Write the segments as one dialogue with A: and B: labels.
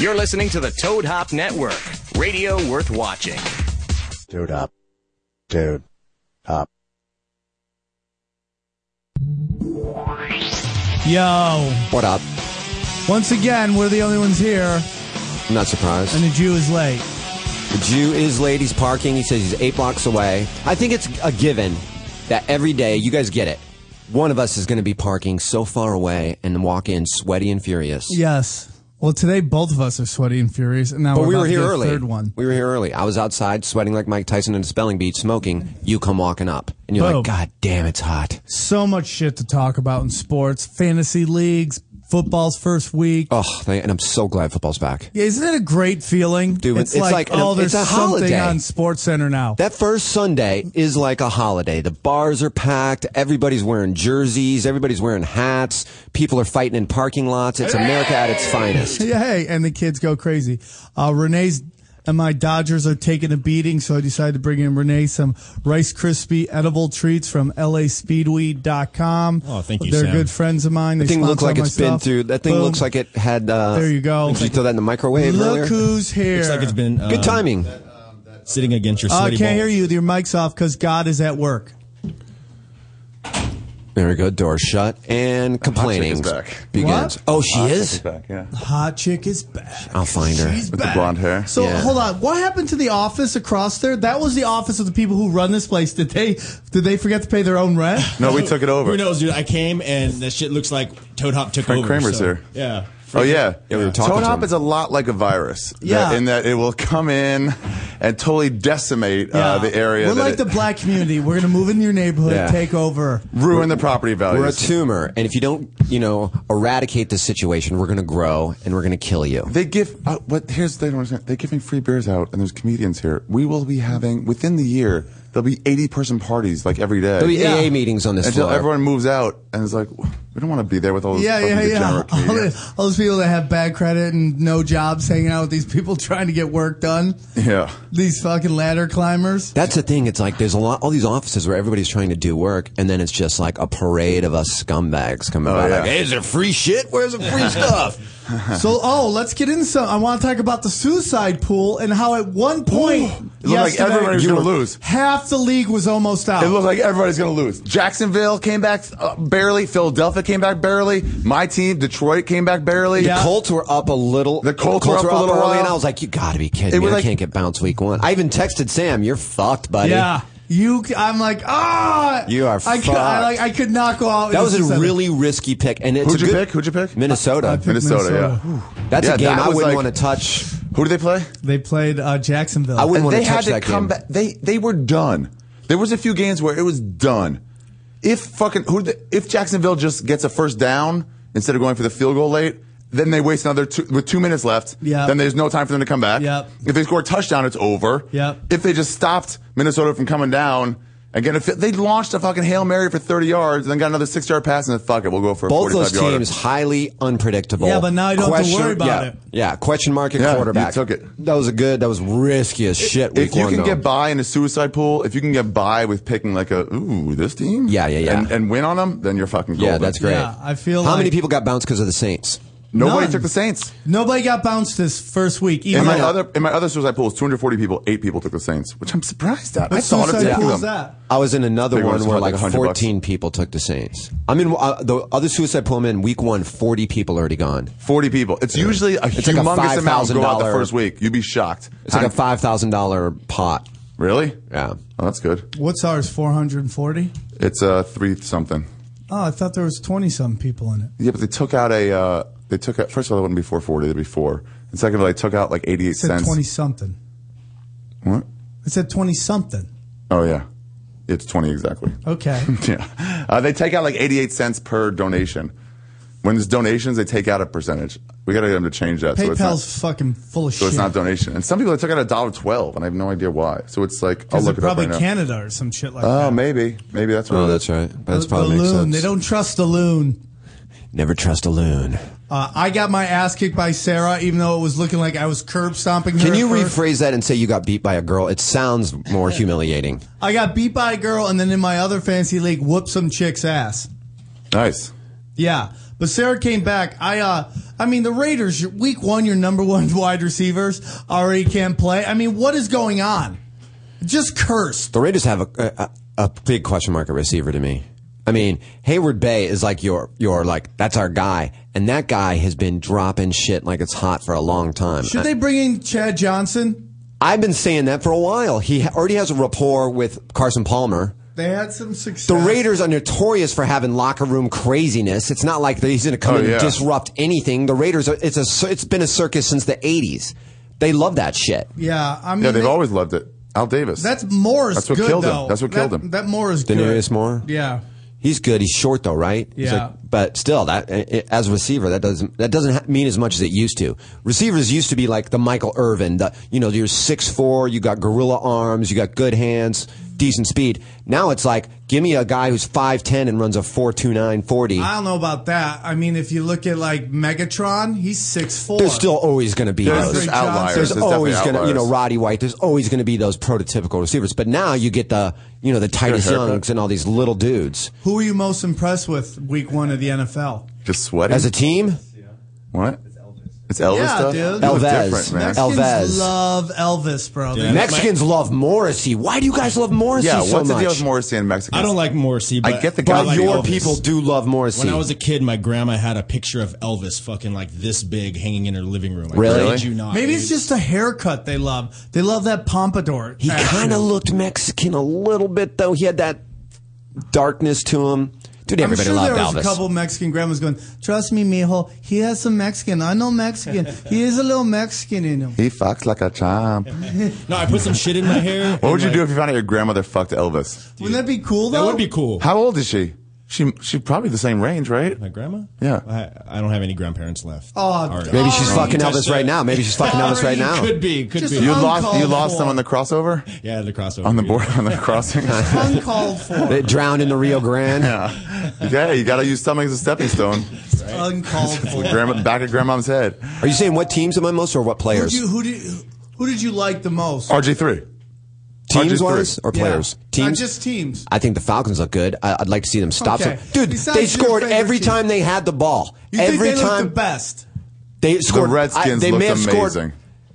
A: You're listening to the Toad Hop Network, radio worth watching.
B: Dude up. Dude up.
C: Yo.
B: What up?
C: Once again, we're the only ones here,
B: I'm not surprised.
C: and the Jew is late.
B: The Jew is ladies parking. He says he's eight blocks away. I think it's a given that every day, you guys get it. One of us is going to be parking so far away and walk in sweaty and furious.
C: Yes. Well, today both of us are sweaty and furious, and now
B: But
C: we're
B: we
C: about
B: were
C: to
B: here
C: get a
B: early.
C: Third one.
B: We were here early. I was outside sweating like Mike Tyson in a spelling bee, smoking. You come walking up, and you're
C: Boom.
B: like, "God damn, it's hot."
C: So much shit to talk about in sports, fantasy leagues, football's first week.
B: Oh, and I'm so glad football's back.
C: Yeah, isn't it a great feeling?
B: Dude,
C: it's,
B: it's
C: like,
B: like an-
C: oh, there's
B: it's a
C: something
B: holiday.
C: on Sports Center now.
B: That first Sunday is like a holiday. The bars are packed. Everybody's wearing jerseys. Everybody's wearing hats. People are fighting in parking lots. It's America at its finest.
C: yeah, hey, and the kids go crazy. Uh, Renee's and my Dodgers are taking a beating, so I decided to bring in Renee some Rice Krispie edible treats from LASpeedweed.com.
D: Oh, thank you,
C: They're
D: Sam.
C: good friends of mine. They
B: That thing looks
C: sponsor
B: like
C: my
B: it's been
C: stuff.
B: through. That thing
C: Boom.
B: looks like it had. Uh,
C: There you go.
B: Did you throw that in the microwave
C: Look
B: earlier?
C: who's here.
D: Looks like it's been uh,
B: Good timing.
D: sitting against your
C: Uh, I
D: sweaty
C: can't hear you with your mics off because God is at work.
B: There we go. Door shut and complaining
E: chick is back.
B: begins.
C: What?
B: Oh, she
E: She's
B: is.
E: back, yeah.
C: Hot chick is back.
B: I'll find her.
C: She's
E: With the
C: back.
E: blonde hair.
C: So
B: Yeah.
C: hold on, what happened to the office across there? That was the office of the people who run this place. Did they did they forget to pay their own rent?
E: No, we took it over.
D: Who knows, dude? I came and that shit looks like Toad Hop took
E: Frank
D: over.
E: Kramer's
D: so-
E: here.
D: Yeah.
E: Oh yeah, yeah.
B: we were talking
E: Toad
B: to
E: hop
B: him.
E: is a lot like a virus. that-
C: Yeah.
E: in that it will come in and totally decimate uh, the area.
C: We're
E: that
C: like
E: it-
C: the black community. We're gonna move into your neighborhood,
B: Yeah.
C: take over.
E: ruin the property
B: We're a
E: values.
B: tumor, and if you don't, you know, eradicate the situation, we're going to grow and we're going to kill you.
E: they give. Uh, what here's they don't understand. They're giving free beers out, and there's comedians here. We will be having within the year. There'll be 80 person parties like every day.
B: There'll be
C: Yeah.
B: AA meetings on this
E: until
B: floor.
E: everyone moves out, and it's like we don't want to be there with all those
C: Yeah,
E: fucking
C: yeah, yeah.
E: degenerate
C: All,
E: comedians.
C: the, all those people that have bad credit and no jobs, hanging out with these people trying to get work done.
E: Yeah.
C: These fucking ladder climbers.
B: That's the thing. It's like there's a lot, all these offices where everybody's trying to do work, and then it's just like a parade of us scumbags coming by.
E: Oh, yeah.
B: Like, hey, is there free shit? Where's the free stuff?
C: So, oh, let's get into some. I want to talk about the suicide pool and how at one point
E: It looked like
C: yesterday,
E: everybody was gonna lose.
C: Half the league was almost out.
B: Oh.
E: It looked like everybody's going to lose. Jacksonville came back uh, barely. Philadelphia came back barely. My team, Detroit, came back barely.
C: Yeah.
B: Colts were up a little.
E: The Colts were up a little
B: early,
E: while.
B: and I was like, you gotta be kidding
E: It
B: me!
E: was
B: I
E: like-
B: can't get bounced week one. I even texted Sam, "You're fucked, buddy."
C: yeah. You, I'm like, ah!
B: You are
C: I could,
B: fucked.
C: I, like, I could not go out.
B: That was a
C: It's-
B: really risky pick, and it's
E: Who'd
B: a
E: you
B: good
E: pick? Who'd you pick?
B: Minnesota.
C: I picked
E: Minnesota, yeah.
C: Minnesota.
B: That's
E: Yeah,
B: a game
E: that
B: I
E: was
B: wouldn't
E: like-
B: want to touch.
E: Who do they play?
C: They played uh, Jacksonville.
B: I wouldn't
E: And
B: want
E: they
B: to
E: had
B: touch
E: to
B: that
E: come
B: game.
E: back. They they were done. There was a few games where it was done. If fucking who the, if Jacksonville just gets a first down instead of going for the field goal late, then they waste another two, with two minutes left.
C: Yep.
E: Then there's no time for them to come back.
C: Yep.
E: If they score a touchdown, it's over.
C: Yep.
E: If they just stopped Minnesota from coming down. Again, if it- they launched a fucking hail mary for 30 yards, and then got another six-yard pass, and then fuck it, we'll go for a
B: Both those
E: 45 yarder.
B: teams highly unpredictable.
C: Yeah, but now I don't have to worry about
B: yeah,
C: it.
B: Yeah, question mark at
E: Yeah, you
B: quarterback.
E: took it.
B: That was a good. That was risky as shit. Week
E: if you
B: one,
E: can
B: though.
E: get by in a suicide pool, if you can get by with picking like a ooh this team,
B: Yeah, yeah, yeah.
E: and, and win on them, then you're fucking golden.
B: yeah, that's great.
C: Yeah, I feel
B: How many
C: like-
B: people got bounced because of the Saints?
E: Nobody
C: None.
E: took the Saints.
C: Nobody got bounced this first week. Even
E: In my
C: though-
E: other in my other suicide pools, 240 people, eight people took the Saints, which I'm surprised at.
C: What
E: I thought it
C: suicide
E: took
C: pool is
E: them.
C: that?
B: I was in another
E: Big
B: one
E: ones
B: where
E: were
B: like
E: like 100 bucks.
B: 14 people took the Saints. I'm in uh, the other suicide pool. I'm in week one. 40 people already gone.
E: 40 people. It's usually a
B: It's like a
E: humongous amount go out the
B: $5,000
E: first week. You'd be shocked.
B: It's like a
E: Time-
B: five thousand dollar pot.
E: Really?
B: Yeah.
E: Oh, that's good.
C: What's ours? Four hundred and forty.
E: It's uh, three something.
C: Oh, I thought there was twenty some people in it.
E: Yeah, but they took out a. Uh, they took out. First of all, it wouldn't be 440. It'd be four. And second of all, they took out like 88
C: It said
E: cents.
C: twenty something.
E: What?
C: It said twenty something.
E: Oh yeah, it's 20 exactly.
C: Okay.
E: Yeah. Uh, they take out like 88 cents per donation. When there's donations, they take out a percentage. We got to get them to change that. So it's, not,
C: PayPal's fucking full of
E: so
C: shit.
E: it's not donation. And some people, they took out a dollar twelve, and I have no idea why. So it's like, I'll
C: Is
E: look
C: it
E: it up
C: probably
E: right now.
C: Canada or some shit like that?
E: Oh, maybe. Maybe that's what
B: Oh,
E: it
B: that's
E: is.
B: right. That's
C: The-
B: probably
C: the
B: makes
C: loon.
B: sense.
C: They don't trust the loon.
B: never trust a loon.
C: Uh, I got my ass kicked by Sarah, even though it was looking like I was curb stomping her.
B: Can
C: at
B: you
C: first.
B: rephrase that and say you got beat by a girl? It sounds more humiliating.
C: I got beat by a girl, and then in my other fantasy league, whooped some chick's ass.
E: Nice.
C: Yeah, but Sarah came back. I, uh, I mean, the Raiders your- week one, your number one wide receivers already can't play. I mean, what is going on? Just cursed.
B: The Raiders have a, a, a big question mark at receiver to me. I mean, Hayward Bay is like your your like that's our guy, and that guy has been dropping shit like it's hot for a long time.
C: Should they bring in Chad Johnson?
B: I've been saying that for a while. He ha- already has a rapport with Carson Palmer.
C: They had some success.
B: The Raiders are notorious for having locker room craziness. It's not like he's going to come
E: Oh,
B: in
E: yeah.
B: and disrupt anything. The Raiders are, it's a cir- it's been a circus since the 80s. They love that shit.
C: Yeah, I mean,
E: Yeah, they've
C: they-
E: always loved it. Al Davis.
C: That's Moore's.
E: That's what
C: good,
E: killed him.
C: though.
E: That's what killed
C: That-
E: him.
C: That Moore is good.
B: Denarius Moore?
C: Yeah.
B: He's good. He's short though, right? He's
C: Yeah.
B: but still, that i- as a receiver, that doesn't that doesn't ha- mean as much as it used to. Receivers used to be like the Michael Irvin, the you know, you're six four, you got gorilla arms, you got good hands, decent speed. Now it's like, give me a guy who's five ten and runs a four two nine forty.
C: I don't know about that. I mean, if you look at like Megatron, he's six four.
B: There's still always going to be
E: There's
B: those.
E: just outliers.
B: There's,
E: There's
B: always
E: definitely
B: going to, you know,
E: outliers.
B: Roddy White. There's always going to be those prototypical receivers. But now you get the, you know, the Titus
E: haircut.
B: Youngs and all these little dudes
C: Who are you most impressed with week one of the NFL?
E: just sweating.
B: as a team.
E: what? It's Elvis
C: Yeah,
E: stuff.
C: dude.
E: You look
B: Elvez.
E: different, man.
B: Elvez.
C: Mexicans love Elvis, bro. They-
D: Yeah.
B: Mexicans love Morrissey. Why do you guys love Morrissey
E: Yeah,
B: so
E: what's the
B: much?
E: deal with Morrissey and Mexicans?
D: I don't like Morrissey. But
E: I get the guy.
B: but
E: I like
B: your
D: Elvis.
B: people do love Morrissey.
D: When I was a kid, my grandma had a picture of Elvis fucking like this big hanging in her living room. I
B: Really?
D: kid you not,
C: Maybe
D: dude.
C: it's just a haircut they love. They love that pompadour.
B: he kind of looked Mexican a little bit, though. He had that darkness to him. Dude,
C: I'm
B: everybody
C: sure there
B: loved
C: was a
B: Elvis.
C: couple Mexican grandmas going, "Trust me, mijo, he has some Mexican. I know Mexican. he is a little Mexican in him."
E: He fucks like a champ.
D: No, I put some shit in my hair.
E: What would you do if you found out your grandmother fucked Elvis?
C: Wouldn't that be cool though?
D: That would be cool.
E: How old is she? She she probably the same range, right?
D: my grandma?
E: Yeah.
D: I, I don't have any grandparents left.
C: Oh,
D: Already.
B: Maybe she's
D: Already
B: fucking
D: touched
B: Elvis right
D: it.
B: now. Maybe she's fucking Elvis right
D: Already
B: now.
D: Could be. Could
C: Just
D: be.
E: You
C: Uncalled
E: lost you lost
C: for.
E: them on the crossover
D: yeah, the crossover.
E: on the board on the crossing.
C: uncalled for.
B: They drowned in the Rio Grande.
E: yeah, you got to use something as a stepping stone.
C: Uncalled for.
E: Grandma, back of grandmom's head.
B: Are you saying what teams am I most or what
C: Who
B: players?
C: did you, who did who did you like the most?
E: RG three.
B: teams
E: RG3.
B: wise or
C: Yeah.
B: players?
C: Not
B: Teams.
C: just teams.
B: I think the Falcons look good. I, I'd like to see them stop.
C: Okay.
B: Some, dude,
C: Besides
B: they
C: your
B: scored
C: favorite
B: every
C: team.
B: time they had the ball.
C: You
B: every
C: think they
B: time
C: look the best?
B: they scored.
E: the Redskins
B: I, they
E: looked
B: may have
E: amazing.
B: scored.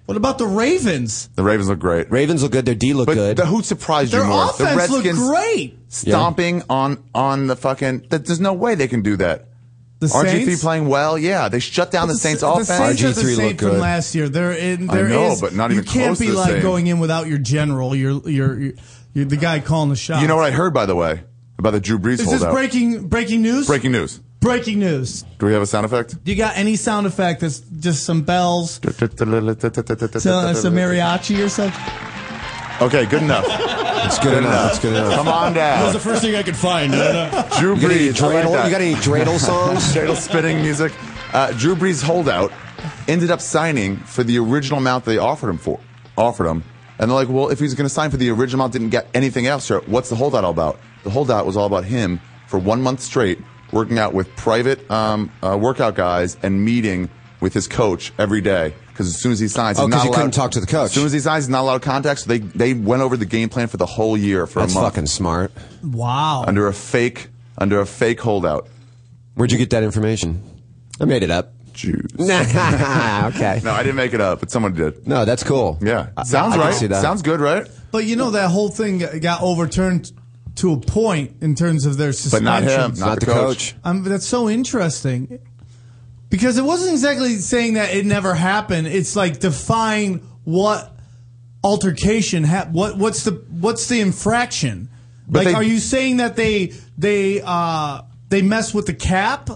C: What about the Ravens?
E: The Ravens look great.
B: Ravens look good. Their D look
E: But
B: good.
E: the, who surprised
C: Their
E: you more? The
C: offense looked
E: Redskins
C: great.
E: stomping on on the fucking. That, there's no way they can do that.
C: The
E: RG three
C: Saints?
E: playing well. Yeah, they shut down the, Saints
C: the
E: offense.
C: Saints are the
B: RG3
C: same
B: look
C: from
B: good.
C: last year. They're in.
E: I
C: There
E: know,
C: is-
E: but not
C: you
E: even
C: can't
E: close
C: be
E: to the
C: like
E: same.
C: going in without your general. You're you're, you're, you're the guy calling the shots.
E: you know what I heard by the way about the Drew Brees
C: Is this
E: holdout?
C: breaking breaking news?
E: Breaking news.
C: breaking news.
E: Do we have a sound effect?
C: Do you got any sound effect? That's just some bells, some, some mariachi or something.
E: Okay, good enough.
B: That's good enough. That's good enough.
E: Come on
D: That was
E: down.
D: the first thing I could find. I don't know.
E: Drew
B: You got any
E: Brees. I like
B: dreidel?
E: that.
B: You got any dreidel songs?
E: Dreidel spinning music. Uh, Drew Brees holdout ended up signing for the original amount they offered him for. Offered him, and they're like, "Well, if he's going to sign for the original amount, didn't get anything else. Sure, what's the holdout all about? The holdout was all about him for one month straight working out with private um, uh, workout guys and meeting with his coach every day. Because as soon as he signs,
B: Oh,
E: he's
B: 'cause
E: not
B: he
E: allowed,
B: couldn't talk to the coach.
E: As soon as he signs, he's not allowed contact. So they they went over the game plan for the whole year for
B: That's
E: a month
B: fucking smart. Oh.
C: Wow.
E: under a fake under a fake holdout.
B: Where'd you get that information? I made it up.
E: Jews.
B: okay.
E: No, I didn't make it up, but someone did.
B: No, that's cool.
E: Yeah.
B: I-
E: Sounds
B: I can
E: right.
B: see that.
E: Sounds good, right?
C: But you know that whole thing got overturned to a point in terms of their
E: But
C: suspension.
E: not him.
B: Not, the coach.
C: Um, that's so interesting because it wasn't exactly saying that it never happened. It's like defying what altercation. Ha- what what's the what's the infraction?
E: But
C: like,
E: they-
C: are you saying that they they uh they mess with the cap?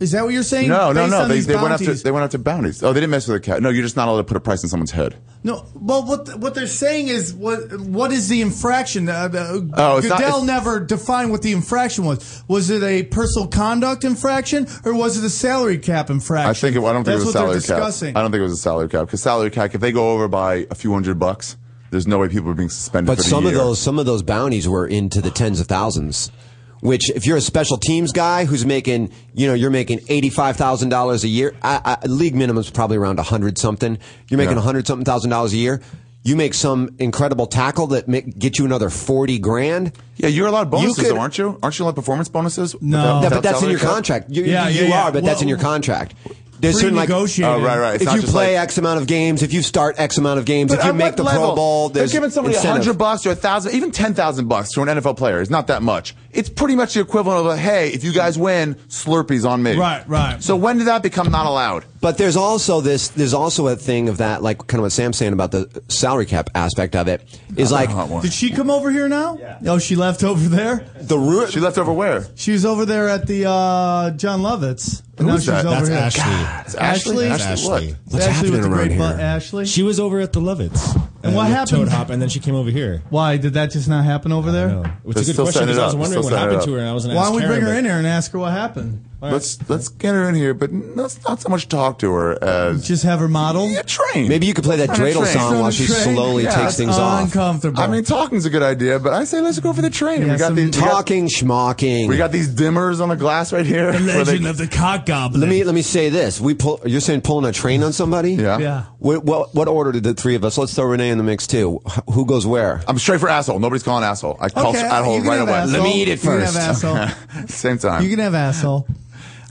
C: Is that what you're saying?
E: No, no,
C: Based
E: no.
C: on
E: They,
C: these
E: they went after
C: bounties.
E: they went after bounties. Oh, they didn't mess with the cat. No, you're just not allowed to put a price on someone's head.
C: No, well, what th- what they're saying is what what is the infraction? Uh, the,
E: Oh, it's not-
C: Goodell
E: it's-
C: never defined what the infraction was. Was it a personal conduct infraction or was it a salary cap infraction?
E: I think it, I don't think
C: That's
E: it was a
C: what
E: salary
C: they're
E: cap.
C: discussing.
E: I don't think it was a salary cap because salary cap. If they go over by a few hundred bucks, there's no way people are being suspended.
B: But
E: for the
B: some of
E: year.
B: those some of those bounties were into the tens of thousands. Which, if you're a special teams guy who's making, you know, you're making eighty five thousand dollars a year. I, I, league minimum's probably around a hundred something. You're making a
E: Yeah.
B: hundred something thousand dollars a year. You make some incredible tackle that ma- get you another forty grand.
E: Yeah, you're allowed bonuses,
B: You could-
E: though, aren't you? Aren't you allowed performance bonuses?
C: No.
E: without-
B: Yeah,
E: without
B: but that's in
E: salary
B: your
E: cap?
B: contract. You,
C: Yeah,
B: you
C: yeah, yeah.
B: are, but that's in your
C: Well,
B: contract. There's certain like
C: Pre-negotiated.
E: Oh, right, right. It's
B: if
E: not
B: you
E: just
B: play
E: like-
B: X amount of games, if you start X amount of games,
E: But
B: if you
E: at
B: make
E: what
B: the Pro
E: level?
B: Bowl,
E: they're
B: there's
E: giving somebody a
B: incentive.
E: hundred bucks or a thousand, even ten thousand bucks to an NFL player. It's not that much. It's pretty much the equivalent of a hey, if you guys win, Slurpees on me.
C: Right, right.
E: So when did that become not allowed?
B: But there's also this. There's also a thing of that, like kind of what Sam's saying about the salary cap aspect of it. Is like
E: hot one.
C: Did she come over here now? Yeah. Oh, she left over there.
B: the root.
E: She left over where?
C: She was over there at the uh, John Lovitz. And now
E: is
C: she's
E: that?
C: over
D: That's
C: here.
D: Ashley.
E: It's Ashley.
C: Ashley?
D: That's
E: what?
D: Ashley.
C: It's
B: What's
C: Ashley
B: happening
C: with the
B: around
C: great butt,
B: here?
C: Ashley.
D: She was over at the Lovitz.
C: And what
D: with
C: happened?
D: Toad Hop, and then she came over here.
C: Why did that just not happen over there?
D: No. It's
E: They're
D: a good
E: still
D: question
E: setting it
D: because I was
E: up.
D: wondering
E: Still
D: what
E: setting it
D: happened
E: up.
D: to her, and I was an
C: Why don't we bring her in here and ask her what happened?
E: Let's let's get her in here, but let's not so much talk to her as
C: Just have her model.
E: yeah, train.
B: Maybe you could play that
E: On a
B: dreidel
E: train.
B: song
E: On
B: while
E: a
B: she
C: train?
B: slowly
E: Yeah,
B: takes
E: that's
B: things off.
C: uncomfortable.
E: I mean, talking's a good idea, but I say let's go for the train.
C: Yeah,
E: we got
C: some
E: these we got-
B: Talking, schmocking.
E: We got these dimmers on the glass right here. where they-
C: the cock goblin.
B: let me let me say this. We pull. You're saying pulling a train on somebody?
E: Yeah.
C: Yeah.
B: What, what what order did the three of us? Let's throw Renee in the mix too. Wh- Who goes where?
E: I'm straight for asshole. Nobody's calling asshole. I call
C: Okay,
E: asshole
C: you can
E: right
C: have
E: away.
C: asshole.
B: Let me eat it
C: You
B: first.
C: can have asshole.
E: Same time.
C: you can have asshole.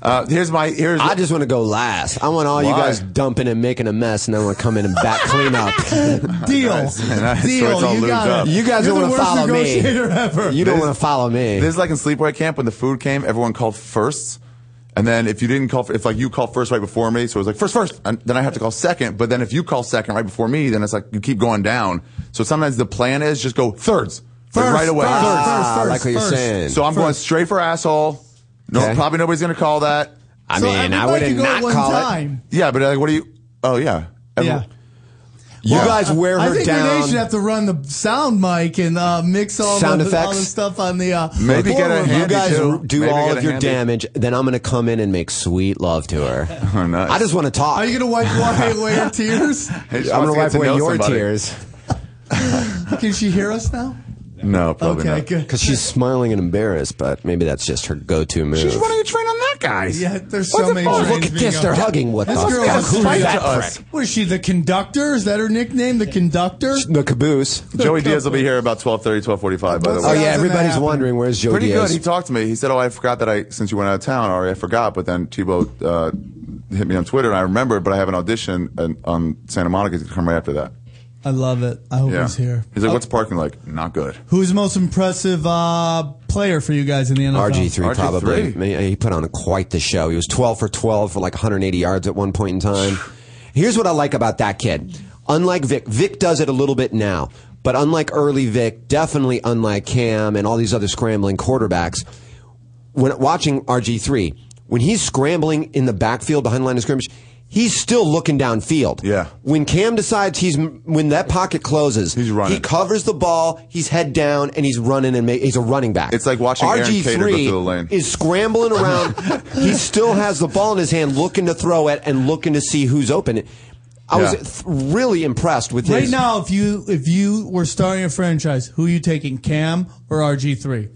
E: uh, here's my here's
B: I just want to go last. I want all you
E: Why?
B: guys dumping and making a mess, and I want to come in and back clean up.
C: Deal.
E: Nice. Nice. So
C: Deal.
E: it's all
C: you
E: lubed
C: got
E: up.
C: it.
B: You guys
C: You're
B: don't
C: the
B: wanna
C: worst
B: follow me.
C: negotiator ever.
B: you don't
E: This-
B: want to follow me.
E: This is like in sleepaway camp when the food came, everyone called firsts. And then if you didn't call, if like you called first right before me, so it was like first, first, and then I have to call second. But then if you call second right before me, then it's like you keep going down. So sometimes the plan is just go thirds like,
C: First,
E: right away.
C: first,
E: Thirds.
B: Ah,
C: first,
B: I like what you're
C: first.
B: saying.
E: So I'm going straight for asshole. No,
B: Okay.
E: probably nobody's gonna call that.
B: I
C: So
B: mean, I
C: everybody
B: would
C: can go
B: not
C: one
B: call
C: time.
E: Yeah, but like, what do you? Oh yeah,
C: Yeah.
E: Everyone-
B: it. You guys wear
C: I
B: her
C: think
B: down.
C: Renee should have to run the sound mic and uh, mix all,
B: Sound
C: the, all the
B: effects?
C: stuff on the. Uh,
E: Maybe get a
C: boardroom.
E: handy
B: you guys
E: too.
B: do
E: Maybe
B: all
E: get
B: of
E: a
B: your
E: handy.
B: damage, then I'm going to come in and make sweet love to her.
E: Oh, nice.
B: I just want to talk.
C: Are you going to wipe away, away her tears?
E: Hey, she
B: I'm going to
E: wants to get
B: wipe
E: to
B: away
E: know
B: your
E: somebody.
B: tears
C: Can she hear us now?
E: No, probably
C: okay,
E: not.
C: good.
B: because she's smiling and embarrassed, but maybe that's just her go-to move.
E: She's running a train on that guy.
C: Yeah, there's
E: What
C: so
E: the
C: many.
E: fuck?
B: oh,
C: trains
B: look at
C: being
B: this! They're
C: up.
B: hugging. What
C: This
B: the
C: girl
B: fuck?
C: is
B: Who
C: crazy
B: is
E: to
B: that
E: us.
B: prick?
C: What is she, the conductor? Is that her nickname, the conductor?
B: The caboose.
E: Joey Diaz will be here about 12:30, 12:45. By the
B: Oh
E: way,
C: Sounds
B: yeah,
C: gonna
B: everybody's
C: happen.
B: wondering where's Joe
E: pretty
B: Diaz.
E: good. He talked to me. He said, "Oh, I forgot that I since you went out of town, or I forgot." But then Tebow uh, hit me on Twitter, and I remembered. But I have an audition and, on Santa Monica to come right after that.
C: I love it. I hope
E: Yeah,
C: he's here.
E: He's like, "What's parking like?" Not good.
C: Who's the most impressive uh, player for you guys in the NFL?
B: RG three
E: RG3.
B: probably. I mean, He put on quite the show. He was twelve for twelve for like 180 yards at one point in time. Here's what I like about that kid. Unlike Vic, Vic does it a little bit now, but unlike early Vic, definitely unlike Cam and all these other scrambling quarterbacks, when watching RG3, when he's scrambling in the backfield behind the line of scrimmage, he's still looking downfield.
E: Yeah.
B: When Cam decides he's when that pocket closes,
E: He's running.
B: He covers the ball, he's head down, and he's running and ma- he's a running back.
E: It's like watching Aaron Cater go through the lane.
B: Is scrambling around. he still has the ball in his hand, looking to throw it and looking to see who's open. I
E: Yeah.
B: was th- really impressed with
C: Right
B: his.
C: now, if you if you were starting a franchise, who are you taking, Cam or RG three?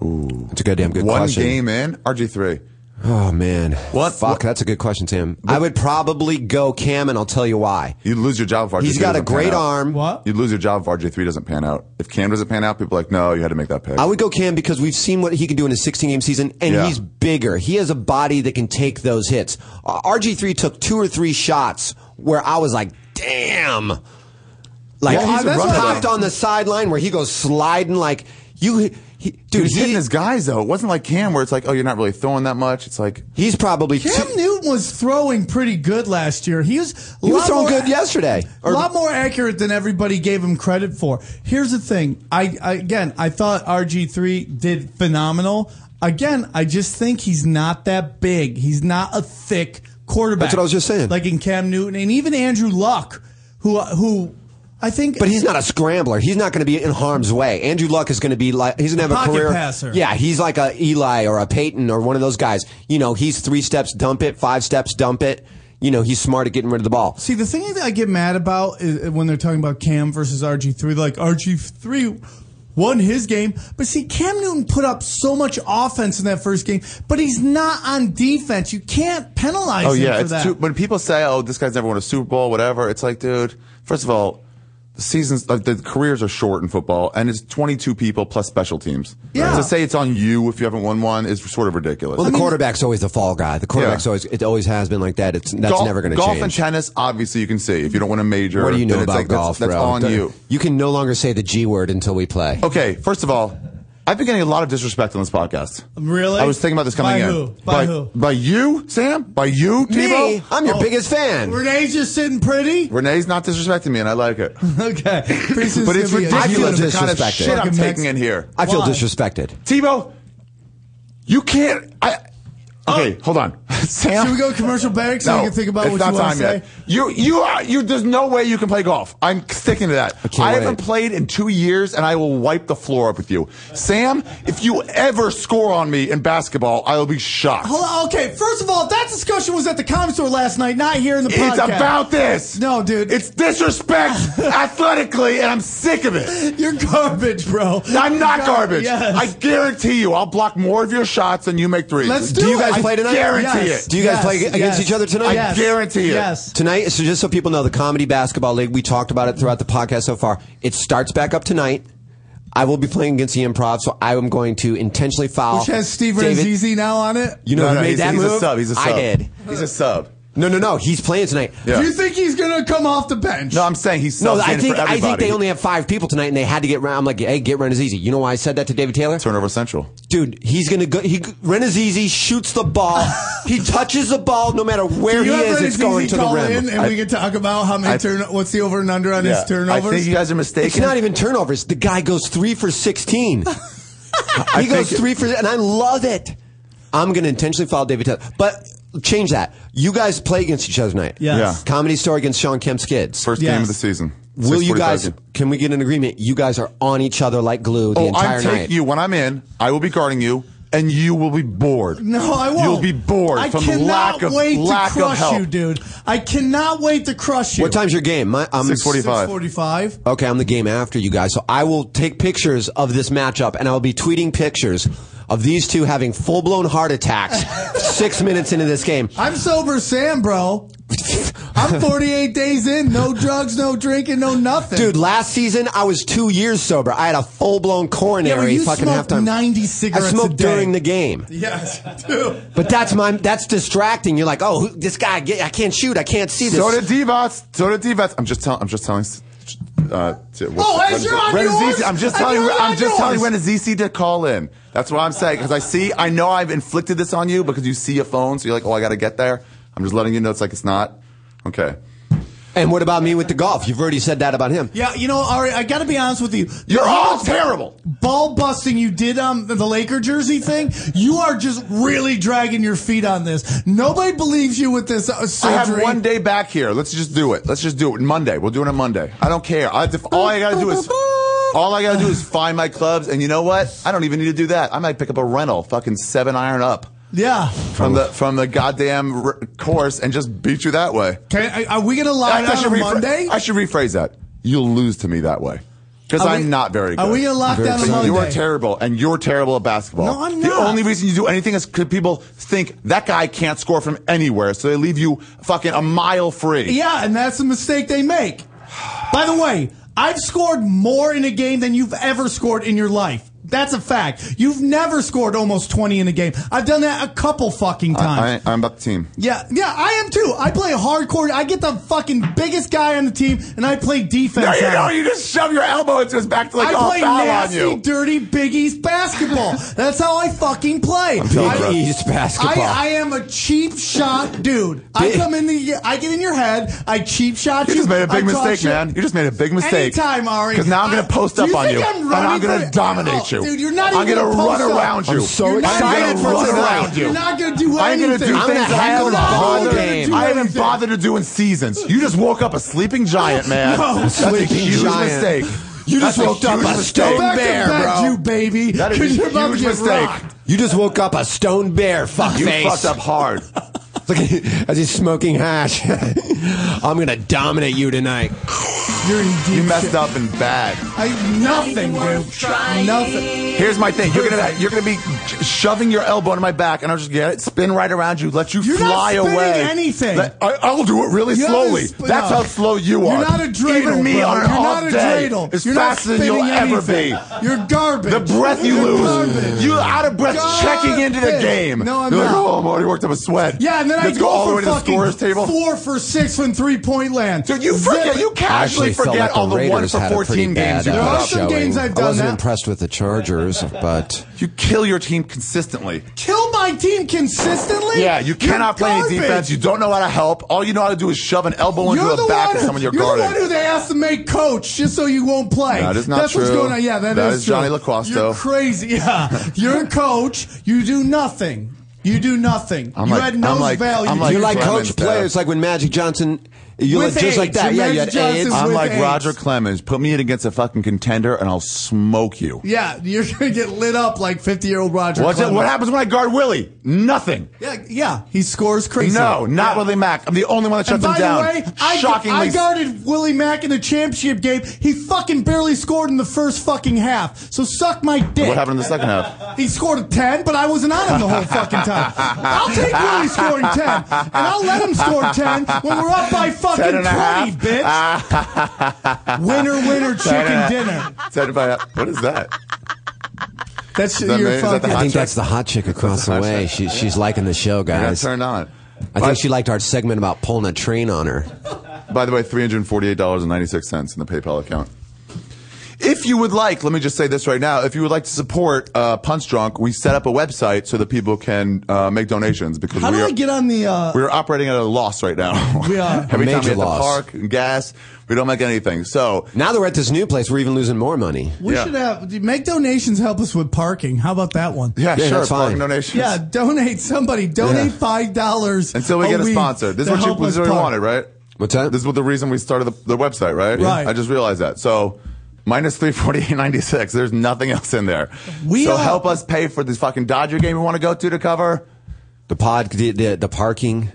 B: It's a goddamn good
E: One
B: question.
E: game in RG three.
B: Oh man,
E: What-
B: Fuck,
E: what-
B: that's a good question, Tim. I would probably go Cam, and I'll tell you why.
E: You lose your job if RG3
B: He's got a
E: doesn't pan
B: great
E: out.
B: arm.
C: What?
E: You'd lose your job if RG3 doesn't pan out. If Cam doesn't pan out, people are like, no, you had to make that pick.
B: I would go Cam because we've seen what he can do in a 16 game season, and
E: Yeah.
B: he's bigger. He has a body that can take those hits. Uh, RG3 took two or three shots where I was like, damn. Like,
E: Well, he's
B: he
E: a runner,
B: popped
E: though.
B: on the sideline where he goes sliding like, you, he,
E: He
B: dude,
E: was hitting
B: he,
E: his guys though. It wasn't like Cam where it's like, oh, you're not really throwing that much. It's like
B: he's probably
C: Cam
B: two-
C: Newton was throwing pretty good last year. He was a
B: he was
C: lot
B: throwing
C: more-
B: good yesterday.
C: a
B: Or-
C: lot more accurate than everybody gave him credit for. Here's the thing. I, I again, I thought RG3 did phenomenal. Again, I just think he's not that big. He's not a thick quarterback.
B: That's what I was just saying.
C: Like in Cam Newton and even Andrew Luck, who who I think
B: But he's not a scrambler. He's not going to be in harm's way. Andrew Luck is going to be like he's going to have a
C: Pocket
B: career
C: passer.
B: Yeah, he's like a Eli or a Peyton or one of those guys. You know, he's three steps dump it, five steps dump it. You know, he's smart at getting rid of the ball.
C: See, the thing that I get mad about is uh, when they're talking about Cam versus RG3, like RG3 won his game, but see, Cam Newton put up so much offense in that first game, but he's not on defense. You can't penalize
E: Oh
C: him
E: yeah,
C: for
E: it's
C: that.
E: too, when people say, "Oh, this guy's never won a Super Bowl," whatever. It's like, dude, first of all, seasons, like the careers are short in football, and it's 22 people plus special teams.
C: Yeah.
E: To say it's on you if you haven't won one is sort of ridiculous.
B: Well, the quarterback's always the fall guy. The quarterback's
E: Yeah.
B: always it always has been like that. It's that's
E: Golf-
B: never going to
E: Golf
B: change.
E: and tennis, obviously, you can see if you don't win a major.
B: what do you know
E: then it's
B: about
E: like, that's-
B: golf,
E: That's,
B: bro?
E: on
B: Don't-
E: you.
B: You can no longer say the G word until we play.
E: Okay, first of all, I've been getting a lot of disrespect on this podcast.
C: Really?
E: I was thinking about this coming
C: By
E: in.
C: who? By who? Oh.
E: By you, Sam? By you,
B: Me,
E: Tebow?
B: I'm your biggest fan.
C: Renee's just sitting pretty.
E: Renee's not disrespecting me, and I like it.
C: Okay. Priest is
E: but it's
C: gonna be a-
E: ridiculous
B: I feel
E: the kind of
B: disrespected.
E: shit I'm
C: Fucking
E: taking
C: Mex-
E: in here.
B: I feel
C: Why?
B: disrespected.
E: Tebow, you can't. I. Okay, hold on, Sam.
C: Should we go commercial break so
E: No,
C: you can think about
E: it's
C: what you
E: not
C: want
E: time
C: to say?
E: yet. You, you, are, you. There's no way you can play golf. I'm sticking to that.
B: can't
E: I haven't
B: wait.
E: played in two years, and I will wipe the floor up with you, Sam. If you ever score on me in basketball, I will be shocked.
C: Hold on, okay, first of all, that discussion was at the comic store last night, not here in the podcast.
E: It's about this.
C: No, dude.
E: It's disrespect athletically, and I'm sick of it.
C: You're garbage, bro.
E: I'm not garbage.
C: Yes.
E: I guarantee you, I'll block more of your shots than you make threes.
C: Let's
B: Do you guys
C: I
B: play tonight?
E: guarantee it.
B: Do you guys play against each other tonight? I
E: guarantee it.
C: Yes.
B: Tonight, so just so people know, the Comedy Basketball League, we talked about it throughout the podcast so far. It starts back up tonight. I will be playing against the improv, so I am going to intentionally foul.
C: Which has Steve
B: David-
C: Ranzizi now on it?
B: You know
E: No,
B: who
E: no,
B: made
E: he's,
B: that
E: he's
B: move?
E: a sub. He's a sub.
B: I did.
E: He's a sub.
B: No, no, no. He's playing tonight.
E: Yeah.
C: Do you think he's going to come off the bench?
E: No, I'm saying he's
B: No,
E: subs
B: I
E: in
B: think
E: for
B: I think
E: everybody.
B: they only have five people tonight, and they had to get. Ren- I'm like, hey, get Renazizi. You know why I said that to David Taylor?
E: turnover central.
B: Dude, he's gonna go. He Renazizi shoots the ball. he touches the ball, no matter where he
C: you have
B: is. It's
C: Ranzizi
B: going to the
C: call
B: rim.
C: in and we can talk about how many
E: I-
C: turn. What's the over and under on his turnovers?
E: I think you guys are mistaken.
B: It's not even turnovers. The guy goes three for sixteen. he goes
E: think-
B: three for, and I love it. I'm going to intentionally foul David Taylor, but change that. You guys play against each other tonight.
C: Yes.
E: Yeah.
B: Comedy Store against Sean Kemp's kids.
E: First
C: Yes.
E: game of the season.
B: Will you
E: 6:45
B: guys?
E: game.
B: Can we get an agreement? You guys are on each other like glue the
E: Oh,
B: entire
E: I'm taking
B: night.
E: you when I'm in. I will be guarding you, and you will be bored.
C: No, I won't.
E: You'll be bored
C: I
E: from the
C: cannot
E: lack of
C: wait
E: lack
C: to crush
E: of help.
C: you, dude. I cannot wait to crush you.
B: what time's your game? My, um, I'm
E: 6:45. Five.
C: 45.
B: Okay, I'm the game after you guys. So I will take pictures of this matchup and I'll be tweeting pictures of these two having full blown heart attacks six minutes into this game.
C: I'm sober Sam, bro. I'm 48 days in. No drugs, no drinking, no nothing.
B: Dude, last season I was two years sober. I had a full blown
C: yeah, but
B: coronary
C: you
B: fucking
C: smoked
B: halftime.
C: 90
B: I
C: cigarettes
B: smoked
C: a day.
B: during the game,
C: Yes, dude.
B: but that's my that's distracting. You're like, oh, who, this guy, get- I can't shoot, I can't see this.
E: So did Devots. So did Devots. I'm just telling. I'm just telling. Uh, to, what's-
C: Oh, as
E: Renazisi-
C: you're on yours,
E: Renazisi- I'm just
C: as
E: telling.
C: you're on
E: I'm just telling
C: yours.
E: Renazisi to call in. That's what I'm saying because I see. I know I've inflicted this on you because you see a phone, so you're like, "Oh, I got to get there." I'm just letting you know it's like it's not. Okay.
B: and what about me with the golf? You've already said that about him.
C: Yeah, you know, all right, I got to be honest with you.
E: You're all terrible.
C: Ball busting you did um the Laker jersey thing. You are just really dragging your feet on this. Nobody believes you with this uh,
E: I
C: surgery.
E: have one day back here. Let's just do it. Let's just do it Monday. We'll do it on Monday. I don't care. I def- all I gotta do is all I gotta do is find my clubs, and you know what? I don't even need to do that. I might pick up a rental, fucking seven iron up
C: Yeah.
E: from the from the goddamn r- course, and just beat you that way.
C: Can, are we gonna lie down on
E: rephr-
C: Monday?
E: I should rephrase that. You'll lose to me that way because
C: Are we-
E: I'm not very good.
C: are we gonna lock
E: Very
C: down on
E: good.
C: Monday?
E: You're terrible, and you're terrible at basketball.
C: No, I'm
E: The
C: not.
E: only reason you do anything is because people think that guy can't score from anywhere, so they leave you fucking a mile free.
C: Yeah, and that's the mistake they make. By the way, I've scored more in a game than you've ever scored in your life. That's a fact. You've never scored almost 20 in a game. I've done that a couple fucking times.
E: I, I, I'm about the team.
C: yeah, yeah, I am too. I play hardcore. I get the fucking biggest guy on the team, and I play defense.
E: No, you
C: on
E: know,
C: him.
E: you just shove your elbow into his back to like,
C: I
E: oh,
C: play
E: foul
C: nasty,
E: on you.
C: dirty biggies basketball. That's how I fucking play.
B: telling
C: I-
B: you, bro. Biggies basketball.
C: I, I am a cheap shot dude. I
B: Big-
C: come in the, I get in your head. I cheap shot you.
E: You just made a
C: I
E: big
C: talk
E: mistake,
C: shit.
E: man. You just made a big mistake.
C: Anytime, Ari.
E: Because now I'm going
C: I-
E: to post
C: Do
E: up
C: you
E: on
C: think
E: you.
C: I'm
E: and
C: running
E: I'm going
C: for-
E: to dominate
C: Oh,
E: you.
C: dude, you're not
E: I'm
C: even
E: gonna
C: gonna
E: run
C: post up.
E: around you.
B: I'm so
E: I'm gonna
B: excited for
E: run
B: tonight.
E: around you.
C: You're not gonna do
E: I'm gonna
C: anything.
E: do
B: I'm gonna
E: things I
B: handle
E: haven't
B: the whole
E: bothered.
B: game.
E: I
C: You're not
E: haven't
C: gonna do
E: bothered to do in seasons. You just woke up a sleeping giant, man.
C: No.
E: That's a
B: Sleeping
E: huge
B: giant.
E: mistake.
B: You just
E: That's
B: woke up
E: huge
B: a
E: mistake.
B: stone
C: Back
B: bear,
C: to back,
B: bro.
C: you baby.
E: That is a
C: 'cause you're about to
E: huge
C: get
E: mistake.
C: rocked.
B: You just woke up a stone bear, fuckface.
E: You fucked up hard.
B: Look at as he's smoking hash. I'm gonna dominate you tonight.
C: You're in deep
E: You messed
C: shit.
E: up and bad.
C: I, nothing, dude. Nothing.
E: Here's my thing. You're gonna you're gonna be shoving your elbow into my back, and I'll just get it, spin right around you, let you
C: You're not
E: fly
C: spinning
E: away.
C: anything.
E: Let- I, I'll do it really
C: You haven't
E: slowly.
C: sp-
E: That's
C: no.
E: how slow you
C: You're
E: are.
C: not a dreidel.
E: Even me
C: bro.
E: on an
C: You're
E: off
C: not a
E: day
C: dreidel.
E: is
C: You're not
E: faster than you'll
C: spinning
E: ever be.
C: anything. You're garbage.
E: The breath you
C: You're
E: lose.
C: Garbage.
E: You're out of breath checking into the
C: Garbage.
E: game.
C: No, I'm
E: You're like,
C: not.
E: oh, I'm already worked up a sweat.
C: Yeah, and then
E: Let's
C: I
E: go,
C: go,
E: all the
C: for
E: way to the
C: fucking
E: scorer's table.
C: four for six from three point land.
E: Dude, you forget.
C: Zip.
E: You casually
B: actually felt
E: forget
B: like the
E: all the
B: Raiders
E: one
B: had
E: for
B: a pretty
E: 14
B: bad
E: games you
B: uh,
C: There
E: put
C: are
E: up.
C: some
B: showing.
C: games I've done
B: I wasn't
C: that.
B: impressed with the Chargers, but
E: You kill your team consistently.
C: kill my team consistently.
E: Yeah, you cannot
C: You're
E: play any
C: garbage.
E: defense. You don't know how to help. All you know how to do is shove an elbow into
C: You're
E: the,
C: the
E: back
C: one,
E: of someone you're,
C: you're
E: guarding.
C: the one who they asked to make coach just so you won't play.
E: That is not
C: That's what's
E: true.
C: going on. Yeah,
E: That
C: is,
E: is Johnny
C: true.
E: LaCroix, though.
C: You're crazy. Yeah, you're a coach. You do nothing. You do nothing.
E: I'm
C: you
E: like-
C: had
E: I'm
C: no
E: like-
C: value.
E: I'm like
B: you're like
E: Clemens,
B: coach
E: though.
B: players, like when Magic Johnson, you're
C: With
B: like, just like
C: AIDS.
B: that.
C: Your
B: yeah, you had
C: Magic Johnson
B: AIDS.
C: with
E: I'm like
C: AIDS.
E: Roger Clemens. Put me against a fucking contender and I'll smoke you.
C: yeah, you're gonna get lit up like 50 year old Roger.
E: What's it,
C: Clemens.
E: what happens when I guard Willie? Nothing.
C: Yeah, yeah, he scores crazy.
E: No, not Willie Mack. I'm the only one that
C: And
E: shuts him
C: by
E: down.
C: the way, I,
E: Shockingly,
C: I guarded Willie Mack in the championship game. He fucking barely scored in the first fucking half. So suck my dick.
E: what happened in the second half?
C: He scored a 10, but I wasn't on him the whole fucking time. I'll take Willie scoring 10, and I'll let him score 10 when we're up by fucking
E: 10
C: 20,
E: and a half.
C: bitch. winner, winner, chicken dinner.
E: Said if I- what is that?
C: That's
E: that
C: your
E: me? Is that the
C: fucking.
B: I think
E: Hot
B: that's
E: chick?
B: the hot chick across
E: the
B: the
E: hot
B: way.
E: chick.
B: She, she's liking the show,
E: I got
B: guys.
E: turned on.
B: I think she liked our segment about pulling a train on her.
E: By the way, $348.96 in the PayPal account. If you would like, let me just say this right now. If you would like to support uh, Punch Drunk, we set up a website so that people can uh, make donations because
C: How
E: we
C: do
E: are,
C: I get on the. Uh,
E: we're operating at a loss right now.
C: We are.
E: Every time we
B: Major
E: hit the
B: loss.
E: park and gas, we don't make anything. So
B: Now that we're at this new place, we're even losing more money.
C: we
E: yeah.
C: should have. Make donations help us with parking. How about that one?
E: yeah,
B: Yeah,
E: sure,
B: that's
E: parking
B: fine.
E: donations.
C: Yeah, donate somebody. Donate
E: Yeah.
C: five dollars
E: Until we get a
C: week
E: sponsor. This
C: to
E: is what you,
C: help
E: this is
C: us
E: what you
C: park.
E: wanted, right?
B: What's that?
E: This is what the reason we started the, the website, right?
C: Right.
E: I just realized that. So minus three forty eight ninety six. There's nothing else in there.
C: We
E: so
C: are-
E: help us pay for this fucking Dodger game we want to go to to cover.
B: The pod, the, the, the parking.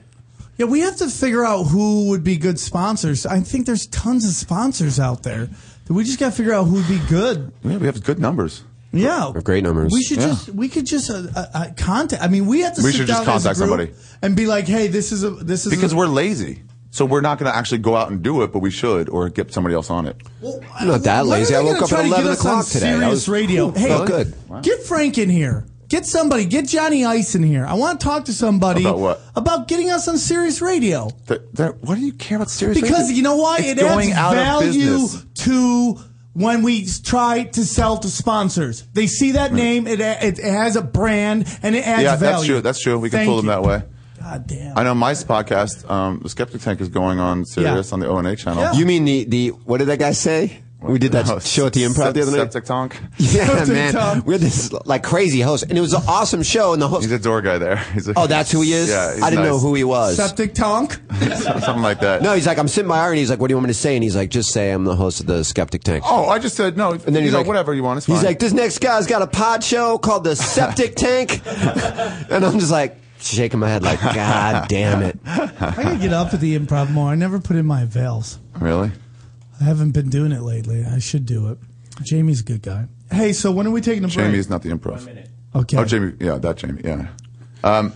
C: Yeah, we have to figure out who would be good sponsors. I think there's tons of sponsors out there. We just got to figure out who would be good.
E: Yeah, we have good numbers.
C: Yeah,
B: They're great numbers.
C: We should
E: Yeah.
C: just we could just uh, uh, uh, contact. I mean, we have to.
E: We
C: sit
E: should just
C: down as a
E: contact
C: group
E: somebody.
C: and be like, "Hey, this is a this is
E: Because
C: a,
E: we're lazy. So we're not going to actually go out and do it, but we should, or get somebody else on it.
C: Well,
B: I'm not that
C: when are
B: lazy.
C: they
B: I woke
C: gonna
B: up
C: try
B: at
C: to get
B: 11
C: us on
B: o'clock today. That
C: Serious
B: was-
C: radio.
B: Ooh,
C: hey,
B: felt good.
C: Get Frank in here. Get somebody. Get Johnny Ice in here. I want to talk to somebody
E: About what?
C: About getting us on serious radio.
E: Th- th- why do you care about seriously?
C: Because you know why?
E: It's
C: it
E: going
C: adds
E: out of
C: value
E: business.
C: to when we try to sell to sponsors. They see that name, it, it has a brand, and it adds
E: Yeah,
C: value.
E: that's true. That's true. We can
C: Thank
E: fool them
C: you.
E: that way.
C: God damn.
E: I know my podcast, um, the Skeptic Tank, is going on serious
C: Yeah.
E: on the O and A channel.
C: Yeah.
B: You mean the, the, what did that guy say? We did that
E: No,
B: show at the improv the other night.
E: Septic Tank.
B: Yeah,
C: Septic
B: man.
C: Tom.
B: We had this like crazy host, and it was an awesome show. And the host,
E: He's a door guy there. He's a-
B: oh, that's who he is.
E: Yeah, he's
B: I didn't know
E: nice.
B: who he was.
C: Septic Tonk.
E: Something like that.
B: No, he's like, I'm sitting by her, and he's like, "What do you want me to say?" And he's like, "Just say I'm the host of the Skeptic Tank."
E: Oh, I just said no.
B: And then he's like,
E: whatever you want. It's
B: he's
E: fine.
B: like, "This next guy's got a pod show called the Septic Tank," and I'm just like shaking my head, like, "God damn it!"
C: I gotta get up at the improv more. I never put in my veils.
E: really?
C: I haven't been doing it lately. I should do it. Jamie's a good guy. Hey, so when are we taking a break?
E: Jamie's not the improv.
C: okay.
E: Oh, Jamie. Yeah, that Jamie. Yeah. Um,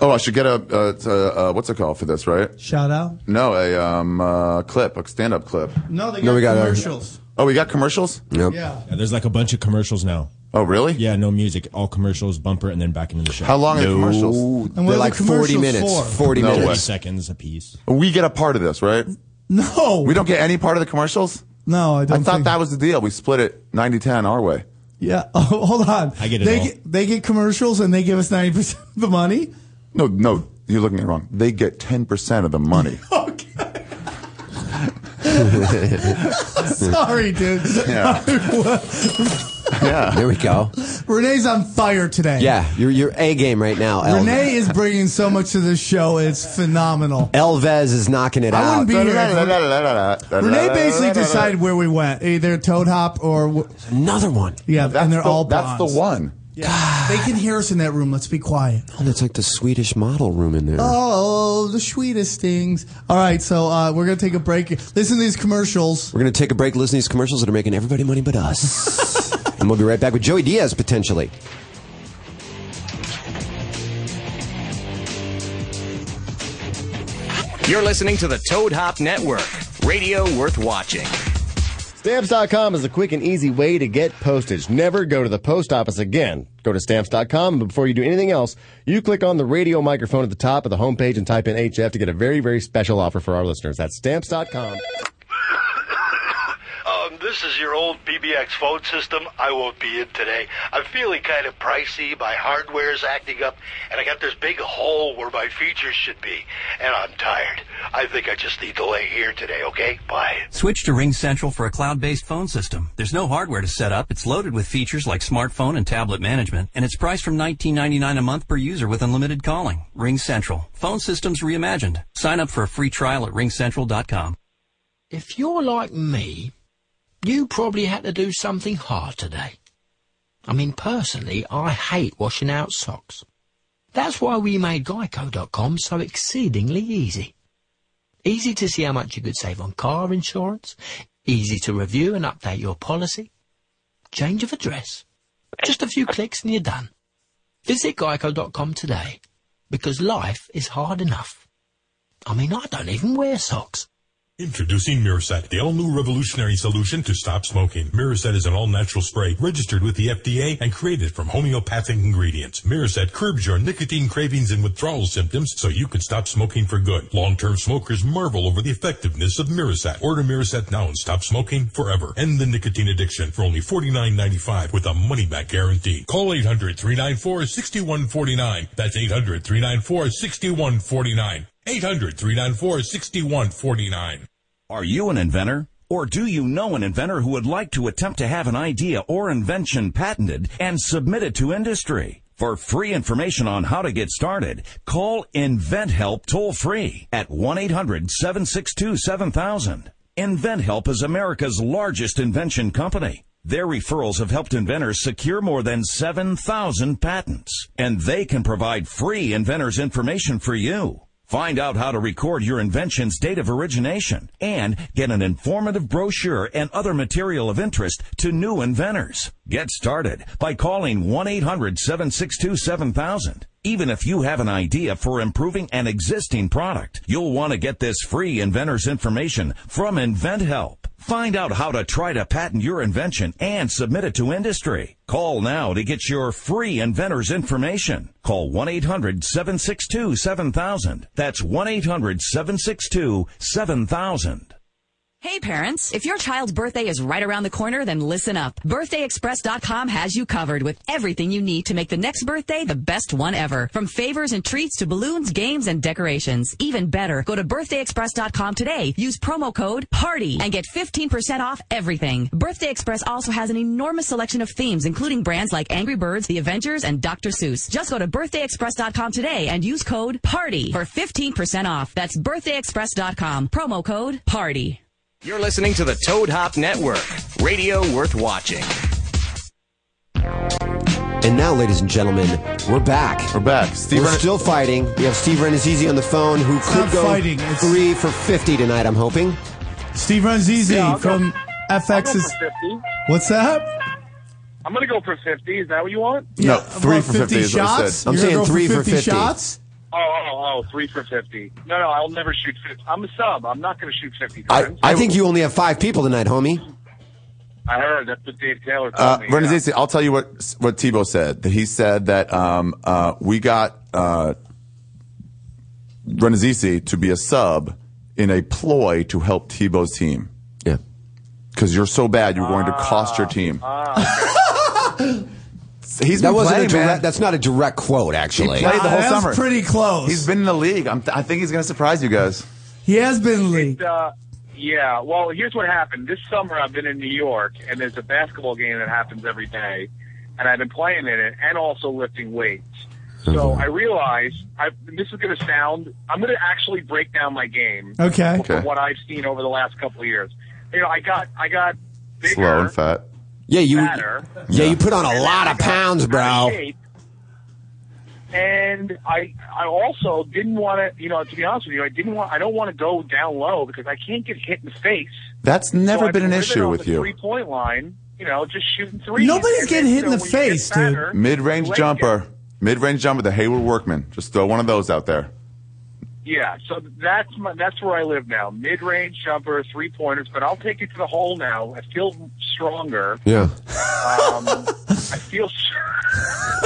E: oh, I should get a, uh t- uh, what's it called for this, right?
C: Shout out.
E: No, a um, uh, clip, a stand-up clip.
C: No, they got
B: No, we got our-
C: commercials.
E: Oh, we got commercials.
B: Nope.
C: Yeah.
D: Yeah, there's like a bunch of commercials now.
E: Oh, really?
D: Yeah, no music, all commercials, bumper, and then back into the show.
E: How long are the commercials?
B: Ooh,
C: And
B: they're
C: what are the
B: like 40
C: commercials
B: minutes.
C: for?
B: 40
E: No
D: Thirty
E: way.
B: minutes.
D: seconds a piece.
E: We get a part of this, right?
C: No.
E: We don't get any part of the commercials.
C: No, I
E: I
C: don't.
E: thought
C: think-
E: that was the deal. We split it 90-10 our way.
C: Yeah. Oh, hold on.
D: I get it
C: They
D: all.
C: get, they get commercials and they give us ninety percent of the money.
E: No, no, you're looking at it wrong. They get 10% of the money.
C: Okay. Sorry, dude.
E: Yeah. yeah.
B: There we go.
C: Renee's on fire today.
B: Yeah, you're you're a game right now, Elvez.
C: Renee is bringing so much to this show. It's phenomenal.
B: Elvez is knocking it
C: I
B: out.
C: wouldn't be here. if- Renee
E: Renee
C: basically decided where we went, either Toad Hop or w-
B: Another one.
C: yeah,
E: That's
C: and they're
E: the,
C: all
E: that's the
C: blondes.
E: one.
C: Yeah. they can hear us in that room. Let's be quiet.
B: Oh, that's like the Swedish model room in there.
C: Oh, the sweetest things. All right, so uh, we're gonna take a break. Listen to these commercials.
B: We're gonna take a break. Listen to these commercials that are making everybody money but us. And we'll be right back with Joey Diaz potentially.
A: You're listening to the Toad Hop Network, radio worth watching.
F: Stamps.com is a quick and easy way to get postage. Never go to the post office again. Go to stamps.com, and before you do anything else, you click on the radio microphone at the top of the homepage and type in HF to get a very, very special offer for our listeners. That's stamps.com.
G: Um, this is your old PBX phone system. I won't be in today. I'm feeling kind of pricey. My hardware's acting up, and I got this big hole where my features should be. And I'm tired. I think I just need to lay here today, okay? Bye.
H: Switch to Ring Central for a cloud based phone system. There's no hardware to set up. It's loaded with features like smartphone and tablet management, and it's priced from $19.99 a month per user with unlimited calling. Ring Central. Phone systems reimagined. Sign up for a free trial at ringcentral.com.
I: If you're like me, you probably had to do something hard today. I mean, personally, I hate washing out socks. That's why we made Geico.com so exceedingly easy. Easy to see how much you could save on car insurance, easy to review and update your policy, change of address. Just a few clicks and you're done. Visit Geico.com today because life is hard enough. I mean, I don't even wear socks.
J: Introducing Miraset, the all-new revolutionary solution to stop smoking. Miraset is an all-natural spray registered with the FDA and created from homeopathic ingredients. Miraset curbs your nicotine cravings and withdrawal symptoms so you can stop smoking for good. Long-term smokers marvel over the effectiveness of Miraset. Order Miraset now and stop smoking forever. End the nicotine addiction for only $49.95 with a money-back guarantee. Call 800-394-6149. That's 800-394-6149. 800 394 6149.
K: Are you an inventor? Or do you know an inventor who would like to attempt to have an idea or invention patented and submitted to industry? For free information on how to get started, call Invent Help toll free at 1-800-762-7000. Invent Help is America's largest invention company. Their referrals have helped inventors secure more than 7,000 patents, and they can provide free inventors information for you. Find out how to record your invention's date of origination and get an informative brochure and other material of interest to new inventors. Get started by calling 1-800-762-7000. Even if you have an idea for improving an existing product, you'll want to get this free inventor's information from InventHelp. Find out how to try to patent your invention and submit it to industry. Call now to get your free inventor's information. Call 1-800-762-7000. That's 1-800-762-7000.
L: Hey parents, if your child's birthday is right around the corner, then listen up. BirthdayExpress.com has you covered with everything you need to make the next birthday the best one ever. From favors and treats to balloons, games, and decorations. Even better, go to BirthdayExpress.com today. Use promo code PARTY and get 15% off everything. Birthday Express also has an enormous selection of themes, including brands like Angry Birds, The Avengers, and Dr. Seuss. Just go to BirthdayExpress.com today and use code PARTY for 15% off. That's BirthdayExpress.com. Promo code PARTY.
A: You're listening to the Toad Hop Network, radio worth watching.
B: And now, ladies and gentlemen, we're back.
E: We're back. Steve
B: we're
E: Ren-
B: still fighting. We have Steve Renazizi on the phone who could
C: not
B: go
C: fighting, it's-
B: three for 50 tonight, I'm hoping.
C: Steve Renzizi
M: Yeah, I'll go-
C: from
M: I'll go
C: FX is.
M: for 50.
C: What's that?
M: I'm going to go for 50. Is that what you want?
E: No, three
C: About
E: for 50, is what it
C: shots.
E: said.
B: I'm
C: You're
B: saying
C: gonna go
B: three for 50.
C: shots.
M: Oh, oh, oh, three for 50. No, no, I'll never shoot 50. I'm a sub. I'm not going to shoot 50 times.
B: I think you only have five people tonight, homie.
M: I heard. That's what Dave Taylor told
C: Oh,
E: Uh,
M: me.
E: Brendan
M: yeah.
E: Daisy, I'll tell you what what Tebow said. That he said that um, uh, we got uh, Renazisi to be a sub in a ploy to help Tebow's team
B: Yeah.
E: because you're so bad you're going to cost
C: Ah.
E: your team.
M: Ah,
E: He's
B: That
E: been
B: wasn't
E: playing,
B: a direct,
E: man.
B: that's not a direct quote, actually.
E: He played the whole
C: That was
E: summer.
C: pretty close.
E: He's been in the league. I'm I think he's going to surprise you guys.
C: He has been leaked.
M: Uh, yeah, well, here's what happened. This summer I've been in New York, and there's a basketball game that happens every day, and I've been playing in it and also lifting weights. So
B: Uh-huh.
M: I realized I, this is going to sound. I'm going to actually break down my game.
C: Okay.
M: From
E: Okay.
M: what I've seen over the last couple of years, you know, I got I got bigger,
E: Slow and fat.
B: Yeah, you
M: fatter.
B: Yeah, you put on a lot of
M: I got
B: pounds,
M: out of
B: bro.
M: shape. And I, I also didn't want to, you know, to be honest with you, I didn't want, I don't want to go down low because I can't get hit in the face.
E: That's
M: So
E: never
M: I've
E: been an
M: living
E: issue
M: on
E: with
M: the
E: you.
M: Three point line. you know, just shooting threes.
C: Nobody's
M: And
C: getting
M: then,
C: hit in
M: you know,
C: the
M: when you get
C: face, dude.
M: fatter,
E: Mid-range
M: your legs
E: jumper. Mid-range jumper, the Hayward Workman. Just throw one of those out there.
M: Yeah, so that's my, that's where I live now. Mid range jumper, three pointers, but I'll take it to the hole now. I feel stronger.
E: Yeah.
M: Um, I feel.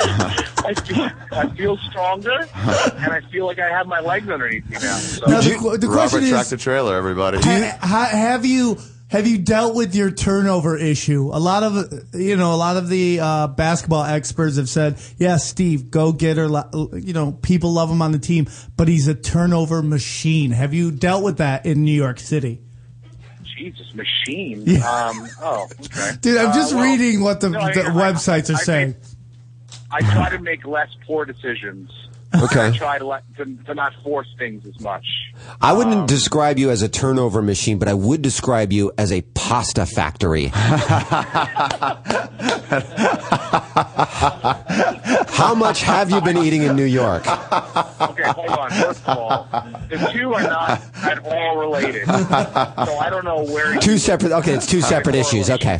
M: I feel, I feel stronger, and I feel like I have my legs underneath me now. So.
C: Now, the qu- the question
E: Robert
C: is-
E: tractor trailer, everybody.
C: Ha- have you have you dealt with your turnover issue? A lot of you know, a lot of the uh, basketball experts have said, "Yeah, Steve, go get her." lo- You know, people love him on the team, but he's a turnover machine. Have you dealt with that in New York City?
M: Jesus, machine.
C: Yeah.
M: Um, oh, okay.
C: Dude, I'm just
M: Uh, well,
C: reading what the,
M: no, I-
C: the
M: I-
C: websites are
M: I- I
C: saying.
M: I try to make less poor decisions.
B: Okay.
M: I try to, let, to, to not force things as much.
B: I wouldn't describe you as a turnover machine, but I would describe you as a pasta factory. How much have you been eating in New York?
M: Okay, hold on. First of all, the two are not at all related. So I don't know where you-
B: Two separate. Okay, it's two separate issues. Okay.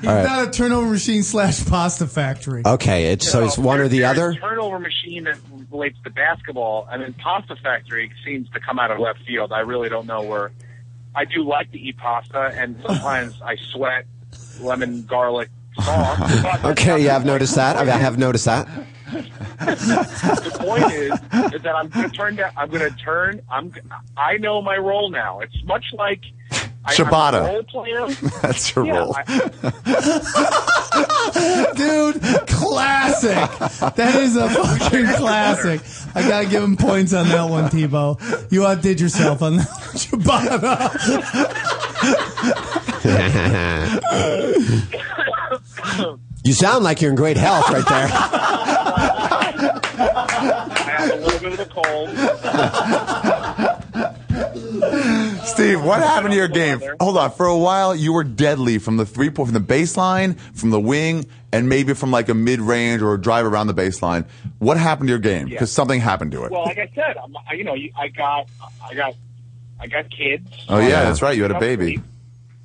C: He's
B: All right.
C: not a turnover machine slash pasta factory.
B: Okay, it's so it's one or the
M: There's a
B: other.
M: turnover machine that relates to basketball, and then pasta factory seems to come out of left field. I really don't know where. I do like to eat pasta, and sometimes I sweat lemon garlic sauce. But
B: Okay, yeah, I've noticed that. I, I have noticed that.
M: the point is, is that I'm going to turn down. I'm going to turn. I'm. I know my role now. It's much like I, I'm a
E: Ciabatta.
M: role player.
E: That's your
M: Yeah,
E: role.
M: I-
C: Dude, classic. That is a fucking classic. I gotta give him points on that one, Tebow. You outdid yourself on that one,
B: you sound like you're in great health right there.
M: I have a little bit of a cold.
E: Steve, what happened to your game? Hold on. For a while, you were deadly from the three point, from the baseline, from the wing, and maybe from like a mid range or a drive around the baseline. What happened to your game?
M: Yeah.
E: Because something happened to it.
M: Well, like I said, I'm, I, you know, you- I got, I got, I got kids.
E: oh, yeah, that's right. You had a baby.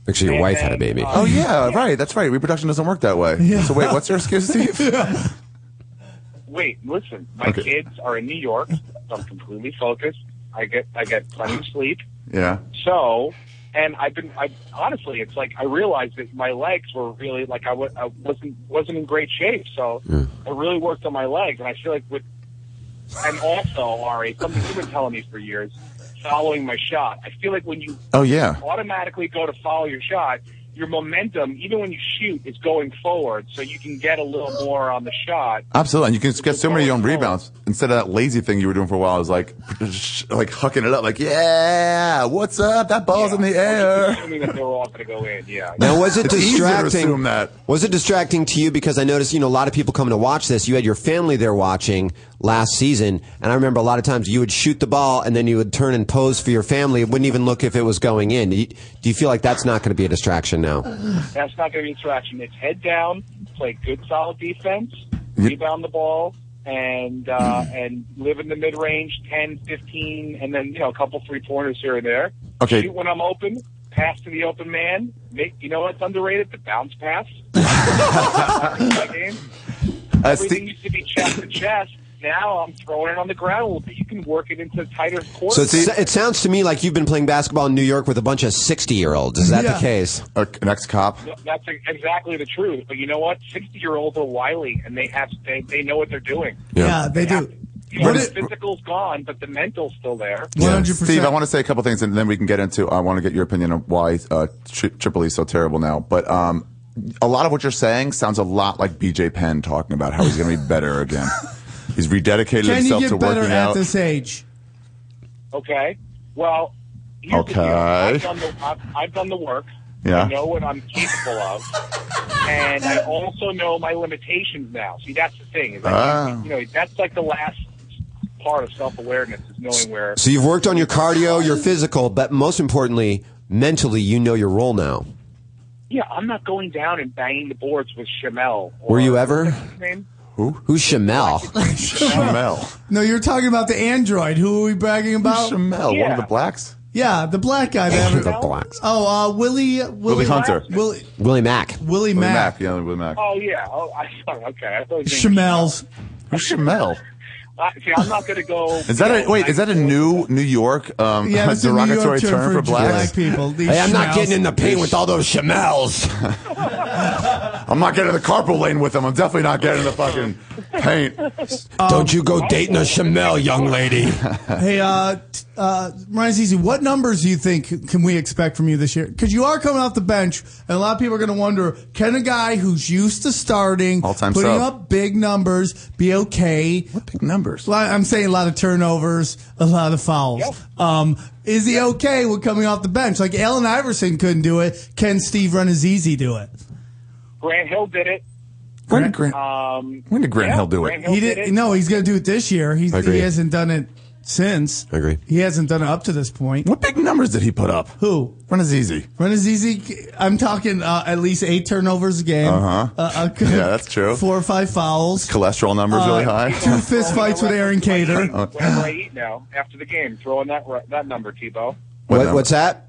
B: Actually,
M: your wife had a
B: baby.
E: Oh, yeah, right. That's right. Reproduction doesn't work that way. So, wait, what's your excuse, Steve?
M: Wait, listen. My
E: Okay.
M: kids are in New York. I'm completely focused. I get, I get plenty of sleep.
E: Yeah.
M: So, and I've been, I honestly, it's like I realized that my legs were really like I, w- I wasn't wasn't in great shape. So
E: Hmm.
M: I really worked on my legs, and I feel like with, and also Ari, something you've been telling me for years, following my shot. I feel like when you
E: Oh, yeah.
M: automatically go to follow your shot, your momentum, even when you shoot, is going forward, so you can get a little more on the shot.
E: Absolutely, and you can get so many of your own rebounds instead of that lazy thing you were doing for a while. I was like, like hucking it up, like, yeah, what's up? That ball's in the air.
M: Assuming that they're all going to go in, yeah.
B: Now, was it
E: It's easier to
B: distracting?
E: assume that.
B: Was it distracting to you? Because I noticed, you know, a lot of people coming to watch this. You had your family there watching last season, and I remember a lot of times you would shoot the ball and then you would turn and pose for your family. It wouldn't even look if it was going in. Do you, do you feel like that's not going to be a distraction now?
M: That's not going to be distraction. It's head down, play good solid defense, rebound the ball, and uh, and live in the mid range, 10, 15, and then you know a couple three pointers here and there.
E: Okay.
M: Shoot when I'm open, pass to the open man. Make you know what's underrated? The bounce pass. My game.
E: Uh,
M: Everything
E: Steve-
M: used to be chest to chest. Now I'm throwing it on the ground a little bit. You can work it into tighter quarters.
B: So it's, it sounds to me like you've been playing basketball in New York with a bunch of sixty-year-olds. Is that
M: Yeah.
B: the case?
E: An ex-cop.
M: That's e-, exactly the truth. But you know what? Sixty-year-olds are wily, and they have they, they know what they're doing.
C: Yeah, they do.
M: You know, the physical's gone, but the mental's still there.
E: Steve, I want to say a couple things, and then we can get into. I want to get your opinion on why uh, tri- Triple E is so terrible now. But um, a lot of what you're saying sounds a lot like BJ Penn talking about how he's going to be better again. He's rededicated
C: Can you
E: himself to
C: get better
E: working
C: at
E: out.
C: this age?
M: Okay. Well, here's the
E: Okay.
M: deal. I've done the, I've, I've done the work.
E: Yeah.
M: I know what I'm capable of, and I also know my limitations now. See, that's the thing. Is I,
B: Ah.
M: You know, that's like the last part of self-awareness is knowing where.
B: So you've worked on your cardio, your physical, but most importantly, mentally, you know your role now.
M: Yeah, I'm not going down and banging the boards with Chamel.
B: Were you ever?
M: What's his name?
E: Who?
B: Who's Chamel?
C: Chamel. No, you're talking about the android. Who are we bragging about?
E: Chamel,
M: one of Yeah. the
E: blacks.
C: Yeah, the black guy. That
B: the blacks.
C: Oh, uh, Willie, Willie
E: Willie Hunter.
C: Willie
B: Willie Mack.
C: Willie Mack.
E: Yeah, Willie Mack.
M: Oh yeah. Oh, I sorry. Okay. I thought you meant-
C: Chamel's.
E: Who's Chamel?
M: I- See, I'm not going to go.
E: Is that a wait? Is that a new New York um,
M: Yeah, that's a New York
E: derogatory
M: term
E: term
M: for
E: for blacks?
M: black people. These
B: Hey, I'm not schmals. getting in the paint with all those schmals.
E: I'm not getting in the carpool lane with them. I'm definitely not getting in the fucking paint.
C: Um,
B: Don't you
C: uh,
B: go dating a Chamel, young lady.
C: Hey, uh, t- uh, Ryan Easy, what numbers do you think can we expect from you this year? Because you are coming off the bench, and a lot of people are going to wonder: Can a guy who's used to starting,
E: All-time
C: putting
E: sub.
C: up big numbers, be okay? What
E: big numbers?
C: I'm saying a lot of turnovers, a lot of fouls. Um, is he okay with coming off the bench? Like Allen Iverson couldn't do it. Can Steve Run is easy do it?
M: Grant Hill did it.
E: When did Grant-
M: Um,
E: when did Grant
M: yeah,
E: Hill do it?
M: Grant
C: He
M: did,
C: did. No, he's going to do it this year. He's,
E: I agree.
C: he hasn't done it since.
E: I agree.
C: He hasn't done it up to this point.
E: What big numbers did he put up?
C: Who?
E: Run is easy.
C: Run is easy. I'm talking uh, at least eight turnovers a game.
E: Uh-huh.
C: Uh, a-
E: Yeah, that's true.
C: Four or five fouls.
E: Cholesterol numbers really
C: Uh,
E: high.
C: Two fist fights with Aaron Cater.
E: Uh,
M: Whatever I eat now after the game, throwing that ri- that number, Tebow.
B: What, what's that?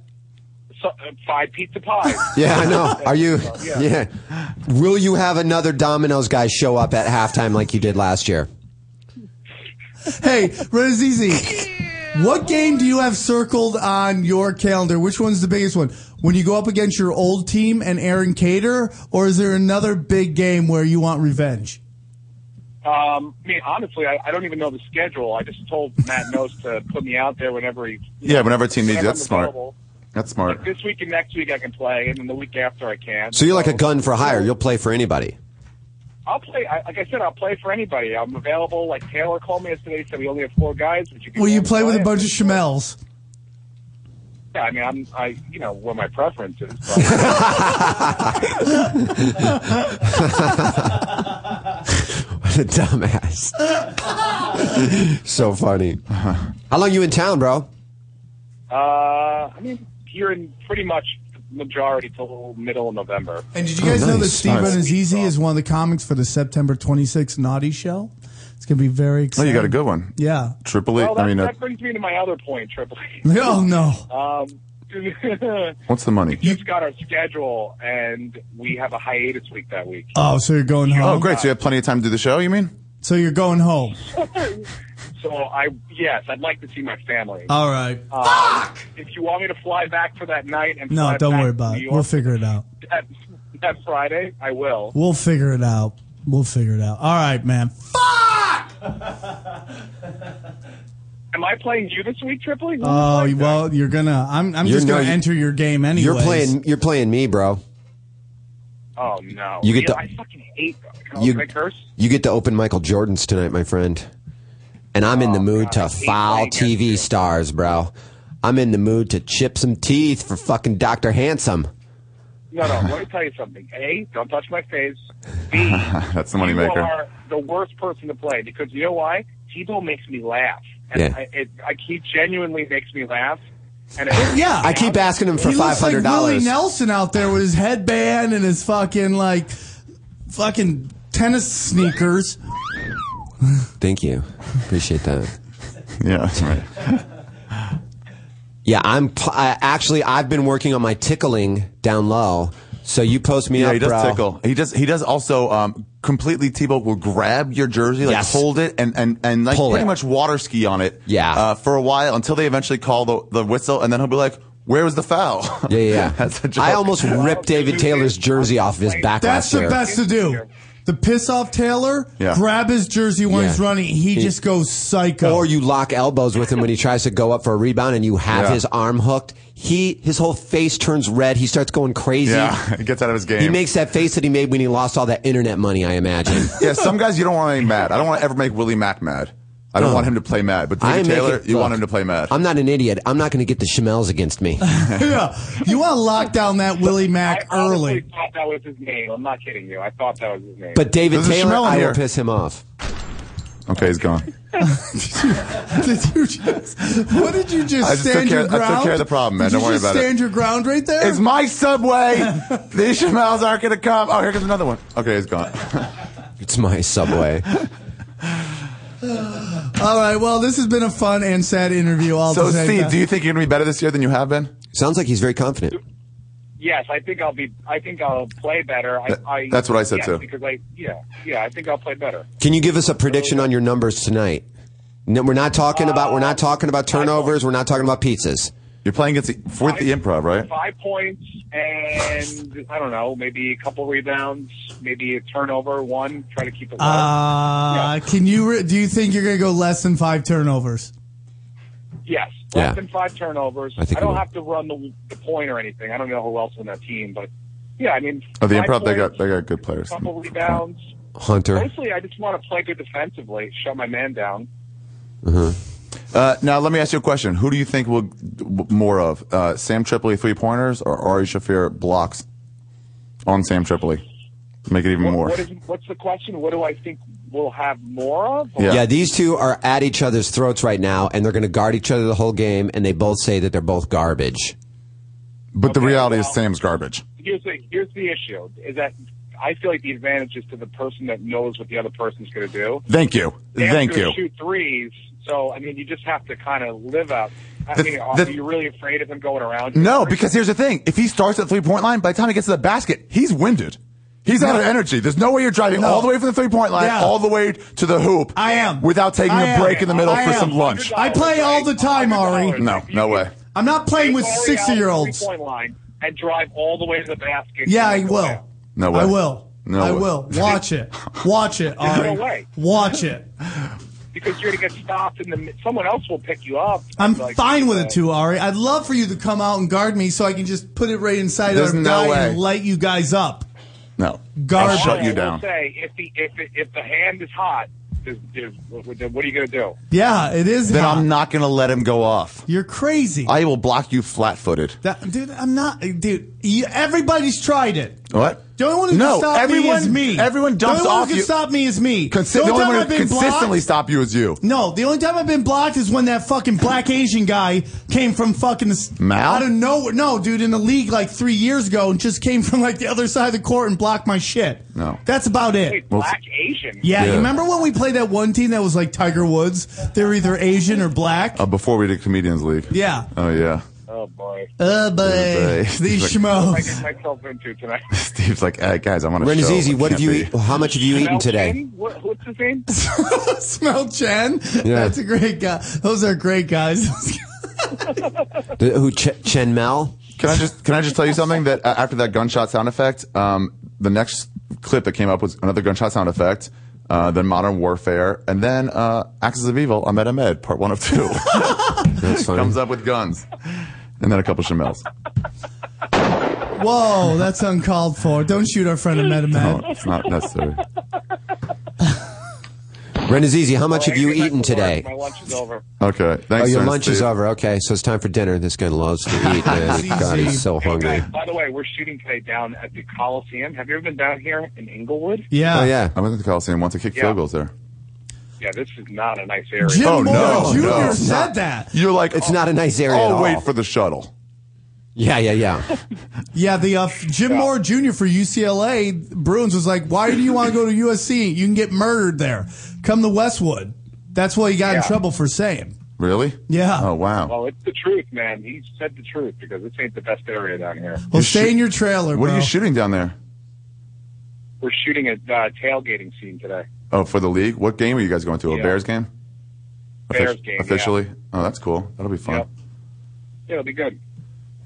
M: So, uh, five pizza pies.
B: Yeah, I know. Are you?
M: Yeah.
B: Yeah. Will you have another Domino's guy show up at halftime like you did last year?
C: Hey, Renazizi, what game do you have circled on your calendar? Which one's the biggest one? When you go up against your old team and Aaron Cater, or is there another big game where you want revenge?
M: Um, I mean, honestly, I, I don't even know the schedule. I just told Matt Nose to put me out there whenever he.
E: Yeah, whenever a team needs you.
M: whenever
E: That's
M: I'm
E: smart.
M: available.
E: That's smart.
M: Like this week and next week I can play, and then the week after I can.
B: So you're like a gun for hire. You'll play for anybody.
M: I'll play. I, like I said, I'll play for anybody. I'm available. Like Taylor called me yesterday, said we only have four guys. But you can
C: Will
M: go
C: you
M: and
C: play with a bunch of Chamels?
M: Yeah, I mean, I'm, I, you know, what my preference is. but-
B: What a dumbass. so funny. How long you in town, bro?
M: uh, I mean, you're in pretty much majority till middle of November.
C: And did you guys know that Steve
E: Oh, Nice.
C: Benazizi is one of the comics for the September 26th Naughty Show? It's going to be very
E: Oh,
C: exciting.
E: you got a good one.
C: Yeah.
E: Triple E.
M: Well, that,
E: I mean, uh,
M: that brings me to my other point, Triple E.
C: Oh, no.
M: Um,
E: what's the money?
M: we just got our schedule, and we have a hiatus week that week.
C: Oh, so you're going home.
E: Oh, great. So you have plenty of time to do the show. You mean?
C: So you're going home.
M: So I, yes, I'd like to see my family.
C: All right.
M: Um, If you want me to fly back for that night and
C: No,
M: fly
C: don't
M: back
C: worry
M: to
C: about
M: New
C: it.
M: York
C: We'll figure it out.
M: that, that Friday, I will.
C: We'll figure it out. We'll figure it out. All right, man.
M: Am I playing you this week, Triple E?
C: Oh, well, you're gonna. I'm. I'm
B: You're
C: just gonna
B: no-
C: enter your game anyway.
B: You're playing. You're playing me, bro.
M: Oh no!
B: You get
M: Yeah,
B: the-
M: I fucking hate. Can
B: You-
M: I curse?
B: You get to open Michael Jordan's tonight, my friend. And I'm
E: Oh,
B: in the mood to foul TV stars, bro. I'm in the mood to chip some teeth for fucking Dr. Handsome.
M: No, no. Let me tell you something. A, don't touch my face. B,
E: That's the moneymaker.
M: You are the worst person to play because you know why? Tebow makes me laugh. And
B: Yeah.
M: I, it, I, he genuinely makes me laugh. And it,
C: Yeah.
B: I keep asking him for
C: he looks like
B: $500.
C: Willie Nelson out there with his headband and his fucking like, fucking tennis sneakers.
B: Thank you. Appreciate that.
E: yeah, that's right.
B: Yeah, I'm pl- I, actually I've been working on my tickling down low. So you post me
E: Yeah,
B: up,
E: he does
B: bro.
E: tickle. He does. He does also um, completely. Tebow will grab your jersey, like
B: Yes.
E: hold it, and and and like
B: Pull
E: pretty
B: it.
E: much water ski on it.
B: Yeah.
E: Uh, for a while until they eventually call the the whistle, and then he'll be like, "Where was the foul?"
B: Yeah, yeah.
E: That's a joke.
B: I almost ripped David Taylor's jersey off his back
C: That's
B: last
C: the
B: year.
C: best to do. The piss off Taylor,
B: Yeah.
C: grab his jersey when
B: Yeah.
C: he's running. He,
B: He-
C: just goes psycho.
B: Or you lock elbows with him when he tries to go up for a rebound, and you have
E: Yeah.
B: his arm hooked. He his whole face turns red. He starts going crazy.
E: Yeah, he gets out of his game.
B: He makes that face that he made when he lost all that internet money. I imagine.
E: yeah, some guys you don't want to make mad. I don't want to ever make Willie Mack mad. I don't
B: No.
E: want him to play mad. But
B: I
E: David
B: make
E: Taylor,
B: it-
E: you want
B: look,
E: him to play mad.
B: I'm not an idiot. I'm not going to get the Shamels against me.
C: yeah. You want to lock down that Willie Mack
M: I honestly
C: early.
M: thought that was his name. I'm not kidding you. I thought that was his name.
B: But David
E: There's a
B: Taylor,
E: Shamel in
B: I will
E: here.
B: piss him off.
E: Okay, he's gone.
C: Did you just, what did you just
E: I just took
C: stand
E: care-
C: your
E: I took
C: ground?
E: care of the problem, man.
C: Did you
E: Don't worry
C: just
E: about it.
C: stand your ground right there?
E: It's my subway. These Shamels aren't going to come. Oh, here comes another one. Okay, he's gone.
B: It's my subway.
C: All right. Well, this has been a fun and sad interview. All
E: So,
C: the same
E: Steve,
C: time.
E: do you think you're going to be better this year than you have been?
B: Sounds like he's very confident.
M: Yes, I think I'll be. I think I'll play better. I,
B: That-
M: I
B: that's what I said,
M: yes,
B: too.
M: Because I, yeah, yeah, I think I'll play better.
B: Can you give us a prediction on your numbers tonight? No, we're not talking about we're not talking about turnovers. We're not talking about pizzas.
E: You're playing against the, with the improv, right?
M: Five points and I don't know, maybe a couple rebounds, maybe a turnover, one. Try to keep it low.
C: Uh, Can you? Re- do you think you're going to go less than five turnovers?
M: yes,
C: Yeah.
M: less than five turnovers.
C: I
M: I,
C: think
M: don't
C: we-
M: have to run the, the point or anything. I don't know who else on that team, but yeah, I mean,
E: Oh, the
M: five
E: improv, they
M: points,
E: got they got good players.
M: a couple rebounds.
B: Hunter.
M: Mostly, I just want to play good defensively, shut my man down.
E: Uh, now, let me ask you a question. Who do you think will w- more of uh, Sam Tripoli three pointers or Ari Shafir blocks on Sam Tripoli? Make it even more.
M: What is, what's the question? What do I think we'll have more of?
B: Yeah. these two are at each other's throats right now, and they're going to guard each other the whole game. And they both say that they're both garbage.
E: But the reality is Sam's garbage.
M: here's the here's the issue is that I feel like the advantage is to the person that knows what the other person's going to do.
E: Thank you.
M: They have
E: Thank
M: to
E: you.
M: Shoot threes, so I mean, you just have to kind of live out. I
E: The-
M: mean, are
E: the-
M: you really afraid of him going around? you?
E: No, because here's the thing: if he starts at three point line, by the time he gets to the basket, he's winded. He's out of energy. There's no way you're driving
C: No.
E: all the way from the three point line,
C: Yeah.
E: all the way to the hoop. I am without taking
C: I
E: a
C: am.
E: break in the middle
C: I
E: for
C: am.
E: some lunch.
C: I play all the time, Ari.
E: No, no way.
C: I'm not playing with
M: Take Ari out
C: 60 year
M: to the
C: olds.
M: Three point line and drive all the way to the basket.
C: Yeah, I will.
E: No way.
C: I will.
E: No
C: I
E: way.
C: will. Watch it. Watch it,
M: There's no
C: Ari.
M: way.
C: Watch it.
M: because you're going to get stopped, and the, someone else will pick you up.
C: I'm
M: Like,
C: fine with
M: uh,
C: it too, Ari. I'd love for you to come out and guard me so I can just put it right inside
E: There's
C: our
E: no
C: guy
E: way.
C: and light you guys up.
E: No,
C: Garbage.
E: I'll shut
M: I
E: you
M: will
E: down.
M: Say if the if the, if the hand is hot, there's, there's, what what are you going to do?
C: Yeah, it is.
E: Then I'm not going to let him go off.
C: You're crazy.
E: I will block you flat footed.
C: That, dude, I'm not. Dude, you, everybody's tried it.
E: What?
C: The only one who
E: No,
C: can stop
E: everyone-
C: me is me.
E: everyone dumps
C: the only one
E: off
C: who can
E: you.
C: stop me is me.
E: Consi-
C: the
E: the
C: only
E: only
C: time
E: one
C: I've
E: who
C: been
E: consistently
C: blocked.
E: stop you is you.
C: No, the only time I've been blocked is when that fucking black Asian guy came from fucking s-
E: Mal?
C: out of nowhere. No, dude, in the league like three years ago, and just came from like the other side of the court and blocked my shit.
E: No.
C: That's about it.
M: Wait, black Asian.
C: Yeah, you remember when we played that one team that was like Tiger Woods? They were either Asian or black.
E: Uh, before we did Comedians League.
C: Yeah.
E: Oh, yeah.
M: Oh boy.
C: Uh, boy,
E: boy.
C: these
M: I
C: schmoes.
M: get myself into tonight.
E: Steve's like, hey, guys, I'm on a
B: Ren is
E: show.
B: easy.
E: I
B: What have
E: can't
B: you?
E: be-
B: Eat, how much have you eaten today?
M: What, what's his name?
C: Smell Chen.
B: Yeah.
C: That's a great guy. Those are great guys.
B: The- who Ch- Chen Mao?
E: Can I just can I just tell you something that uh, after that gunshot sound effect, um, the next clip that came up was another gunshot sound effect, uh, then Modern Warfare, and then uh, Axis of Evil. Ahmed Ahmed, part one of two.
B: That's funny.
E: Comes up with guns, and then a couple Shamels.
C: Whoa, that's uncalled for. Don't shoot our friend Ahmed Ahmed.
E: No, it's not necessary.
B: Ren is easy. How much have you eaten today?
M: My lunch is over.
E: Okay, thanks.
B: oh, your
E: Ernest
B: lunch is
E: Steve.
B: over. Okay, so it's time for dinner. This guy loves to eat. Man. God, he's so hungry.
M: By the way, we're shooting today down at the Coliseum. Have you ever been down here in Inglewood?
C: Yeah.
E: Oh yeah. I went to the Coliseum once. I kicked
M: Yeah.
E: field goals there.
M: Yeah, this is not a nice area.
C: Jim
E: oh
C: Moore
E: no,
C: Jr.
E: no.
C: said that.
E: You're like
B: It's not a nice area at
E: Oh,
B: all.
E: wait for the shuttle.
B: Yeah, yeah, yeah.
C: Yeah, the uh, Jim Moore Jr. for UCLA Bruins was like, "Why do you want to go to USC? You can get murdered there. Come to Westwood." That's what he got in
M: Yeah.
C: trouble for saying.
E: Really?
C: Yeah.
E: Oh wow.
M: Well, it's the truth, man. He said the truth because this ain't the best area down here.
C: Well, stay in your trailer,
E: What
C: bro.
E: are you shooting down there?
M: We're shooting a uh, tailgating scene today.
E: Oh, for the league? What game are you guys going to? A
M: Yeah.
E: Bears game?
M: Bears
E: Offic-
M: game, yeah.
E: Officially? Oh, that's cool. That'll be fun.
M: Yep. Yeah, it'll be good.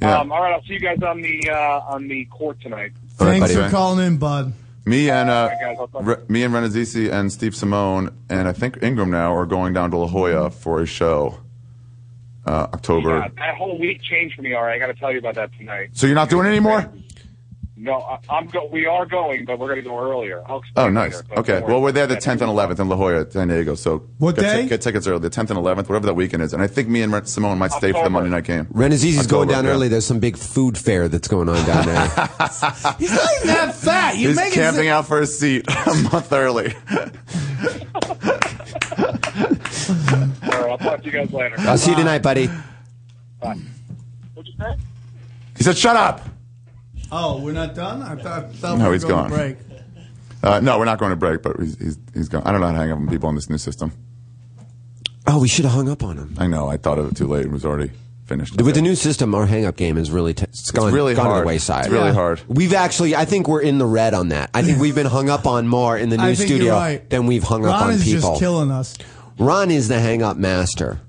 E: Yeah.
M: Um, all right, I'll see you guys on the uh, on the court tonight.
E: All right,
C: Thanks
E: buddy.
C: for calling in, bud.
E: Me and uh,
M: right, guys, I'll talk-
E: Re- me and Renazizi and Steve Simone and I think Ingram now are going down to La Jolla for a show. Uh, October.
M: God, that whole week changed for me. All right, I got to tell you about that tonight.
E: So you're not doing it anymore?
M: No, I, I'm go- we are going, but we're going to go earlier. I'll explain
E: Oh, nice.
M: later, but
E: Okay.
M: don't worry.
E: Well, we're there the 10th and 11th in La Jolla, San Diego. So
C: What
E: get, ti-
C: day?
E: get tickets early. The 10th and 11th, whatever that weekend is. And I think me and Ren- Simone might stay for the
M: October.
E: Monday night game.
B: Ren is easy's going
E: October,
B: down
E: yeah.
B: early. There's some big food fair that's going on down there.
C: He's not even that fat. You
E: He's
C: make
E: camping
C: it.
E: out for a seat a month early.
M: All right, I'll talk to you guys later.
B: I'll see you tonight, buddy.
M: What'd you say?
E: he said, "Shut up."
C: Oh, we're not done. I thought, I thought
E: No,
C: we were
E: he's
C: going
E: gone.
C: To break.
E: Uh, no, we're not going to break, but he's, he's, he's gone. I don't know how to hang up on people on this new system.
B: Oh, we should have hung up on him.
E: I know. I thought of it too late. It was already finished.
B: With the new system, our hang up game is really t- it's gone,
E: really
B: gone to
E: hard.
B: the wayside.
E: It's really Yeah. hard.
B: We've actually, I think we're in the red on that. I think we've been hung up on more in the new
C: I think you're
B: studio
C: right.
B: than we've hung up
C: Ron
B: on
C: is
B: people.
C: just killing us.
B: Ron is the hang up master.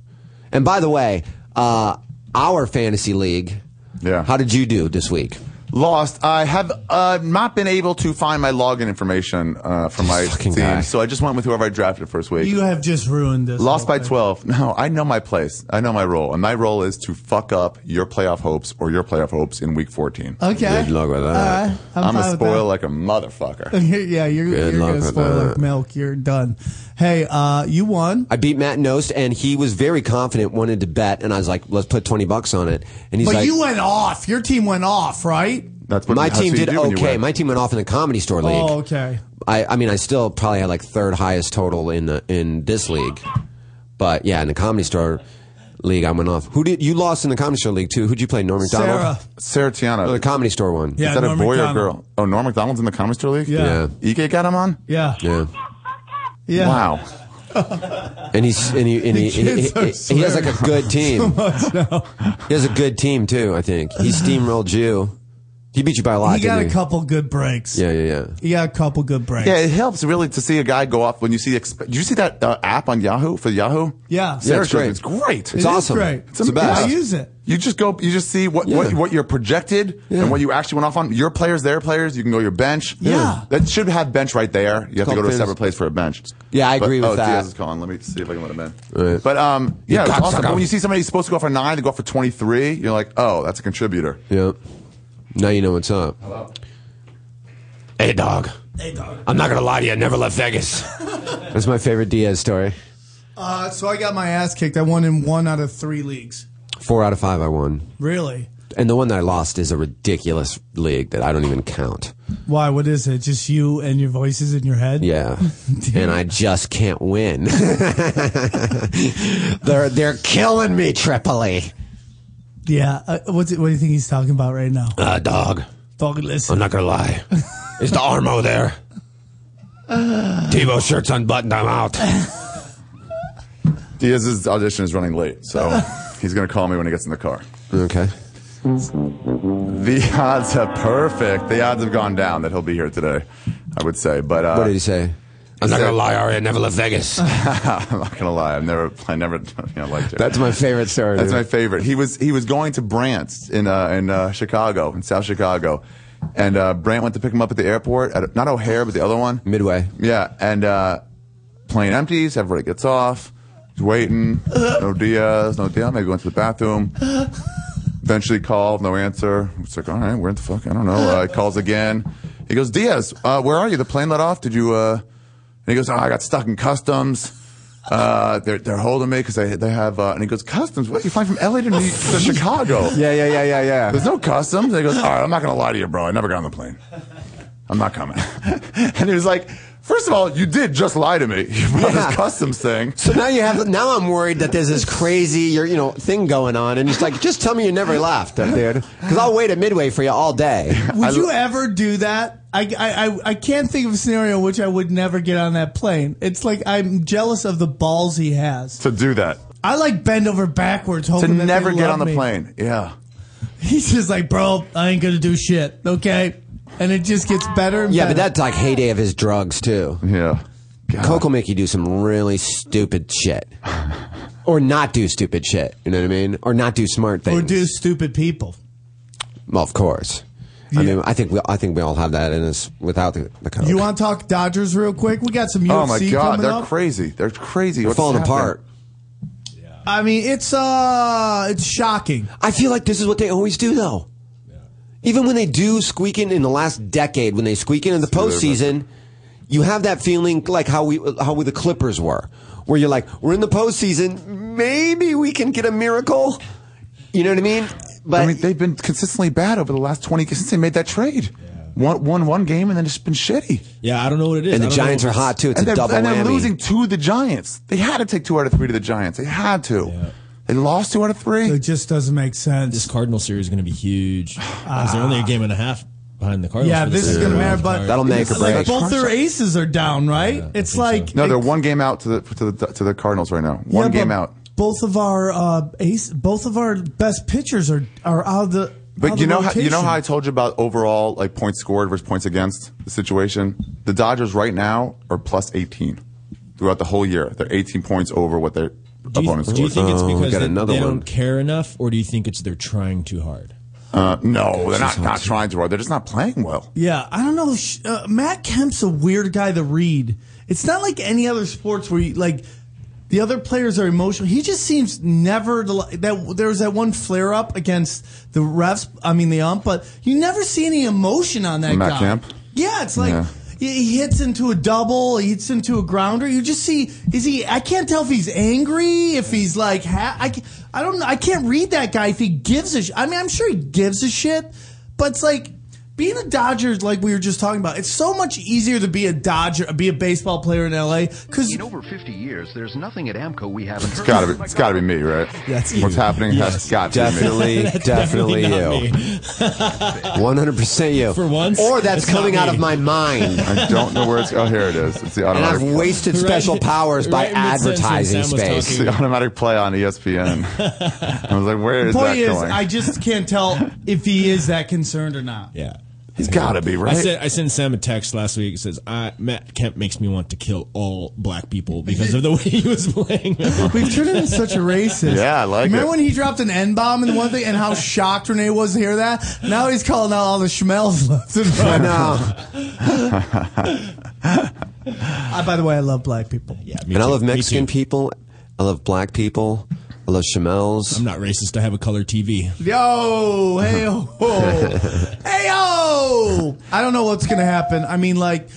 B: And by the way, uh, our fantasy league.
E: Yeah.
B: How did you do this week?
E: Lost. I have uh, not been able to find my login information uh, for my team,
B: guy.
E: so I just went with whoever I drafted first week.
C: You have just ruined this.
E: Lost by 12. No, I know my place. I know my role. And my role is to fuck up your playoff hopes or your playoff hopes in week 14.
C: Okay. Good luck
B: with
C: that. All right. I'm
E: I'm,
C: fine
E: a
C: with that.
E: spoil like a motherfucker.
C: yeah, you're,
B: Good
C: you're
B: luck
C: gonna
B: with
C: spoil
B: that.
C: like milk. You're done. Hey, uh, you won.
B: I beat Matt Nost, and he was very confident, wanted to bet, and I was like, "Let's put twenty bucks on it." And he's
C: but
B: like,
C: you went off. Your team went off, right?
E: That's
B: "My team did okay. My team went off in the comedy store league.
C: Oh, okay.
B: I, I mean, I still probably had like third highest total in the in this league, but yeah, in the comedy store league, I went off. Who did you lost in the comedy store league too? Who'd you play? Norm McDonald.
E: Sarah Tiana.
B: the comedy store one.
E: Is that a boy or girl? Oh, Norm McDonald's in the Comedy Store League?
B: Yeah.
E: EK got him on?
C: Yeah.
B: Yeah.
C: Yeah.
E: Wow.
B: And he's and he and he,
C: The kids
B: and he-
C: are
B: he has like a
C: swearing
B: good team.
C: so much
B: He has a good team too. I think he steamrolled you. He beat you by a lot.
C: He got
B: didn't
C: a couple good breaks.
B: Yeah, yeah, yeah.
C: He got a couple good breaks.
E: Yeah, it helps really to see a guy go off when you see. Exp- Did you see that uh, app on Yahoo for Yahoo?
C: Yeah.
E: Sarah
C: Yeah, it's
E: showed
C: great.
E: me. It's great.
C: It's It is awesome. great. It's the best. I use it.
E: You just go. You just see what what, what you're projected and what you actually went off on. Your players, their players. You can go your bench.
B: Yeah.
E: that should have bench right there. You have to
B: called
E: go to a
B: fantasy-
E: separate place for a bench.
B: Yeah, I
E: But-
B: agree with
E: oh,
B: that.
E: Diaz is calling. Let me see if I can let him in. But um,
B: You
E: yeah, it's awesome.
B: cocksucker.
E: But when you see somebody who's supposed to go off for nine, they go off for twenty three. You're like, oh, that's a contributor.
B: Yep. Now you know what's up. Hello. Hey, dog.
C: Hey, dog.
B: I'm not gonna lie to you. I never left Vegas. That's my favorite Diaz story.
C: Uh, so I got my ass kicked. I won in one out of three leagues.
B: Four out of five, I won.
C: Really?
B: And the one that I lost is a ridiculous league that I don't even count.
C: Why? What is it? Just you and your voices in your head?
B: Yeah. and I just can't win. they're they're killing me, Tripoli.
C: Yeah. Uh, what's it, what do you think he's talking about right now?
B: Uh, dog.
C: Dog, listen.
B: I'm not gonna lie. Is the armo there? Tebow shirt's unbuttoned. I'm out.
E: Diaz's audition is running late, so he's gonna call me when he gets in the car.
B: Okay.
E: The odds are perfect. The odds have gone down that he'll be here today, I would say. But uh,
B: What did he say? I'm not
E: said-
B: gonna lie, Ari. I never left Vegas.
E: I'm not gonna lie. I've never, I never, you know, liked it.
B: That's my favorite story.
E: That's
B: dude.
E: my favorite. He was he was going to Brant's in uh, in uh, Chicago, in South Chicago, and uh, Brant went to pick him up at the airport at not O'Hare, but the other one,
B: Midway.
E: Yeah, and uh, plane empties. Everybody gets off. He's waiting. No Diaz. No Diaz. Maybe went to the bathroom. Eventually called. No answer. It's like, all right, where the fuck? I don't know. Uh, he calls again. He goes, Diaz, uh, where are you? The plane let off. Did you? Uh... And he goes, oh, I got stuck in customs. Uh, they're they're holding me because they they have. Uh... And he goes, customs? What? You flying from LA to, New- to Chicago?
B: Yeah, yeah, yeah, yeah, yeah.
E: There's no customs. And he goes, all right, I'm not gonna lie to you, bro. I never got on the plane. I'm not coming. and he was like, first of all, you did just lie to me. You brought
B: Yeah.
E: this customs thing.
B: So now you have. Now I'm worried that there's this crazy, you you know, thing going on, and it's like, just tell me you never left, dude, because I'll wait at Midway for you all day.
C: Would you ever do that? I, I, I, I can't think of a scenario in which I would never get on that plane. It's like I'm jealous of the balls he has.
E: To do that.
C: I like bend over backwards
E: To
C: hoping that they
E: never get
C: love
E: on the
C: me.
E: plane. Yeah.
C: He's just like, bro, I ain't gonna do shit. Okay, and it just gets better. And
B: Yeah,
C: better.
B: but that's like heyday of his drugs too.
E: Yeah,
B: Coke will make you do some really stupid shit, or not do stupid shit. You know what I mean? Or not do smart things.
C: or do stupid people.
B: Well, of course. I mean, I think we, I think we all have that in us without the, the Coke.
C: You want to talk Dodgers real quick? We got some UFC
E: oh my God,
C: coming
E: they're
C: up.
E: crazy. They're crazy.
B: They're
E: What's
B: falling
E: happening?
B: apart.
C: I mean, it's uh, it's shocking.
B: I feel like this is what they always do, though. Even when they do squeak in in the last decade, when they squeak in in the postseason, you have that feeling like how we how we the Clippers were, where you're like, we're in the postseason, maybe we can get a miracle. You know what I mean? But
E: I mean, they've been consistently bad over the last 20 since they made that trade. One, won one game and then just been shitty.
D: Yeah, I don't know what it is.
B: And the
D: I don't know
B: Giants
D: if
B: are
D: it's-
B: hot too. It's
E: and
B: a
E: they're,
B: double
E: and
B: whammy.
E: they're losing to the Giants. They had to take two out of three to the Giants. They had to. They lost two out of three.
C: It just doesn't make sense.
D: This Cardinal series is going to be huge. 'Cause they're only a game and a half behind the Cardinals.
C: Yeah,
D: for the
C: this is
D: second
C: going to
D: round.
C: matter. But it's like both their aces are down, right? it's like
E: No, they're one game out to the to the to the Cardinals right now. One
C: Yeah,
E: game
C: but
E: out.
C: Both of our uh, ace, both of our best pitchers are are out of the. out
E: But
C: of
E: you
C: the
E: know, how, you know
C: rotation.
E: how I told you about overall like points scored versus points against the situation. The Dodgers right now are plus eighteen throughout the whole year. They're eighteen points over what their
D: Do you,
E: opponents.
D: do you think it's because
E: got
D: they,
E: another
D: they
E: one.
D: don't care enough, or do you think it's they're trying too hard?
E: Uh, no, they're not not trying to. They're just not playing well.
C: Yeah, I don't know. Sh- Uh, Matt Kemp's a weird guy to read. It's not like any other sports where you, like the other players are emotional. He just seems never to, li- that there was that one flare up against the refs. I mean the ump, but you never see any emotion on that
E: Matt
C: guy.
E: Kemp?
C: Yeah, it's like.
E: Yeah.
C: He he hits into a double. He hits into a grounder. You just see, is he, I can't tell if he's angry, if he's like, ha- I, ca- I don't know. I can't read that guy if he gives a sh- I mean, I'm sure he gives a shit, but it's like, being a Dodger, like we were just talking about, it's so much easier to be a Dodger, be a baseball player in LA, because
N: In over 50 years, there's nothing at AMCO we haven't.
E: It's gotta be. It's gotta be me, right?
N: That's
E: What's
N: you.
E: happening
N: Yes.
E: has got to
B: Definitely,
E: be me.
B: That's definitely definitely One hundred percent you.
E: For once,
B: or that's
E: it's not
B: coming out
E: me.
B: of my mind.
E: I don't know where it's. Oh, here it is. It's the
B: And
E: automatic.
B: I've wasted Right- special powers by right mid-sentence, advertising Sam was space.
E: It's
B: talking.
E: the automatic play on E ESPN. I was like, where
C: the
E: is
C: point
E: that
C: is,
E: going?
C: I just can't tell if he is that concerned or not.
D: Yeah.
E: He's gotta be right.
D: I sent I sent Sam a text last week. It says, I, "Matt Kemp makes me want to kill all black people because of the way he was playing."
C: We've turned into such a racist.
D: Yeah, I like
C: Remember
D: it.
C: when he dropped an N bomb and one thing, and how shocked Renee was to hear that? Now he's calling out all the schmells left and right. I, by the way, I love black people. Yeah,
B: and I love Mexican people. I love black people. I love Chamels. I'm
D: not racist. I have a color TV.
C: Yo, hey,
E: oh,
C: ho. hey, yo. I don't know what's going to happen. I mean, like,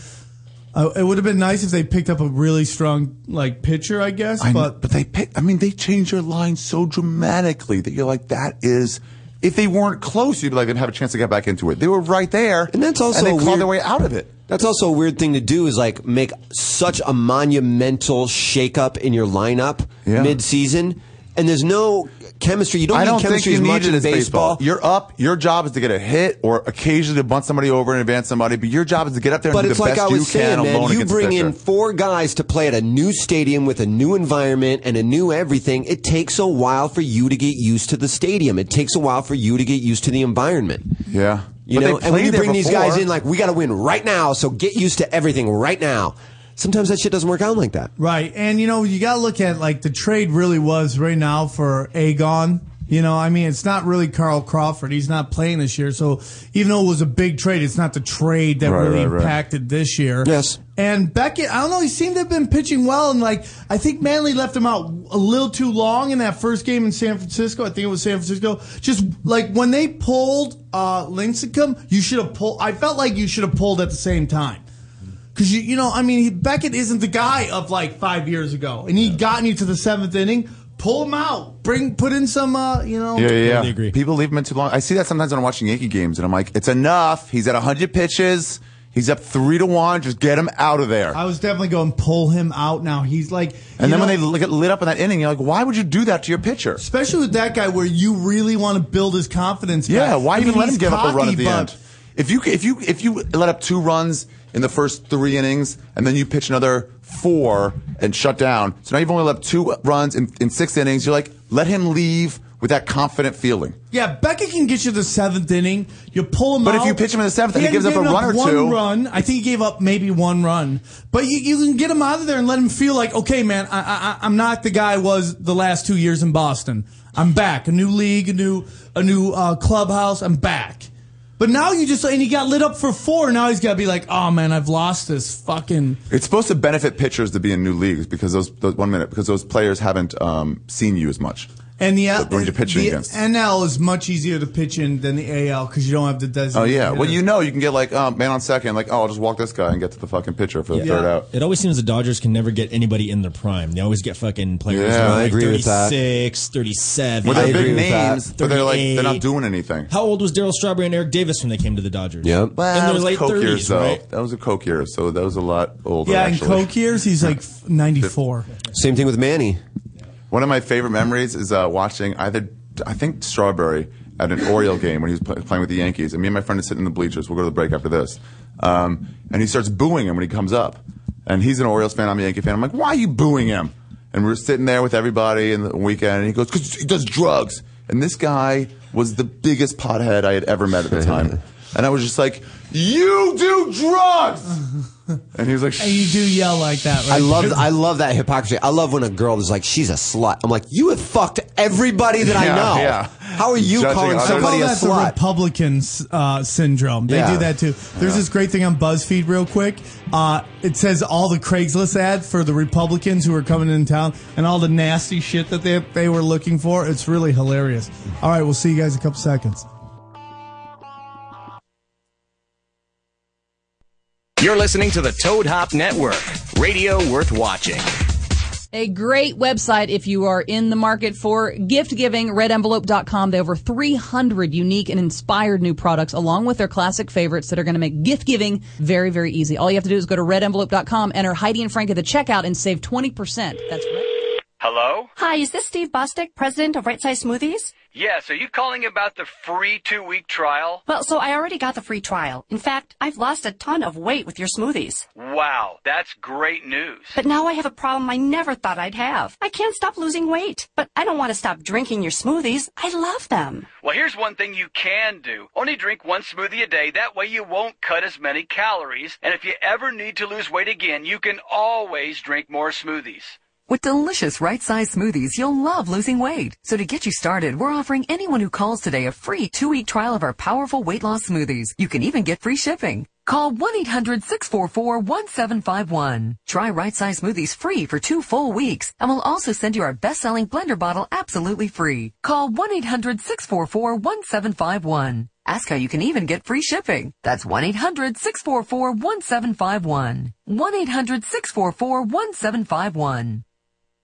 C: uh, it would have been nice if they picked up a really strong, like, pitcher, I guess,
E: I kn-
C: but.
E: but they pick. I mean, they change their line so dramatically that you're like, that is. If they weren't close, you'd be like, they'd have a chance to get back into it. They were right there, and
B: that's also
E: and they
B: a
E: clawed
B: weird-
E: their way out of it.
B: That's also a weird thing to do is like make such a monumental shakeup in your lineup
E: Yeah.
B: mid-season, and there's no chemistry. You don't
E: I
B: need
E: don't think
B: chemistry
E: you
B: as
E: need
B: much
E: it
B: in
E: as baseball.
B: baseball.
E: You're up. Your job is to get a hit or occasionally to bunt somebody over and advance somebody. But your job is to get up there
B: But
E: and do
B: it's
E: the
B: like I
E: best you
B: was saying,
E: can alone
B: man. You
E: against a
B: bring in
E: pitcher.
B: four guys to play at a new stadium with a new environment and a new everything. It takes a while for you to get used to the stadium. It takes a while for you to get used to the environment.
E: Yeah,
B: You
E: But they
B: know, and when
E: played
B: you
E: there
B: bring these guys
E: before.
B: in, like we got to win right now, so get used to everything right now. Sometimes that shit doesn't work out like that.
C: Right. And, you know, you got to look at, like, the trade really was right now for Agon. You know, I mean, it's not really Carl Crawford. He's not playing this year. So even though it was a big trade, it's not the trade that
E: Right,
C: really
E: right, right.
C: impacted this year.
B: Yes.
C: And Beckett, I don't know, he seemed to have been pitching well. And, like, I think Manley left him out a little too long in that first game in San Francisco. I think it was San Francisco. Just, like, when they pulled uh, Lincecum, you should have pulled. I felt like you should have pulled at the same time. Because you, you know, I mean, he, Beckett isn't the guy of like five years ago, and he'd gotten you to the seventh inning. Pull him out. Bring, put in some, uh, you know.
E: Yeah, yeah, yeah. People leave him in too long. I see that sometimes when I'm watching Yankee games, and I'm like, it's enough. He's at 100 pitches. He's up three to one. Just get him out of there.
C: I was definitely going pull him out. Now he's like,
E: And
C: you
E: then when
C: know,
E: they l- get lit up in that inning, you're like, why would you do that to your pitcher?
C: especially with that guy, where you really want to build his confidence. back.
E: Yeah, why
C: I
E: even
C: mean,
E: let him
C: he's
E: give up a run
C: cocky,
E: at the
C: but
E: end? If you if you if you let up two runs in the first three innings and then you pitch another four and shut down, so now you've only let up two runs in, in six innings. You're like, let him leave with that confident feeling.
C: Yeah, Beckett can get you the seventh inning. You pull him
E: But
C: out.
E: if you pitch him in the seventh and he
C: hadn't
E: gives up a
C: given
E: run or
C: one
E: two-
C: run. I think he gave up maybe one run. But you, you can get him out of there and let him feel like, okay, man, I, I, I'm not the guy I was the last two years in Boston. I'm back. A new league, a new a new uh, clubhouse. I'm back. But now you just and he got lit up for four. Now he's got to be like, oh man, I've lost this fucking.
E: It's supposed to benefit pitchers to be in new leagues because those, those one minute because those players haven't um, seen you as much.
C: And the
E: But when you're pitching
C: the
E: against-
C: NL is much easier to pitch in than the AL because you don't have the
E: Oh
C: designated.
E: yeah,
C: hitter.
E: well you know you can get like um, man on second, like oh I'll just walk this guy and get to the fucking pitcher for the
D: Yeah.
E: third out.
D: It always seems the Dodgers can never get anybody in their prime. They always get fucking players. who are
E: Yeah, I
D: like
E: agree with that.
D: 36, 37.
E: Well, they're big names, but they're like they're not
D: 38.
E: doing anything.
D: How old was Daryl Strawberry and Eric Davis when they came to the Dodgers?
E: Yep.
D: in
E: Well,
D: their
E: that was
D: late
E: Coke years,
D: thirties,
E: though.
D: right?
E: That was a Coke years, so that was a lot older.
C: yeah. In
E: actually.
C: Coke years, he's like 94.
B: Same thing with Manny.
E: One of my favorite memories is uh, watching either I think Strawberry at an Oriole game when he was pl- playing with the Yankees. And me and my friend are sitting in the bleachers. We'll go to the break after this. Um, and he starts booing him when he comes up. And he's an Orioles fan. I'm a Yankee fan. I'm like, why are you booing him? And we we're sitting there with everybody in the weekend. And he goes, because he does drugs. And this guy was the biggest pothead I had ever met at the time. and I was just like, you do drugs. and he was like,
C: And you do yell like that, right?
B: I love I love that hypocrisy. I love when a girl is like, she's a slut. I'm like, you have fucked everybody that
C: Yeah,
B: I know.
C: yeah.
B: How are you
C: Judging
B: calling
C: others.
B: somebody a
C: I call that the
B: slut?
C: Republican uh, syndrome. They
B: Yeah.
C: do that too. There's
B: Yeah.
C: this great thing on BuzzFeed, real quick. Uh, it says all the Craigslist ads for the Republicans who are coming in town and all the nasty shit that they they were looking for. It's really hilarious. All right, we'll see you guys in a couple seconds.
A: You're listening to the Toad Hop Network, radio worth watching.
O: A great website if you are in the market for gift giving, redenvelope.com. They have over 300 unique and inspired new products along with their classic favorites that are going to make gift giving very, very easy. All you have to do is go to redenvelope.com, enter Heidi and Frank at the checkout and save 20%. That's
P: Hello?
Q: Hi, is this Steve Bostick, president of Right Size Smoothies?
P: Yes, are you calling about the free two week trial?
Q: Well, so I already got the free trial. In fact, I've lost a ton of weight with your smoothies.
P: Wow, that's great news.
Q: But now I have a problem I never thought I'd have. I can't stop losing weight, but I don't want to stop drinking your smoothies. I love them.
P: Well, here's one thing you can do. Only drink one smoothie a day. That way you won't cut as many calories. And if you ever need to lose weight again, you can always drink more smoothies.
R: With delicious right size smoothies, you'll love losing weight. So to get you started, we're offering anyone who calls today a free two week trial of our powerful weight loss smoothies. You can even get free shipping. Call 1-800-644-1751. Try right size smoothies free for two full weeks and we'll also send you our best selling blender bottle absolutely free. Call 1-800-644-1751. Ask how you can even get free shipping. That's 1-800-644-1751. 1-800-644-1751.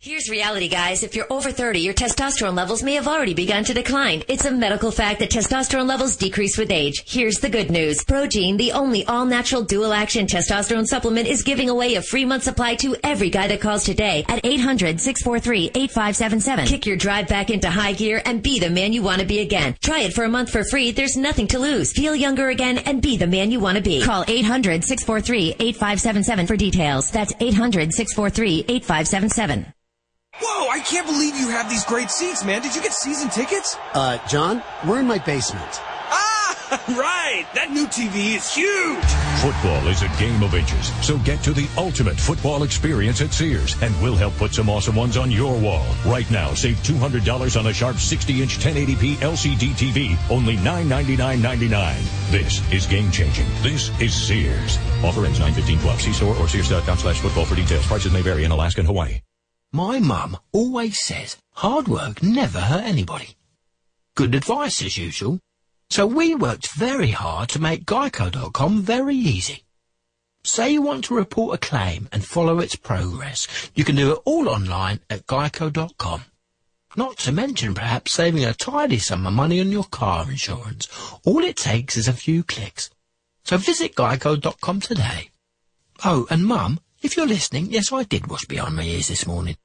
S: Here's reality, guys. If you're over 30, your testosterone levels may have already begun to decline. It's a medical fact that testosterone levels decrease with age. Here's the good news. Progene, the only all-natural dual-action testosterone supplement, is giving away a free month supply to every guy that calls today at 800-643-8577. Kick your drive back into high gear and be the man you want to be again. Try it for a month for free. There's nothing to lose. Feel younger again and be the man you want to be. Call 800-643-8577 for details. That's 800-643-8577.
T: Whoa, I can't believe you have these great seats, man. Did you get season tickets?
U: Uh, John, we're in my basement.
T: Ah, right, that new TV is huge.
J: Football is a game of inches, so get to the ultimate football experience at Sears, and we'll help put some awesome ones on your wall. Right now, save $200 on a sharp 60-inch 1080p LCD TV, only $999.99. This is game-changing. This is Sears. Offer ends 91512. See store or sears.com slash football for details. Prices may vary in Alaska and Hawaii.
I: My mum always says hard work never hurt anybody. Good advice as usual. So we worked very hard to make Geico.com very easy. Say you want to report a claim and follow its progress. You can do it all online at Geico.com. Not to mention perhaps saving a tidy sum of money on your car insurance. All it takes is a few clicks. So visit Geico.com today. Oh, and Mum, if you're listening, yes, I did wash behind my ears this morning.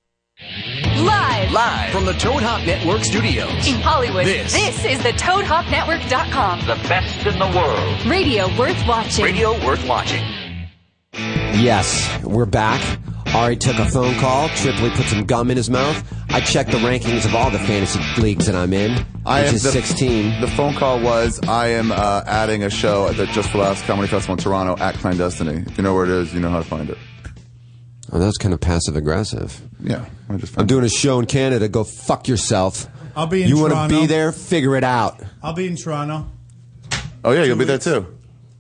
V: Live. Live from the Toad Hop Network studios. In Hollywood. This. is the ToadHopNetwork.com. The best in the world. Radio worth watching. Radio worth watching.
B: Yes, we're back. Ari took a phone call. Tripoli put some gum in his mouth. I checked the rankings of all the fantasy leagues that I'm in,
E: I
B: which
E: am
B: is
E: the,
B: 16.
E: The phone call was I am uh, adding a show at the Just the Last Comedy Festival in Toronto at Clandestiny. If you know where it is, you know how to find it.
B: Oh, that's kind of passive aggressive.
E: Yeah, I just
B: I'm doing a show in Canada. Go fuck yourself.
C: I'll be in
B: You want to
C: Toronto.
B: be there? Figure it out.
C: I'll be in Toronto.
E: Oh yeah, you'll be there too.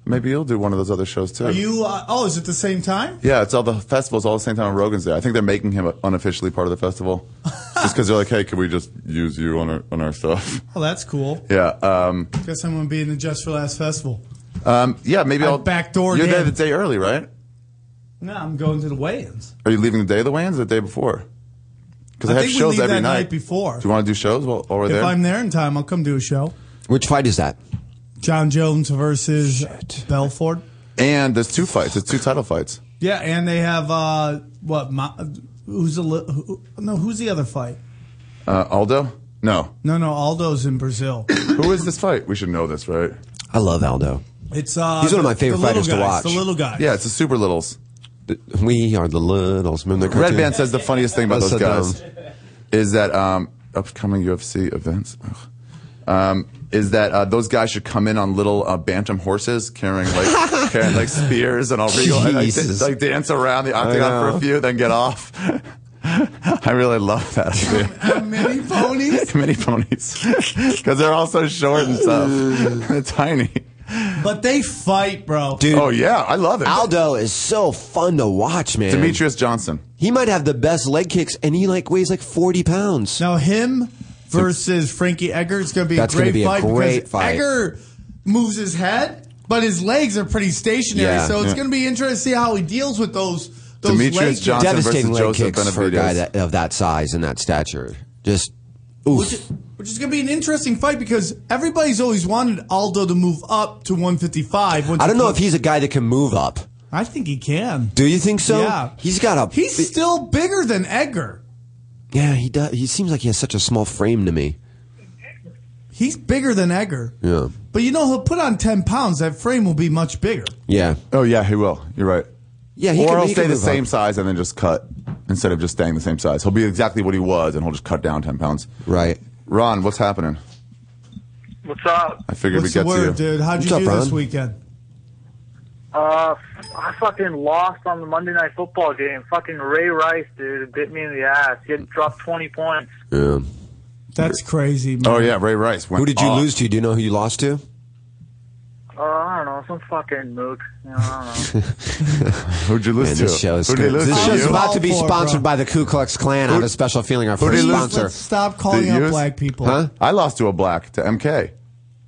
E: Maybe you'll do one of those other shows too.
C: Are you? Uh, oh, is it the same time?
E: Yeah, it's all the festivals all the same time on Rogan's Day. I think they're making him unofficially part of the festival. just because they're like, hey, can we just use you on our on our stuff?
C: Oh, that's cool.
E: Yeah. Um,
C: Guess I'm gonna be in the Just for Last festival.
E: um, yeah. Maybe
C: I
E: I'll
C: backdoored
E: You're there
C: in.
E: the day early, right?
C: No, I'm going to the weigh-ins.
E: Are you leaving the day of the weigh-ins or the day before? Because I, have
C: think we
E: shows
C: leave
E: every
C: that
E: night.
C: night before.
E: Do you want to do shows while, while we're
C: if
E: there?
C: I'm there in time, I'll come do a show.
B: Which fight is that?
C: John Jones versus Belford.
E: and there's two fights. There's two title fights.
C: Yeah, and they have uh, what? Ma- who's the li- who, no? Who's the other fight?
E: Uh, Aldo? No.
C: No, no. Aldo's in Brazil.
E: Who is this fight? We should know this, right?
B: I love Aldo.
C: It's uh,
B: He's one of my
C: the-
B: favorite
C: the little
B: fighters to
C: guys,
B: watch.
C: The little guy.
E: Yeah, it's the Super Littles.
B: We are the littles. Remember the
E: Red
B: cartoon?
E: Band says the funniest thing about
B: That's
E: those
B: so
E: guys is that um, upcoming UFC events ugh, um, is that uh, those guys should come in on little uh, bantam horses carrying like carrying like spears and all regal and like,
B: Jesus.
E: da- like dance around the
B: I
E: octagon for
B: know.
E: a few, then get off. I really love that.
C: Mini ponies.
E: Mini ponies because they're all so short and stuff. they're tiny.
C: But they fight, bro.
E: Oh yeah, I love it.
B: Aldo is so fun to watch, man.
E: Demetrius Johnson.
B: He might have the best leg kicks, and he like weighs like forty pounds.
C: Now him versus Frankie Edgar is going to be
B: That's
C: a
B: gonna
C: great
B: be a
C: fight
B: great
C: because
B: fight.
C: Edgar moves his head, but his legs are pretty stationary.
B: Yeah.
C: so it's
B: Yeah.
C: going to be interesting to see how he deals with those. Those leg kicks.
B: devastating leg kicks for a guy
E: Benavidez.
B: that, of that size and that stature. Just
C: Which is, which is going to be an interesting fight because everybody's always wanted Aldo to move up to 155. Once
B: I don't
C: he
B: know
C: moved-
B: if he's a guy that can move up.
C: I think he can.
B: Do you think so?
C: Yeah.
B: He's got a.
C: He's still bigger than Edgar.
B: yeah, he does. He seems like he has such a small frame to me.
C: He's bigger than Edgar.
B: Yeah.
C: But you know, he'll put on 10 pounds. That frame will be much bigger.
B: Yeah.
E: Oh yeah, he will. You're right.
B: Yeah, he
E: he or
B: can-
E: he'll
B: he
E: stay
B: can
E: the
B: move
E: same
B: up.
E: size and then just cut instead of just staying the same size. He'll be exactly what he was, and he'll just cut down ten pounds.
B: Right.
E: Ron, what's happening?
M: What's up?
E: I figured
C: What's
E: we
C: the
E: get to you,
C: word, dude? How'd you do this weekend?
M: Uh, I fucking lost on the Monday night football game. Fucking Ray Rice, dude, bit me in the ass. He had dropped 20 points.
B: Yeah.
C: That's crazy, man.
E: Oh yeah, Ray Rice. Went
B: Who did you
E: off.
B: lose to? Do you know who you lost to?
M: Uh, I don't know, some fucking mook. You know, I don't know.
E: Who'd you lose
B: Man,
E: to?
B: This show is,
E: Who'd
B: good.
E: you lose
B: this
E: to?
B: show's
E: You?
B: about to be
C: All for it,
B: sponsored
C: bro.
B: by the Ku Klux Klan. I have a special feeling our
E: Who did
B: first
E: you lose
B: sponsor.
E: to?
C: Stop calling
E: Did
C: out
E: you lose?
C: black people.
E: I lost to a black to MK.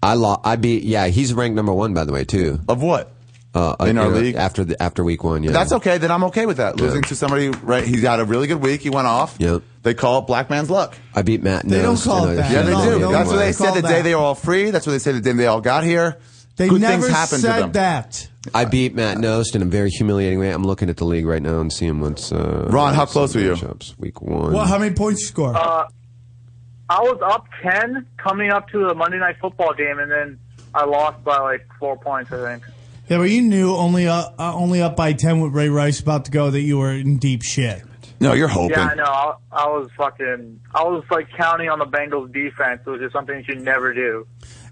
B: I lost. I beat. Yeah, he's ranked number one by the way too.
E: Of what?
B: Uh,
E: In our league?
B: after the after week one. Yeah,
E: That's okay. Then I'm okay with that. Losing to somebody, right? He's had a really good week. He went off.
B: Yep.
E: They call it black man's luck.
B: I beat Matt.
C: They don't
B: Nose,
C: call
B: and
C: it
B: I-
C: that.
E: Yeah, they
C: No,
E: do.
C: no,
E: That's what
C: no.
E: they said the
C: Call
E: day
C: that.
E: they were all free. That's what they said the day they all got here.
C: They
E: good
C: never
E: things happened
C: said
E: to them.
C: that.
B: I beat Matt Nost in a very humiliating way. I'm looking at the league right now and seeing what's. Uh,
E: Ron, how close
B: some
E: were you?
B: matchups. Week one.
C: What, how many points you score?
M: Uh, I was up 10 coming up to the Monday night football game, and then I lost by like four points, I think.
C: yeah, but you knew only uh, uh, only up by 10 with Ray Rice about to go that you were in deep shit.
E: No, you're hoping.
M: Yeah, I know. I, I was fucking. I was like counting on the Bengals defense, which is something you should never do.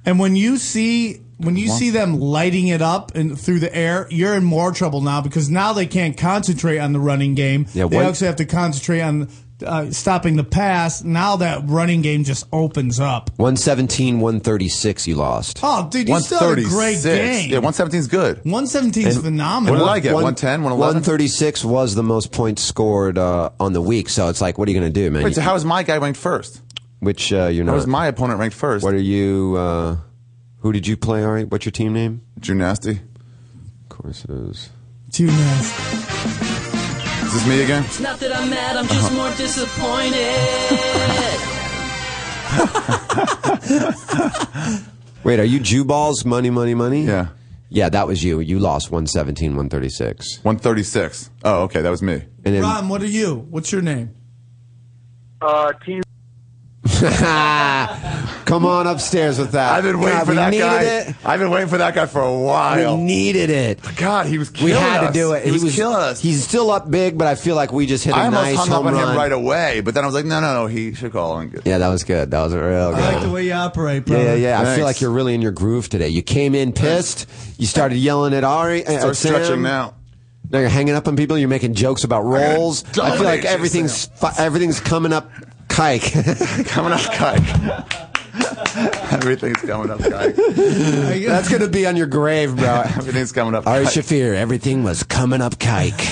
C: And when you see when you see them lighting it up and through the air, you're in more trouble now because now they can't concentrate on the running game.
B: Yeah,
C: they
B: one-
C: actually have to concentrate on uh, stopping the pass. Now that running game just opens up.
B: 117, 136. You lost.
C: Oh, dude, you still had a great
E: 136.
C: game.
E: Yeah, 117 is good.
C: 117 is phenomenal.
E: What did I get? 110, 111?
B: 136 was the most points scored uh, on the week. So it's like, what are you going to do, man?
E: Wait, so how is my guy ranked first?
B: Which uh, you're
E: How
B: not.
E: is my opponent ranked first?
B: What are you? Uh, who did you play? All right. What's your team name?
E: Drew Nasty.
B: Of course it is.
C: Too nasty.
E: Is this me again?
F: It's not that I'm mad, I'm
W: Uh-huh.
F: just more disappointed.
B: Wait, are you Jew balls? Money, money, money.
E: Yeah.
B: Yeah, that was you. You lost 117, 136.
E: 136. Oh, okay, that was me.
B: And then
C: Ron, what are you? What's your name?
M: Uh, team.
B: come on upstairs with that.
E: I've been waiting
B: God,
E: for
B: we
E: that
B: needed
E: guy.
B: It.
E: I've been waiting for that guy for a while.
B: We needed it.
E: God, he was
B: We
E: killing
B: had to
E: us.
B: do it.
E: He, was, killing us.
B: He's still up big, but I feel like we just hit a
E: I almost
B: nice
E: hung up
B: home
E: on
B: run.
E: him right away, but then I was like, no, no, no, he should call and get.
B: yeah, that was good. That was real good.
C: I like the way you operate, bro.
B: yeah, yeah, yeah. I
E: Thanks.
B: feel like you're really in your groove today. You came in pissed. You started yelling at Ari. uh, at
E: Start
B: Sam.
E: stretching now.
B: Now you're hanging up on people. You're making jokes about rolls. I feel
E: dominate
B: like
E: you,
B: everything's fi- everything's coming up kike.
E: Coming up, Kike. Everything's coming up, Kike.
B: That's gonna be on your grave, bro.
E: Everything's coming up.
B: Ari
E: Kike.
B: Shafir, everything was coming up kike.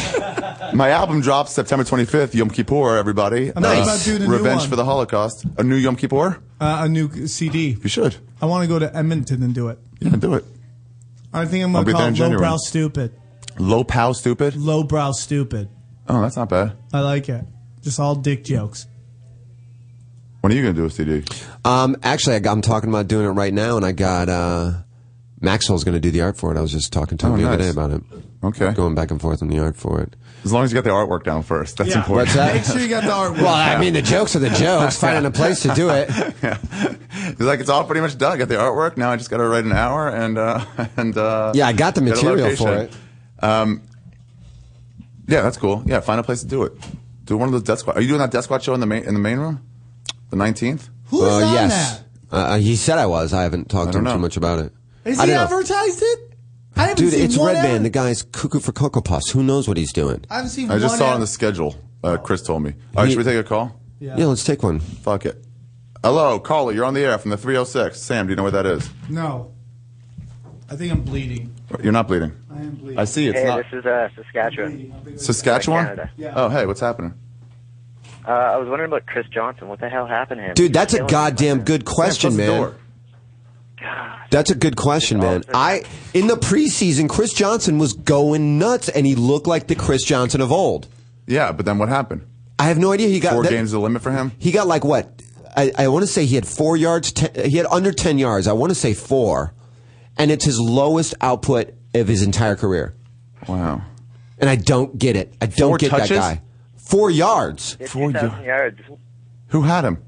E: My album drops September 25th, Yom Kippur, everybody.
C: I'm thinking about doing a new
E: Revenge
C: one.
E: for the Holocaust. A new Yom Kippur?
C: Uh, a new CD.
E: You should.
C: I want to go to Edmonton and do it.
E: Yeah, do it.
C: I think I'm
E: I'll
C: going to
E: be there
C: call
E: in
C: it
E: January.
C: lowbrow stupid.
E: Lowbrow stupid?
C: Lowbrow stupid.
E: Oh, that's not bad.
C: I like it. Just all dick jokes.
E: When are you going to do a CD?
B: Um, actually, I got, I'm talking about doing it right now, and I got uh, Maxwell's going to do the art for it. I was just talking to him
E: Oh,
B: the other
E: nice.
B: day about it.
E: Okay.
B: Going back and forth on the art for it.
E: As long as you got the artwork down first. That's
B: Yeah.
E: important.
B: What's that? Make sure you got the artwork. Well, I mean, the jokes are the jokes. Finding a place to do it.
E: Yeah. It's like, it's all pretty much done. I got the artwork. Now I just got to write an hour and, uh, and, uh,
B: Yeah, I got the
E: get a
B: material for
E: location. Um, yeah, that's cool. Yeah, find a place to do it. Do one of those death squad. Are you doing that death squad show in the main, in the main room? The 19th?
C: Who is on
B: yes. Uh, he said I was. I haven't talked to him too much about it.
C: Is
B: I
C: he
B: don't know.
C: advertised it? I haven't
B: Dude,
C: seen
B: it's
C: one
B: Redman.
C: ad-
B: The guy's cuckoo for Cocoa Puffs. Who knows what he's doing?
C: I haven't seen
E: I just
C: one
E: saw
C: ad-
E: on the schedule. Uh, Chris told me. All right,
B: He-
E: should we take a call?
B: Yeah, let's take one.
E: Fuck it. Hello, caller. You're on the air from the 306. Sam, do you know what that is?
C: No. I think I'm bleeding.
E: You're not bleeding.
C: I am bleeding.
E: I see. It's
F: hey,
E: not
F: this is uh, Saskatchewan.
E: Saskatchewan.
F: Canada. Yeah.
E: Oh, hey, what's happening?
F: Uh, I was wondering about Chris Johnson. What the hell happened to him?
B: Dude, that's a
F: Killing
B: goddamn good question,
F: close the
B: man.
F: door.
B: That's a good question, man.
E: Oh,
B: I in the preseason, Chris Johnson was going nuts, and he looked like the Chris Johnson of old.
E: Yeah, but then what happened?
B: I have no idea. He got
E: Four
B: that-
E: games is the limit for him.
B: He got like what? I, I want to say he had four yards. Ten, he had under ten yards. I want to say four, and it's his lowest output of his entire career.
E: Wow.
B: And I don't get it. I don't
E: Four
B: get
E: touches?
B: that guy. Four yards.
F: him. 50,000 yards.
E: Who had him?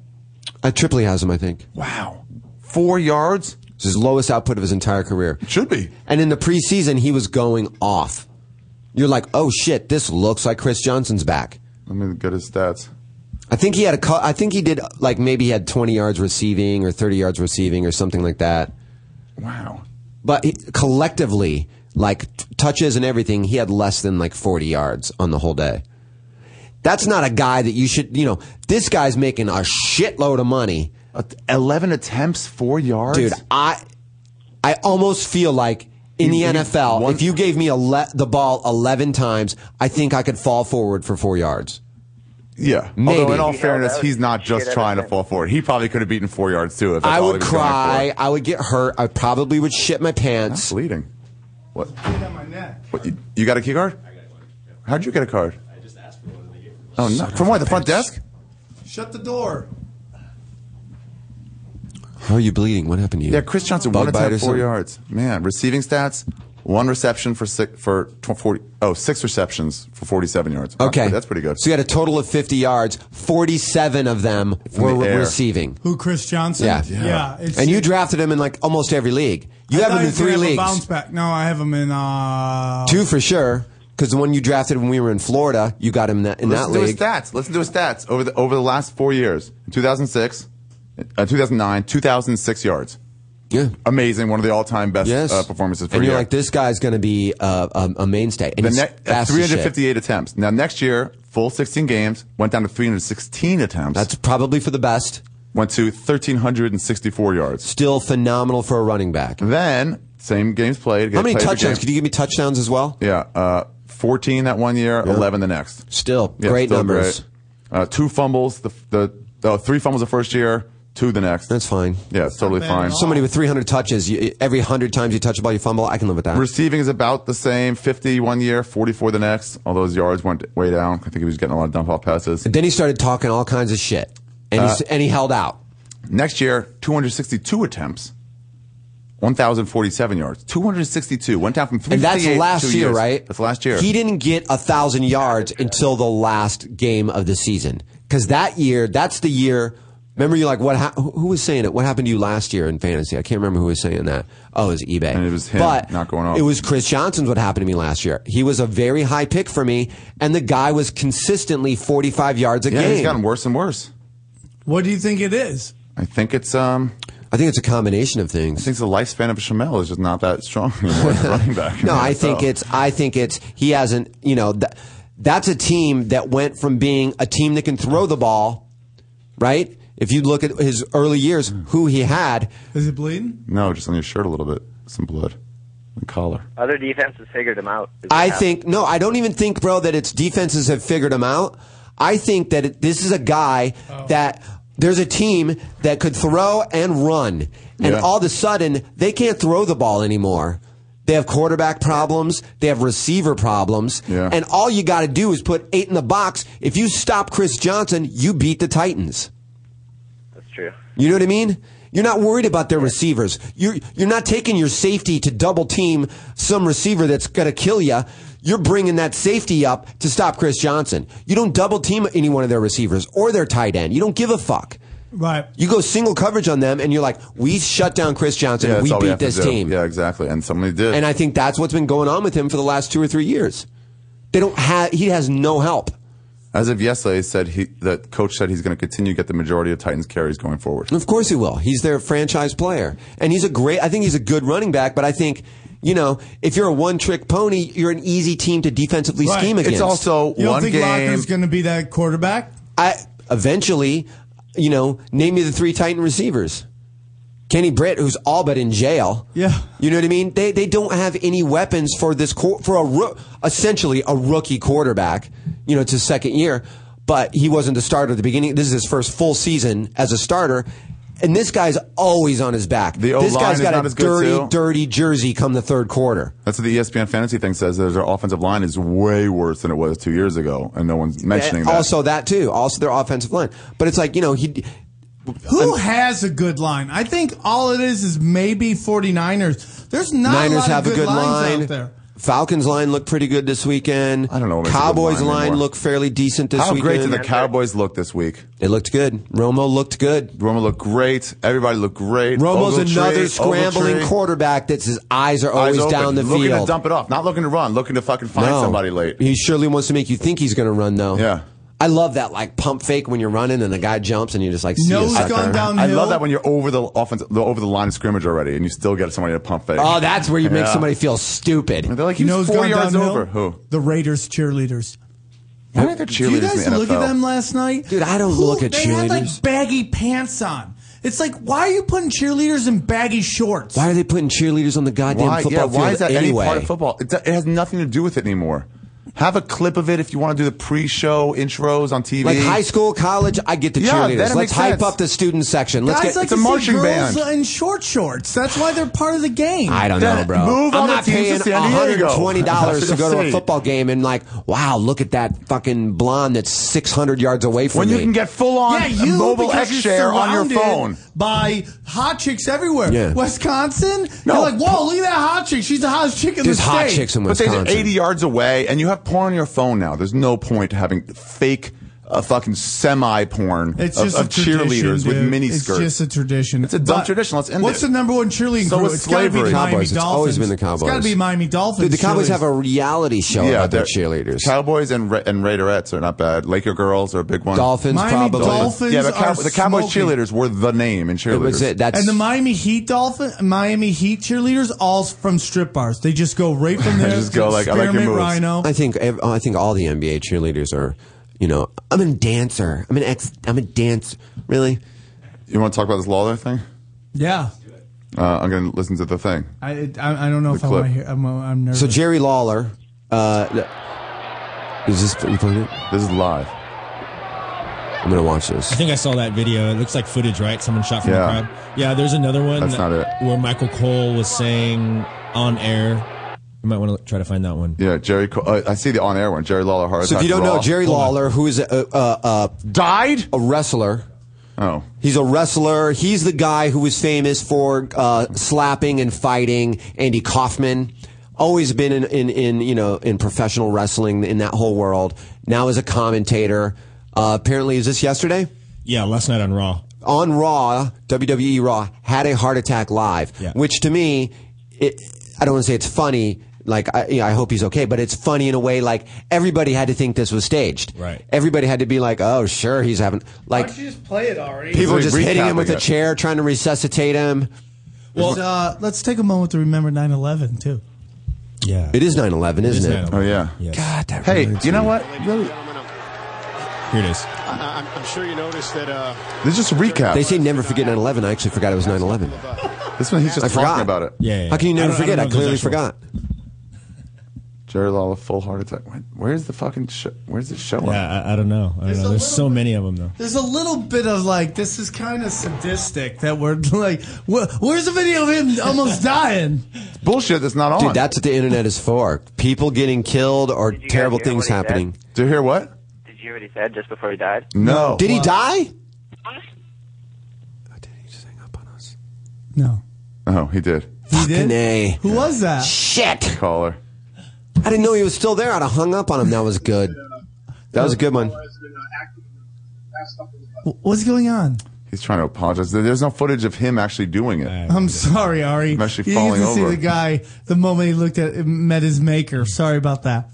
B: Uh, Tripoli has him, I think.
E: Wow. Four yards?
B: It's his lowest output of his entire career.
E: should be.
B: And in the preseason, he was going off. You're like, oh shit, this looks like Chris Johnson's back.
E: Let me get his stats.
B: I think he had a. cou- I think he did like maybe he had 20 yards receiving or 30 yards receiving or something like that.
E: Wow.
B: But he, collectively, like t- touches and everything, he had less than like 40 yards on the whole day. That's not a guy that you should. You know, this guy's making a shitload of money.
E: 11 attempts, four yards,
B: dude. I I almost feel like in
E: You-
B: the
E: you-
B: NFL,
E: one-
B: if you gave me ele- the ball 11 times, I think I could fall forward for four yards.
E: Yeah.
B: Maybe.
E: Although, in all
B: He held
E: fairness,
B: out.
E: he's not
B: He
E: just
B: did
E: trying to fall forward. He probably could have beaten four yards too. If that's
B: I
E: all he
B: would
E: was going for.
B: cry. I would get hurt. I probably would shit my pants.
E: bleeding. What? What, you, you got a key card? How'd you get a card? I just asked for one. Oh, no. From what? The front desk?
C: Shut the door.
B: How are you bleeding? What happened to you?
E: Yeah, Chris Johnson,
B: Bug
E: one
B: bite or
E: attempt, four
B: something?
E: yards. Man, receiving stats, one reception for six, for tw- 40, oh, six receptions for 47 yards. Wow,
B: Okay.
E: That's pretty good.
B: So you had a total of 50 yards. 47 of them were
E: the
B: re-
E: air.
B: receiving.
C: Who, Chris Johnson?
B: Yeah.
C: Yeah. it's-
B: and you drafted him in like almost every league. You
C: I
B: have
C: thought
B: him
C: he
B: in
C: was gonna
B: three
C: have a
B: leagues.
C: bounce back. No, I have him in. Uh,
B: Two for sure. Because the one you drafted when we were in Florida, you got him in that, in
E: Listen
B: that
E: to his
B: league.
E: stats. Listen to his stats over the, over the last four years. 2006, uh, 2009, 2006 yards.
B: Yeah.
E: Amazing. One of the all-time best
B: Yes.
E: uh, performances for
B: and
E: a
B: you're
E: year.
B: like, this guy's going to be uh, a, a mainstay. And
E: the
B: he's
E: ne- uh,
B: fast as shit.
E: 358 attempts. Now next year, full 16 games went down to 316 attempts. That's
B: probably for the best.
E: Went to 1364 yards.
B: Still phenomenal for a running back.
E: Then same games played.
B: How many
E: played every
B: touchdowns?
E: game.
B: Could you give me touchdowns as well?
E: Yeah, uh, 14 that one year, 11 the next.
B: Still
E: Yeah,
B: great
E: still
B: numbers.
E: great. Uh, two fumbles, the the oh, three fumbles the first year, two the next. That's
B: fine.
E: Yeah, it's totally fine.
B: Somebody with 300 touches, you, every 100 times you touch the ball, you fumble. I can live with that.
E: Receiving is about the same, 50 one year, 44 the next. All those yards went way down. I think he was getting a lot of dump off passes.
B: then he started talking all kinds of shit, and, he's,
E: Uh,
B: and he held out.
E: Next year, 262 attempts, 1,047 yards. 262 went down from
B: And
E: 358.
B: that's last
E: two
B: year,
E: years.
B: right?
E: That's last year.
B: He didn't get a thousand yards until the last game of the season because that year, that's the year. Remember, you're like, what? hap who was saying it? What happened to you last year in fantasy? I can't remember who was saying that. Oh, it was eBay. And it was
E: him
B: but
E: not going off.
B: It was Chris Johnson's. What happened to me last year? He was a very high pick for me, and the guy was consistently 45 yards a
E: yeah,
B: game.
E: he's gotten worse and worse.
C: What do you think it is?
E: I think it's um.
B: I think it's a combination of things.
E: I think the lifespan of a Chamel is just not that strong anymore. as a running back.
B: No, I think it's. I think it's. He hasn't. You know, th- that's a team that went from being a team that can throw the ball, right? If you look at his early years, who he had,
C: Is it bleeding?
E: no, just on your shirt a little bit, some blood. the collar.
F: Other defenses figured him out. Is
B: I
F: what
B: think no, I don't even think, bro, that its defenses have figured him out. I think that it, this is a guy that there's a team that could throw and run, and
E: Yeah.
B: all of a sudden they can't throw the ball anymore. They have quarterback problems. They have receiver problems. And all you got to do is put eight in the box. If you stop Chris Johnson, you beat the Titans.
F: That's true.
B: You know what I mean? You're not worried about their receivers. You're you're not taking your safety to double team some receiver that's gonna kill you. You're bringing that safety up to stop Chris Johnson. You don't double team any one of their receivers or their tight end. You don't give a fuck.
C: Right.
B: You go single coverage on them, and you're like, we shut down Chris Johnson.
E: Yeah,
B: we
E: that's all
B: beat
E: we have to
B: this
E: do.
B: team.
E: Yeah, exactly. And somebody did.
B: And I think that's what's been going on with him for the last two or three years. They don't have. Uh, He has no help.
E: As of yesterday, he said he that coach said he's going to continue to get the majority of Titans carries going forward.
B: Of course he will. He's their franchise player. And he's a great, I think he's a good running back, but I think, you know, if you're a one trick pony, you're an easy team to defensively
C: Right.
B: scheme against.
C: you don't think Locker's going to be that quarterback?
B: I, eventually, you know, name me the three Titan receivers. Kenny Britt, who's all but in jail.
C: Yeah.
B: You know what I mean? They they don't have any weapons for this quar- for a roo- essentially a rookie quarterback. You know, it's his second year, but he wasn't the starter at the beginning. This is his first full season as a starter, and this guy's always on his back. this
E: O-line
B: guy's
E: is
B: got
E: not
B: a
E: as good,
B: dirty,
E: too.
B: dirty jersey come the third quarter.
E: That's what the E ESPN fantasy thing says. That their offensive line is way worse than it was two years ago, and no one's mentioning
B: And
E: that.
B: Also that too. Also their offensive line, but it's like you know he.
C: Who has a good line? I think all it is is maybe 49ers. There's not a
B: Niners
C: lot
B: have
C: of
B: a good
C: lines
B: line.
C: out there.
B: Falcons line looked pretty good this weekend. I don't know.
E: makes a good
B: Cowboys
E: line
B: line
E: anymore.
B: looked fairly decent this
E: How
B: weekend.
E: great did the Cowboys look this week?
B: It looked good. Romo looked good.
E: Romo looked great. Everybody looked great.
B: Romo's
E: Ogletree-
B: another scrambling
E: Ogletree,
B: quarterback that his eyes are always
E: eyes open,
B: down the
E: looking
B: field.
E: to dump it off, not looking to run, looking to fucking find
B: No.
E: somebody late.
B: He surely wants to make you think he's going to run though. Yeah. I love that like pump fake when you're running and the guy jumps and you're just like see ya, sucker.
E: I love that when you're over the offense, the, over the line of scrimmage already, and you still get somebody to pump fake.
B: Oh, that's where you make
E: Yeah.
B: somebody feel stupid.
E: They're like,
C: You
E: he
C: know
E: was
C: who's
E: four
C: gone
E: yards
C: downhill?
E: over. Who?
C: The Raiders cheerleaders.
E: I think they're
C: Did you
E: cheerleaders
C: guys
E: in the
C: look at
E: NFL.
C: them last night?
B: Dude, I don't look at
C: they had
B: cheerleaders.
C: like baggy pants on. It's like, why are you putting cheerleaders in baggy shorts?
B: Why are they putting cheerleaders on the goddamn
E: Why, yeah,
B: football field
E: why is that
B: anyway?
E: any part of football? It, do- it has nothing to do with it anymore. Have a clip of it if you want to do the pre-show intros on TV.
B: Like high school, college, I get the
E: Yeah, then it
B: cheerleaders. Let's
E: makes
B: hype
E: sense.
B: up the student section. Let's
C: Guys
B: get
C: like
E: it's a
C: to see
E: marching
C: girls
E: band.
C: in short shorts. That's why they're part of the game.
B: I don't know, bro.
E: move
B: I'm
E: all the
B: not
E: teams to
B: paying
E: San Diego.
B: twenty dollars to
E: That's
B: go to a
E: insane.
B: football game and like, wow, look at that fucking blonde that's six hundred yards away from
E: When
B: me.
E: you can get full-on
C: Yeah, you
E: mobile
C: because
E: X
C: you're
E: share on your
C: surrounded
E: phone.
C: by hot chicks everywhere.
B: Yeah.
C: Wisconsin,
E: No.
C: you're like, whoa, look at that hot chick. She's the hottest chick in
B: There's
C: the state.
B: hot chicks in
E: But they're
B: Wisconsin.
E: 80 yards away, and you have porn on your phone now. There's no point to having fake, uh, fucking semi porn of,
C: It's just
E: of
C: a tradition,
E: cheerleaders with
C: dude.
E: mini
C: It's
E: skirts.
C: just a tradition.
E: It's a dumb
C: But
E: tradition. Let's end
C: What's
E: it.
C: the number one cheerleading
E: So
C: crew?
E: is
C: It's got to be
E: slavery.
C: the Miami
B: Cowboys. It's
C: Dolphins.
B: always been the
C: It's got
B: Cowboys.
C: to be Miami Dolphins.
B: Dude, the Cowboys
C: cheerleaders.
B: have a reality show about their
E: they're-
B: cheerleaders.
E: Cowboys and Ra- and Raiderettes are not bad. Laker girls are a big one.
B: Dolphins
C: Miami
B: probably.
C: Dolphins
E: Yeah, but Cow-
C: are
E: the Cowboys
C: smoking.
E: cheerleaders were the name in cheerleaders.
B: It was it. That's
C: and the Miami Heat Dolphin, Miami Heat cheerleaders, all from strip bars. They just go right from there.
E: Just go like, I like your
C: Experiment
E: moves.
C: Rhino.
B: I think ev- I think all the NBA cheerleaders are, you know, I'm a dancer. I'm an ex. I'm a dance. Really?
E: You want to talk about this Lawler thing?
C: Yeah,
E: Uh, I'm going to listen to the thing.
C: I, I, I don't know
E: The
C: if I want to
E: clip.
C: hear. I'm, I'm nervous.
B: So Jerry Lawler. Uh, th- is this you playing it?
E: This is live.
B: I'm gonna watch this.
D: I think I saw that video. It looks like footage, right? Someone shot from
E: Yeah.
D: the crowd. Yeah, there's another one
E: That's not it.
D: where Michael Cole was saying on air. You might want to try to find that one.
E: Yeah, Jerry. Co- uh, I see the on-air one. Jerry Lawler. Hard
B: So if you
E: Attack
B: don't know,
E: Raw.
B: Jerry Lawler, who is a, a, a,
E: died
B: a wrestler.
E: Oh,
B: He's a wrestler. He's the guy who was famous for uh, slapping and fighting Andy Kaufman. Always been in, in, in you know in professional wrestling in that whole world. Now as a commentator. Uh, apparently, is this yesterday?
D: Yeah, last night on Raw.
B: Oh. on Raw, WWE Raw had a heart attack live,
D: Yeah.
B: which to me, it, I don't want to say it's funny. Like I, yeah, I hope he's okay, but it's funny in a way. Like everybody had to think this was staged.
D: Right.
B: Everybody had to be like, "Oh, sure, he's having like
C: just play it already?
B: people
E: Like
B: just hitting him with
E: recapping
B: a
E: it.
B: chair, trying to resuscitate him."
C: Well, uh, let's take a moment to remember 9/11 too.
D: Yeah.
B: It is 9-11,
D: is
B: isn't it?
D: 9/11.
E: oh yeah.
B: God, that
E: Hey,
B: reminds
E: you know
B: me.
E: what?
D: Here it is.
U: I, I'm, I'm sure you noticed that uh,
E: This is just a recap.
B: They say never forget 9-11. I actually forgot it was 9-11.
E: This one, he's just
B: I
E: talking
B: forgot.
E: about it.
B: Yeah, yeah. How can you never I don't- I forget? don't I know if clearly there's actual- forgot.
E: Jerry Lawler, full heart attack. Where- Where's the fucking show? Where's the show?
D: Yeah, I, I don't know. I don't know. There's so many of them though.
C: There's a little bit of like this is kind of sadistic that we're like, wh- where's the video of him almost dying?
E: It's bullshit that's not on.
B: Dude, that's what the internet is for. People getting killed or terrible
F: hear
B: things
F: what he said?
B: happening.
E: Do you hear what?
F: Did you hear what he said just before he died?
E: No.
B: Did he die?
C: No.
E: Oh, he did.
C: He did.
B: A.
C: Who was that?
B: Shit.
E: Caller.
B: I didn't know he was still there. I'd have hung up on him. That was good. That was a good one.
C: What's going on?
E: He's trying to apologize. There- There's no footage of him actually doing it.
C: I'm sorry, Ari.
E: I'm actually
C: you
E: falling
C: can see
E: over.
C: the guy the moment he looked at met his maker. Sorry about that.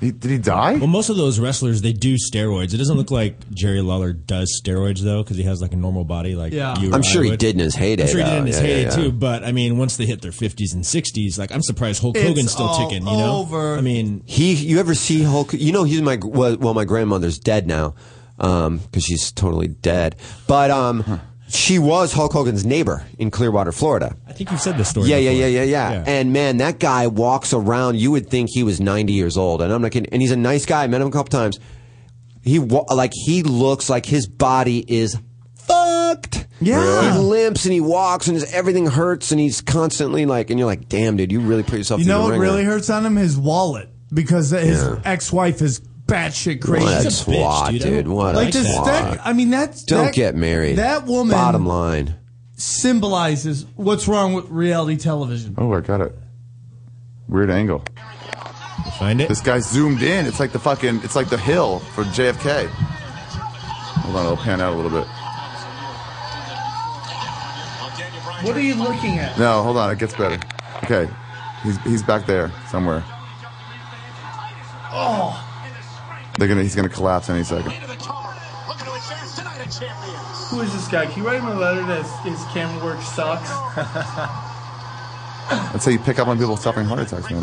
E: did he die?
D: Well, most of those wrestlers they do steroids. It doesn't look like Jerry Lawler does steroids though, because he has like a normal body. Like
B: Yeah.
D: you or
B: I'm sure
D: I
B: he
D: would.
B: did in his heyday,
D: I'm sure he did
B: though.
D: in his
B: Yeah, yeah,
D: heyday
B: yeah.
D: too. But I mean, once they hit their 50s and 60s, like I'm surprised Hulk
B: It's
D: Hogan's still
B: all
D: ticking. You know,
B: over.
D: I mean,
B: He, you ever see Hulk? You know, he's my well, well my grandmother's dead now because she's totally dead. But um, she was Hulk Hogan's neighbor in Clearwater, Florida.
D: I think you've said this story.
B: Yeah, yeah,
D: before.
B: yeah, yeah, yeah,
D: Yeah.
B: And man, that guy walks around. You would think he was 90 years old, and I'm not kidding. And he's a nice guy. I met him a couple times. He wa- like he looks like his body is fucked. Yeah, he limps and he walks and his, everything hurts and he's constantly like, and you're like, damn, dude, you really put yourself.
C: You
B: through
C: know
B: the
C: what
B: ringer.
C: really hurts on him? His wallet because his
B: Yeah.
C: ex-wife is batshit crazy.
B: What a twat, dude. What
C: like
B: a
C: this,
B: twat.
C: that, I mean, that's
B: Don't
C: that-
B: get married.
C: That woman.
B: Bottom line.
C: Symbolizes what's wrong with reality television.
E: Oh, I got it. Weird angle.
D: find it.
E: This guy zoomed in. It's like the fucking. It's like the hill for JFK. Hold on, it'll pan out a little bit.
C: What are you looking at?
E: No, hold on. It gets better. Okay, he's he's back there somewhere.
C: Oh,
E: They're gonna. He's gonna collapse any second.
C: who is this guy? Can you write him a letter that his camera work sucks?
E: That's how you pick up on people suffering heart attacks, man.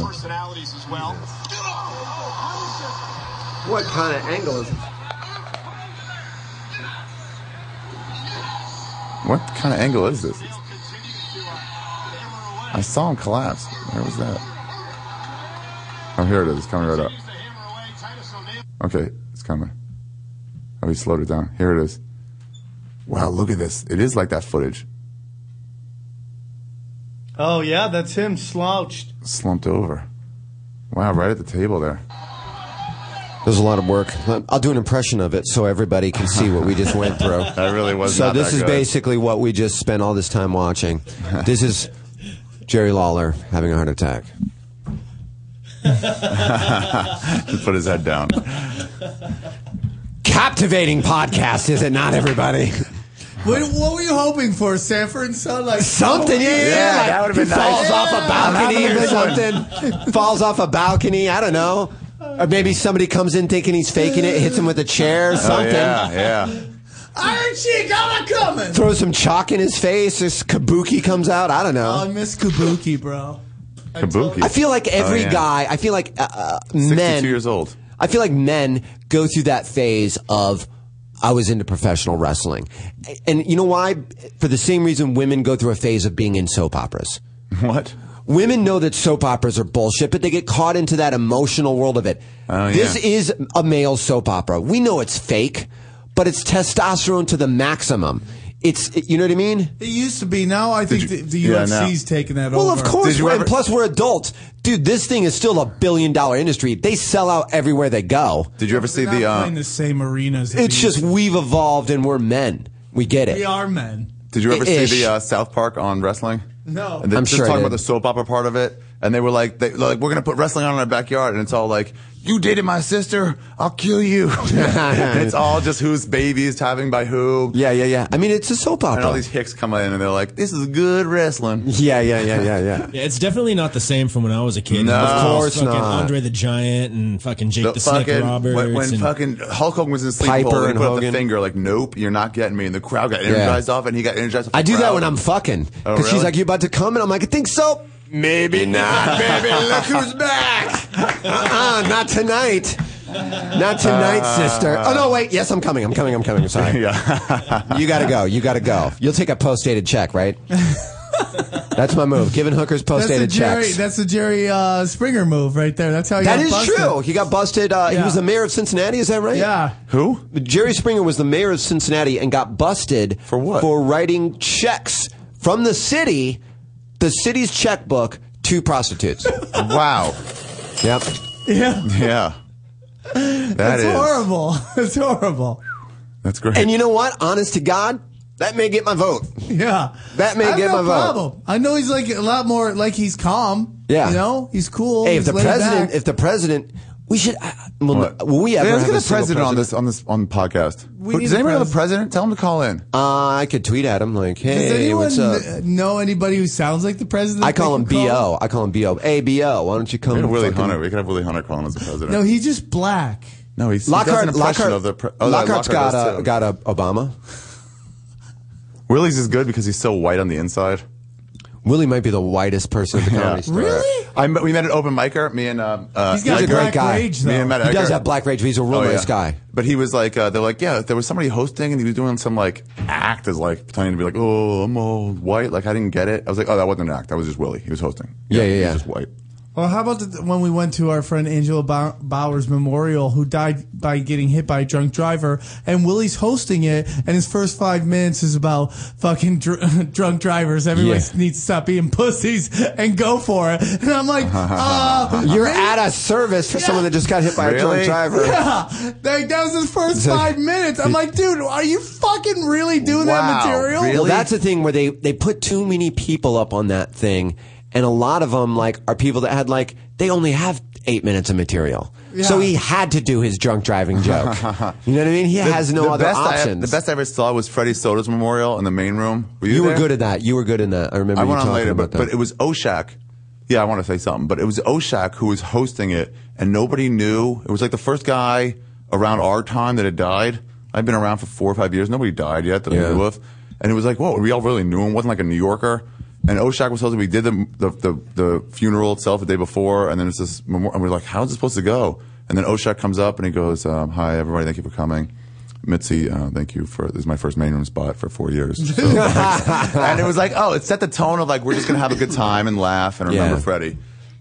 B: What kind of angle is it?
E: What kind of angle is this? I saw him collapse. Where was that? Oh, here it is. It's coming right up. Okay, it's coming. Oh, he slowed it down. Here it is. Wow, look at this. It is like that footage.
C: Oh yeah, that's him slouched.
E: Slumped over. Wow, right at the table there.
B: There's a lot of work. I'll do an impression of it so everybody can see what we just went through.
E: That really was
B: So
E: not
B: this
E: that
B: is
E: good.
B: basically what we just spent all this time watching. This is Jerry Lawler having a heart attack.
E: He put his head down.
B: Captivating podcast, is it not, everybody?
C: What, what were you hoping for, Sanford and Son? Like
B: Something, yeah, yeah, yeah. Like,
E: would've been
B: he falls
E: nice.
B: off a
E: Yeah.
B: balcony
E: I'm
B: or
E: having a
B: something. falls off a balcony. I don't know. Or maybe somebody comes in thinking he's faking it, hits him with a chair or
E: Oh,
B: something.
E: yeah, yeah.
C: Iron Cheek, I'm a coming.
B: Throw some chalk in his face. This kabuki comes out. I don't know.
C: Oh, I miss Kabuki, bro.
E: Kabuki.
B: I feel like every
E: Oh, yeah.
B: guy. I feel like uh, uh, men.
E: 62 years old.
B: I feel like men go through that phase of I was into professional wrestling, and you know why? For the same reason women go through a phase of being in soap operas.
E: What?
B: Women know that soap operas are bullshit, but they get caught into that emotional world of it.
E: Oh, yeah.
B: This is a male soap opera. We know it's fake, but it's testosterone to the maximum. It's you know what I mean.
C: It used to be. Now I think the, the
B: yeah,
C: UFC's taking that
B: Well,
C: over.
B: of course.
E: Did you
B: we're-
E: ever-
B: and plus, we're adults, dude. This thing is still a billion dollar industry. They sell out everywhere they go.
E: Did you ever see
C: They're not
E: the? Uh,
C: playing the same arenas. that
B: It's
C: they
B: just
C: used
B: we've evolved and we're men. We get
C: to.
B: it.
C: we are men.
E: Did you ever see
B: Ish.
E: the uh, South Park on wrestling?
C: No.
E: And they-
B: I'm
E: they're
B: sure I
E: talking
B: did.
E: about the soap opera part of it, and they were like, they, like "We're gonna put wrestling on in our backyard," and it's all like, "You dated my sister, I'll kill you." and it's all just whose baby is having by who,
B: Yeah, yeah, yeah. I mean, it's a soap
E: and all
B: opera.
E: these hicks come in, and they're like, "This is good wrestling."
B: Yeah, yeah, yeah, yeah, yeah.
D: Yeah, it's definitely not the same from when I was a kid.
E: No.
D: Of
B: course
D: fucking
B: not.
D: Andre the Giant and fucking Jake the, Snake
E: fucking
D: Roberts.
E: when, when
D: and,
E: fucking Hulk Hogan was in sleep
B: Piper
E: hole, and he
B: and
E: put up the
B: Hogan.
E: finger like, "Nope, you're not getting me," and the crowd got energized off, and he got energized. off the
B: I do that
E: crowd.
B: when I'm fucking because
E: Oh,
B: she's
E: really?
B: like, "You about to come?" and I'm like, "I think so." Maybe not, baby. Look who's back. Uh-uh, not tonight. Not tonight,
E: Uh,
B: sister. Oh no, wait. Yes, I'm coming. I'm coming. I'm coming. I'm sorry.
E: yeah.
B: You gotta go. You gotta go. You'll take a post dated check, right? That's my move. Giving hookers
C: That's the
B: postdated
C: Jerry.
B: checks.
C: That's the Jerry uh, Springer move right there. That's how he
B: That
C: got
B: is
C: Oh, busted.
B: true. He got busted. Uh, He
C: Yeah.
B: was the mayor of Cincinnati. Is that right?
C: Yeah.
B: Who? Jerry Springer was the mayor of Cincinnati and got busted for what? For writing checks from the city, the city's checkbook to prostitutes.
E: wow.
B: Yep.
C: Yeah.
E: Yeah.
C: That's
B: is-
C: horrible. That's horrible.
E: That's great.
B: And you know what? Honest to God, that may get my vote.
C: Yeah.
B: That may
C: I have
B: get my
C: no
B: vote.
C: problem. I know he's like a lot more like he's calm.
B: Yeah.
C: You know, he's cool.
B: Hey, if
C: he's
B: the
C: laid
B: president,
C: back.
B: if the president, we should. I- I- Will, will we ever
E: Let's
B: have
E: get
B: a
E: a
B: single
E: president on this on this on the podcast.
C: We
E: Who-
C: need
E: Does
C: a
E: anybody know the president? Tell him to call in.
B: Uh, I could tweet at him like,
C: Does
B: "Hey,
C: anyone
B: what's up?"
C: kn- know anybody who sounds like the president?
B: I call
C: They
B: him
C: can
B: Bo. I call him Bo. Hey, Bo, why don't you come?
E: We could have Willie
B: fucking-
E: Hunter. We could have Willie Hunter calling as a president.
C: No, he's just black.
E: No, he's he does an
B: Lockhart,
E: impression
B: Lockhart,
E: of the pre- oh, that
B: Lockhart's
E: Lockhart
B: got
E: does
B: a,
E: too.
B: got a Obama.
E: Willie's is good because he's so white on the inside.
B: Willie might be the whitest person at the comedy store.
E: Really? I met, we met an open micer. Me and uh, uh,
B: He's got
E: Edgar.
B: black rage,
E: Me
B: though.
E: and Matt
B: He does
E: Edgar.
B: have black rage, but he's a real nice guy.
E: Oh, But he was like, uh, they're like, yeah, there was somebody hosting, and he was doing some like act as like pretending to be like, oh, I'm all white. Like I didn't get it. I was like, oh, that wasn't an act. That was just Willie. He was hosting. Yeah, yeah, yeah. He was just white.
C: Well, how about the, when we went to our friend Angela Bow- Bowers Memorial, who died by getting hit by a drunk driver, and Willie's hosting it, and his first five minutes is about fucking dr- drunk drivers. Everyone
B: Yeah.
C: needs to stop being pussies and go for it. And I'm like, uh,
B: You're at a service for someone that just got hit by a drunk
E: Really?
B: driver.
C: yeah, like, that was his first
B: So-
C: five minutes. I'm like, dude, are you fucking really doing that material?
B: Well, that's the thing where they, they put too many people up on that thing, and a lot of them like are people that had like they only have eight minutes of material, so
E: Yeah.
B: he had to do his drunk driving joke. you know what I mean? He
E: The-
B: has no
E: the
B: other
E: best I- e-,
B: options.
E: the best I ever saw was Freddie Soto's memorial in the main room. Were you
B: you were
E: there?
B: good at that. You were good in that. I remember.
E: I
B: you
E: went on
B: talking
E: later,
B: about
E: but,
B: that.
E: but it was Oshak. Yeah, I want to say something, but it was Oshak who was hosting it, and nobody knew. It was like the first guy around our time that had died. I've been around for four or five years. Nobody died yet that I knew of. And it was like, whoa, we all really knew him. wasn't like a New Yorker. And Oshak was hosting. We did the, the, the, the funeral itself the day before, and then it's this memorial. And we're like, how's it supposed to go? And then Oshak comes up and he goes, um, hi, everybody. Thank you for coming. Mitzi, uh, thank you for this is my first main room spot for four years. So, and it was like, oh, it set the tone of like we're just gonna have a good time and laugh and remember
B: Yeah.
E: Freddie.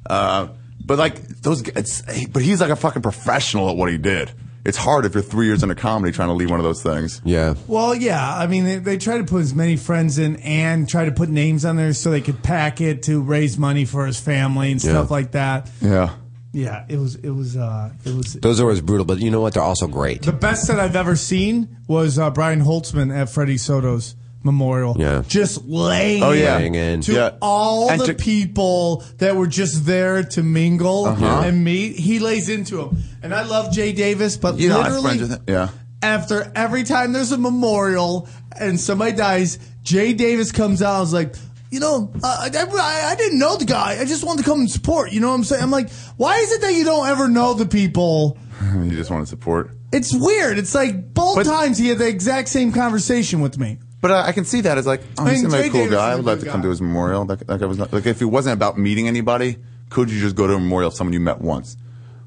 E: Uh, but like those, g- it's, but he's like a fucking professional at what he did. It's hard if you're three years into comedy trying to lead one of those things.
B: Yeah.
C: Well, yeah. I mean, they, they try to put as many friends in and try to put names on there so they could pack it to raise money for his family and
B: Yeah.
C: stuff like that.
E: Yeah.
C: Yeah, it was it was uh it was
B: Those are always brutal, but you know what? They're also great.
C: the best that I've ever seen was uh, Brian Holtzman at Freddie Soto's memorial.
B: Yeah.
C: Just laying
B: Oh, yeah.
C: it
B: Laying in.
C: to
B: Yeah.
C: all
B: And
C: the
B: to-
C: people that were just there to mingle
E: Uh-huh.
C: and meet. He lays into them. And I love Jay Davis, but
E: You know, I'm
C: literally
E: friends with him. Yeah.
C: after every time there's a memorial and somebody dies, Jay Davis comes out and is like, you know, uh, I, I, I didn't know the guy. I just wanted to come and support. You know what I'm saying? I'm like, why is it that you don't ever know the people?
E: you just want to support.
C: It's weird. It's like both times he had the exact same conversation with me.
E: But uh, I can see that as like,
C: I
E: oh, he
C: mean,
E: seemed like a
C: Jay
E: cool
C: Davis
E: guy.
C: is
E: I
C: a
E: would like
C: good
E: to
C: guy.
E: come to his memorial. That, that guy was not, like, if it wasn't about meeting anybody, could you just go to a memorial of someone you met once?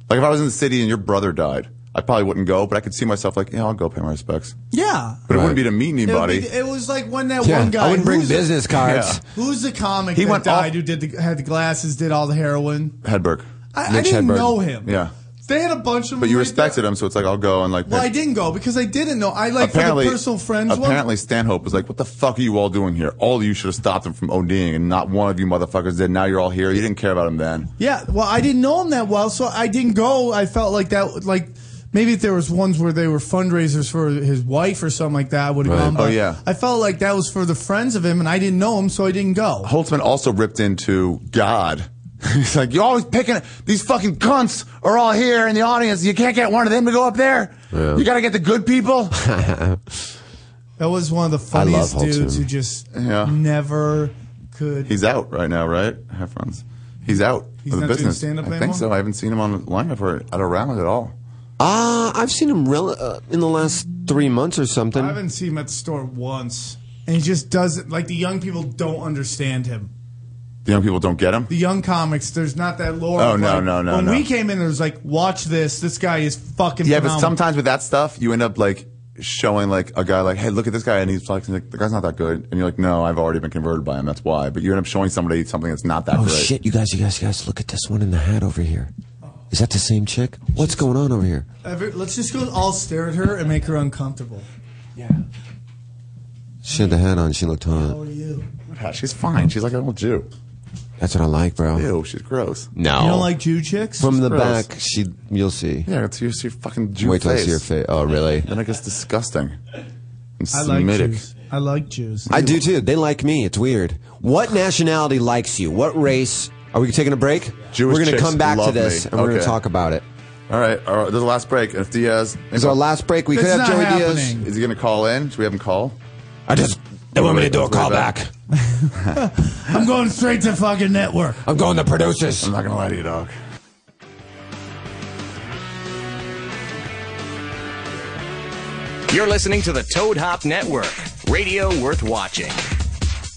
E: Like if I was in the city and your brother died, I probably wouldn't go, but I could see myself like, yeah, I'll go pay my respects.
C: Yeah.
E: But it wouldn't be to meet
C: It, would
E: anybody.
C: be- it was like when that
E: Yeah,
C: one guy.
E: I wouldn't bring
C: who's the-
E: business cards.
C: Who's the comic
E: He
C: that
E: went off-
C: died who did the, had the glasses, did all the heroin?
E: Hedberg.
C: I- I Mitch didn't Hedberg. know him.
E: Yeah.
C: They had a bunch of.
E: But you
C: them right there.
E: respected him, so it's like I'll go and like.
C: Well, I didn't go because I didn't know. I like for the personal friends. one-
E: Apparently, Stanhope was like, "What the fuck are you all doing here? All of you should have stopped him from ODing, and not one of you motherfuckers did. Now you're all here. You didn't care about him then."
C: Yeah, well, I didn't know him that well, so I didn't go. I felt like that, like maybe if there was ones where they were fundraisers for his wife or something like that, I would have
E: Right.
C: gone.
E: Oh,
C: but
E: yeah.
C: I felt like that was for the friends of him, and I didn't know him, so I didn't go.
E: Holtzman also ripped into God. He's like, "You're always picking these fucking cunts are all here in the audience. You can't get one of them to go up there.
B: Yeah.
E: You got to get the good people."
C: That was one of the
E: I love
C: funniest dudes
E: Holtzman.
C: who just
E: Yeah.
C: never could.
E: He's out right now, right? Half runs. He's out
C: He's
E: of the
C: not doing
E: business.
C: stand-up
E: I think
C: anymore?
E: so. I haven't seen him on the lineup or at a round at all.
B: Ah, I've seen him rel- uh, in the last three months or something.
C: I haven't seen him at the store once, and he just doesn't. Like the young people don't understand him.
E: The young people don't get him.
C: The young comics, there's not that lore.
E: Oh,
C: of,
E: no,
C: like,
E: no, no,
C: When
E: no.
C: we came in, there was like, watch this. This guy is fucking.
E: Yeah, but
C: phenomenal.
E: sometimes with that stuff, you end up like showing like a guy like, hey, look at this guy, and he's flexing. Like, the guy's not that good, and you're like, no, I've already been converted by him. That's why. But you end up showing somebody something that's not that
B: oh
E: great.
B: shit, you guys, you guys, you guys, look at this one in the hat over here. Is that the same chick? What's going on over here?
C: Every, let's just go all stare at her and make her uncomfortable.
B: She had the hat on. She looked hot.
E: Yeah, she's fine. She's like an old Jew.
B: That's what I like, bro.
E: Ew, she's gross.
B: Oh. No.
C: You don't like Jew chicks?
B: From the
E: Gross.
B: back, she you'll see.
E: Yeah, it's your, it's your fucking Jew
B: Wait till I
E: face.
B: see your face. Oh, really?
E: Then it gets disgusting. And
C: I like
E: Semitic.
C: Jews. I like Jews.
B: I do too. They like me. It's weird. What nationality likes you? What race? Are we taking a break?
E: Jewish
B: we're gonna
E: chicks
B: come back to
E: love
B: this
E: me.
B: and we're going
E: Okay.
B: to talk about it.
E: All right, all right. This is the last break. And if Diaz,
B: This is our last break. We could have Joey Diaz.
E: Is he going to call in? Should we have him call?
B: I just they want me to do a call
E: back.
C: I'm going straight to fucking network.
B: I'm going to producers.
E: I'm not going to lie to you, dog.
A: You're listening to the Toad Hop Network, radio worth watching.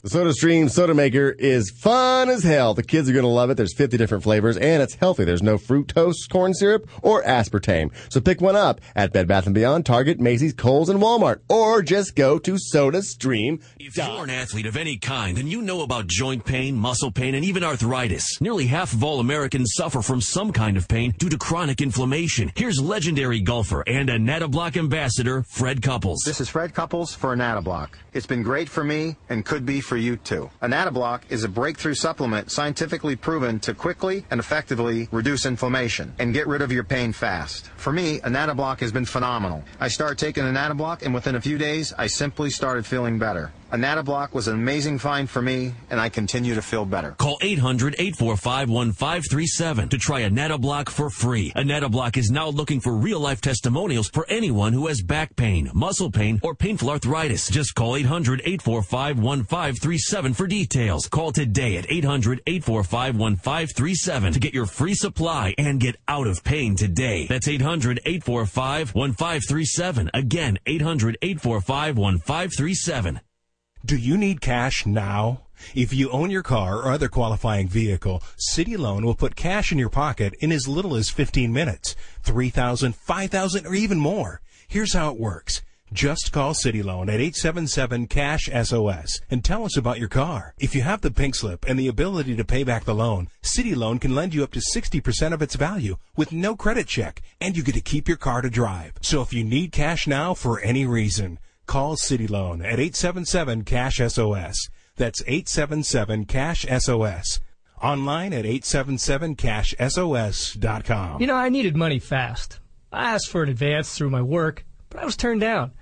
G: The SodaStream Soda Maker is fun as hell. The kids are going to love it. There's 50 different flavors and it's healthy. There's no fructose, corn syrup, or aspartame. So pick one up at Bed Bath & Beyond, Target, Macy's, Kohl's, and Walmart. Or just go to SodaStream.
H: If you're an athlete of any kind, then you know about joint pain, muscle pain, and even arthritis. Nearly half of all Americans suffer from some kind of pain due to chronic inflammation. Here's legendary golfer and Anatablock ambassador, Fred Couples.
U: This is Fred Couples for Anatablock. It's been great for me and could be for you too. Anatablock is a breakthrough supplement scientifically proven to quickly and effectively reduce inflammation and get rid of your pain fast. For me, Anatablock has been phenomenal. I started taking Anatablock and within a few days, I simply started feeling better. Anatablock was an amazing find for me and I continue to feel better.
H: Call 800 845 1537 to try Anatablock for free. Anatablock is now looking for real life testimonials for anyone who has back pain, muscle pain, or painful arthritis. Just call 800 845 1537 for details. Call today at 800 845 1537 to get your free supply and get out of pain today. That's 800 845 1537. Again, 800 845 1537.
X: Do you need cash now? If you own your car or other qualifying vehicle, City Loan will put cash in your pocket in as little as 15 minutes, 3,000, 5,000 or even more. Here's how it works. Just call City Loan at 877 Cash SOS and tell us about your car. If you have the pink slip and the ability to pay back the loan, City Loan can lend you up to 60% of its value with no credit check and you get to keep your car to drive. So if you need cash now for any reason, Call City Loan at 877 Cash SOS. That's 877 Cash SOS. Online at 877cashsos.com.
W: You know, I needed money fast. I asked for an advance through my work, but I was turned down.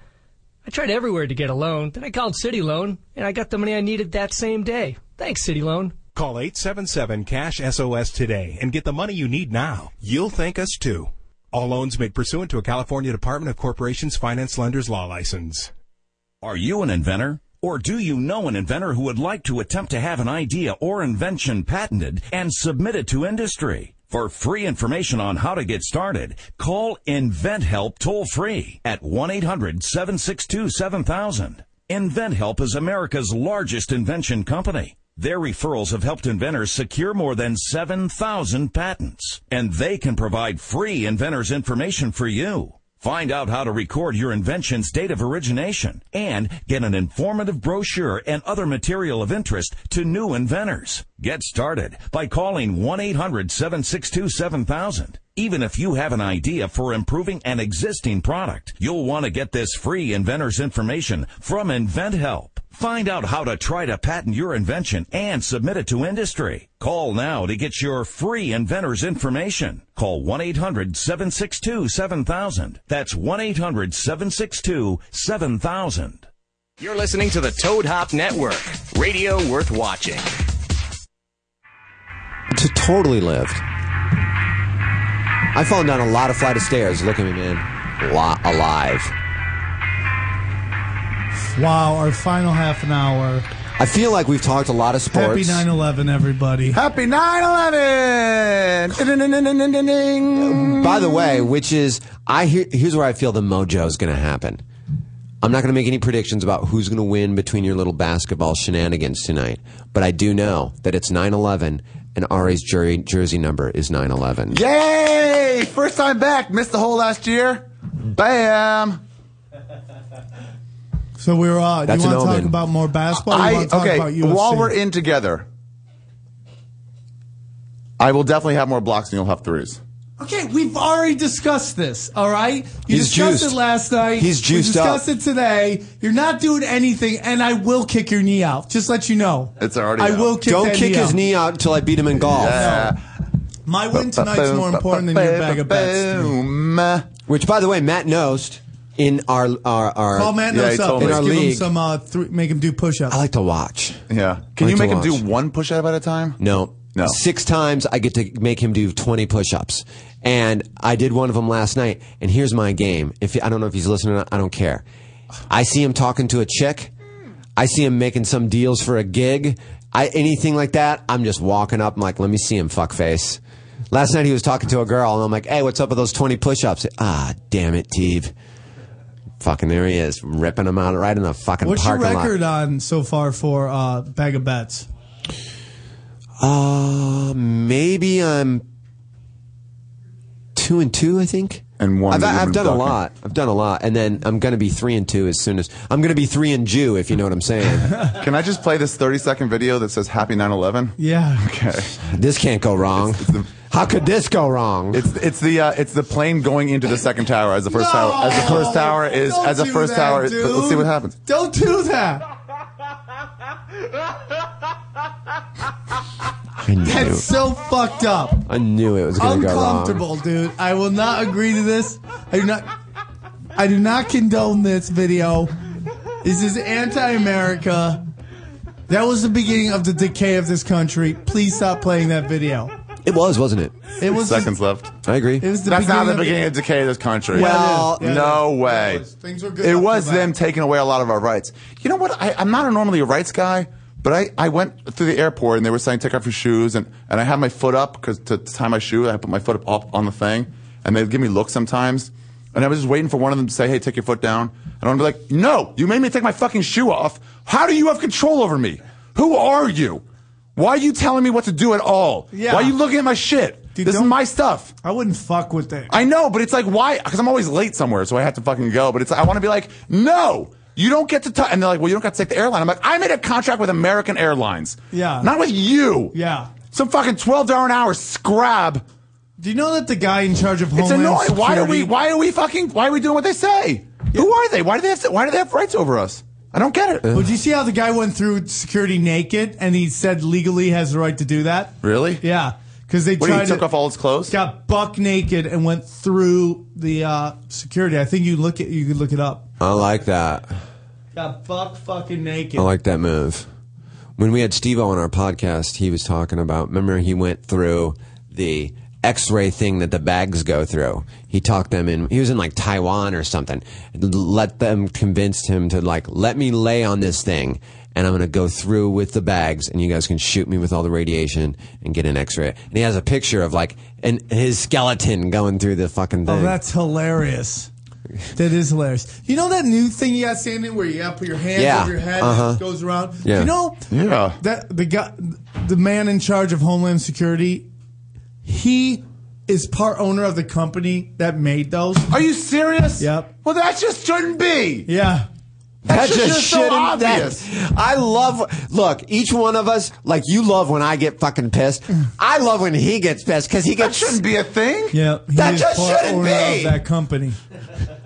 W: I tried everywhere to get a loan, then I called City Loan, and I got the money I needed that same day. Thanks, City Loan.
X: Call 877 Cash SOS today and get the money you need now. You'll thank us too. All loans made pursuant to a California Department of Corporations Finance Lenders Law License.
K: Are you an inventor? Or do you know an inventor who would like to attempt to have an idea or invention patented and submit it to industry? For free information on how to get started, call InventHelp toll free at 1-800-762-7000. InventHelp is America's largest invention company. Their referrals have helped inventors secure more than 7,000 patents, and they can provide free inventors information for you. Find out how to record your invention's date of origination and get an informative brochure and other material of interest to new inventors. Get started by calling 1-800-762-7000. Even if you have an idea for improving an existing product, you'll want to get this free inventor's information from InventHelp. Find out how to try to patent your invention and submit it to industry. Call now to get your free inventor's information. Call 1-800-762-7000. That's 1-800-762-7000.
A: You're listening to the Toad Hop Network, radio worth watching.
B: To totally lived. I've fallen down a lot of flight of stairs. Look at me, man. Lot alive.
C: Wow, our final half an hour.
B: I feel like we've talked a lot of
C: Happy
B: sports.
C: 9 11, everybody.
E: Happy 9 11!
B: By the way, which is I hear, here's where I feel the mojo is going to happen. I'm not going to make any predictions about who's going to win between your little basketball shenanigans tonight, but I do know that it's 9/11 and Ari's jer- jersey number is 9/11.
E: Yay! First time back. Missed the whole last year. Bam!
C: So we were. Uh, do
E: That's
C: you
E: an
C: want to talk
E: omen.
C: about more basketball? or you
E: I
C: want to talk about
E: okay.
C: UFC?
E: While we're in together, I will definitely have more blocks than you'll have threes.
C: Okay, we've already discussed this, all right? You
E: He's
C: discussed
E: juiced.
C: it last night.
E: He's juiced
C: We
E: up.
C: discussed it today. You're not doing anything, and I will kick your knee out. Just let you know.
E: It's already.
C: I
E: out.
C: will kick
B: Don't
C: that
B: kick
C: knee
B: his
C: out.
B: knee out until I beat him in golf.
E: Yeah.
C: My win tonight's more important than your bag of bets.
B: Which, by the way, Matt Nost in our our, our
C: Call Matt Nose
B: in
C: up. Let's
B: our
C: give him
B: league.
C: some, uh, three, make him do push-ups.
B: I like to watch.
E: Yeah. Can you
B: Like
E: make
B: to
E: him do
B: watch.
E: one push up at a time?
B: No.
E: No.
B: Six times I get to make him do 20 push ups. And I did one of them last night. And here's my game. If I don't know if he's listening or not, I don't care. I see him talking to a chick. I see him making some deals for a gig. I, anything like that, I'm just walking up. I'm like, let me see him, fuckface. Last night he was talking to a girl, and I'm like, hey, what's up with those 20 push ups? Ah, damn it, Teve. Fucking, there he is, ripping them out right in the fucking
C: What's your
B: parking lot.
C: record on so far for uh, bag of bets?
B: Uh, maybe I'm two and two. I think.
E: And one.
B: I've,
E: that you've
B: I've
E: been
B: done a
E: blocking.
B: lot. I've done a lot, and then I'm going to be three and two as soon as I'm going to be three and Jew, if you know what I'm saying.
E: Can I just play this 30 second video that says Happy 9 11?
C: Yeah.
E: Okay.
B: This can't go wrong. How could this go wrong?
E: It's it's the uh, it's the plane going into the second tower as the first tower as the first tower is
C: Don't
E: as the
C: do
E: first
C: that,
E: tower. is-
C: dude.
E: Let's see what happens.
C: Don't do that.
B: I knew.
C: That's so fucked up.
B: I knew it was going to go wrong.
C: uncomfortable, dude. I will not agree to this. I do not. I do not condone this video. This is anti-America. That was the beginning of the decay of this country. Please stop playing that video.
B: It was, wasn't it?
C: It was-
E: seconds left.
B: I agree.
C: It was the
E: That's not the
C: beginning
E: beginning of decay of this country.
C: Yeah, it
E: well,
C: is. Yeah, it
E: no way.
C: Things were good
E: It
C: up
E: was
C: till that.
E: them taking away a lot of our rights. You know what? I, I'm not a normally a rights guy, but I, I went through the airport and they were saying take off your shoes and, and I had my foot up because to, to tie my shoe, I put my foot up, up on the thing and they'd give me looks sometimes. And I was just waiting for one of them to say, hey, take your foot down. And I'm be like, no, you made me take my fucking shoe off. How do you have control over me? Who are you? Why are you telling me what to do at all?
C: Yeah.
E: Why are you looking at my shit?
C: Dude,
E: this is
C: don't-
E: my stuff.
C: I wouldn't fuck with that.
E: I know, but it's like why? Because I'm always late somewhere, so I have to fucking go. But it's I want to be like, no, you don't get to. T-. And they're like, well, you don't got to take the airline. I'm like, I made a contract with American Airlines.
C: Yeah.
E: not with you.
C: Yeah.
E: some fucking twelve dollar an hour scrab.
C: Do you know that the guy in charge of
E: It's
C: Homeland
E: annoying. Why are
C: Security-
E: we? Why are we fucking? Why are we doing what they say? Who are they? Why do they have? Why do they have rights over us? I don't get it.
C: But do you see how the guy went through security naked and he said legally has the right to do that?
E: Really?
C: Yeah, because they
E: What, he
C: tried
E: took
C: to,
E: off all his clothes?
C: Got buck naked and went through the uh, security. I think you look at you could look it up.
B: I like that.
C: Got buck fucking naked.
B: Oh, I like that move. When we had Steve O on our podcast, he was talking about. Remember, he went through the X-ray thing that the bags go through. He talked them in. He was in like Taiwan or something. Let them convinced him to like let me lay on this thing, and I'm going to go through with the bags, and you guys can shoot me with all the radiation and get an X-ray. And he has a picture of like an his skeleton going through the fucking thing.
C: oh, that's hilarious. That is hilarious. You know that new thing you got standing where you got to put your hands
B: Yeah.
C: over your head
B: Uh-huh.
C: and it goes around.
B: Yeah.
C: You know
E: Yeah.
C: that the guy, the man in charge of Homeland Security, he is part owner of the company that made those.
E: Are you serious?
C: Yep.
E: Well, that just shouldn't be.
C: Yeah.
E: That shit's just so
B: shouldn't-
E: obvious.
B: I love. Look, each one of us, like you love when I get fucking pissed. I love when he gets pissed because he
E: That
B: gets.
E: shouldn't be a thing.
C: Yeah. he
B: That
C: is
B: just
C: part
B: shouldn't
C: owner
B: be.
C: of that company.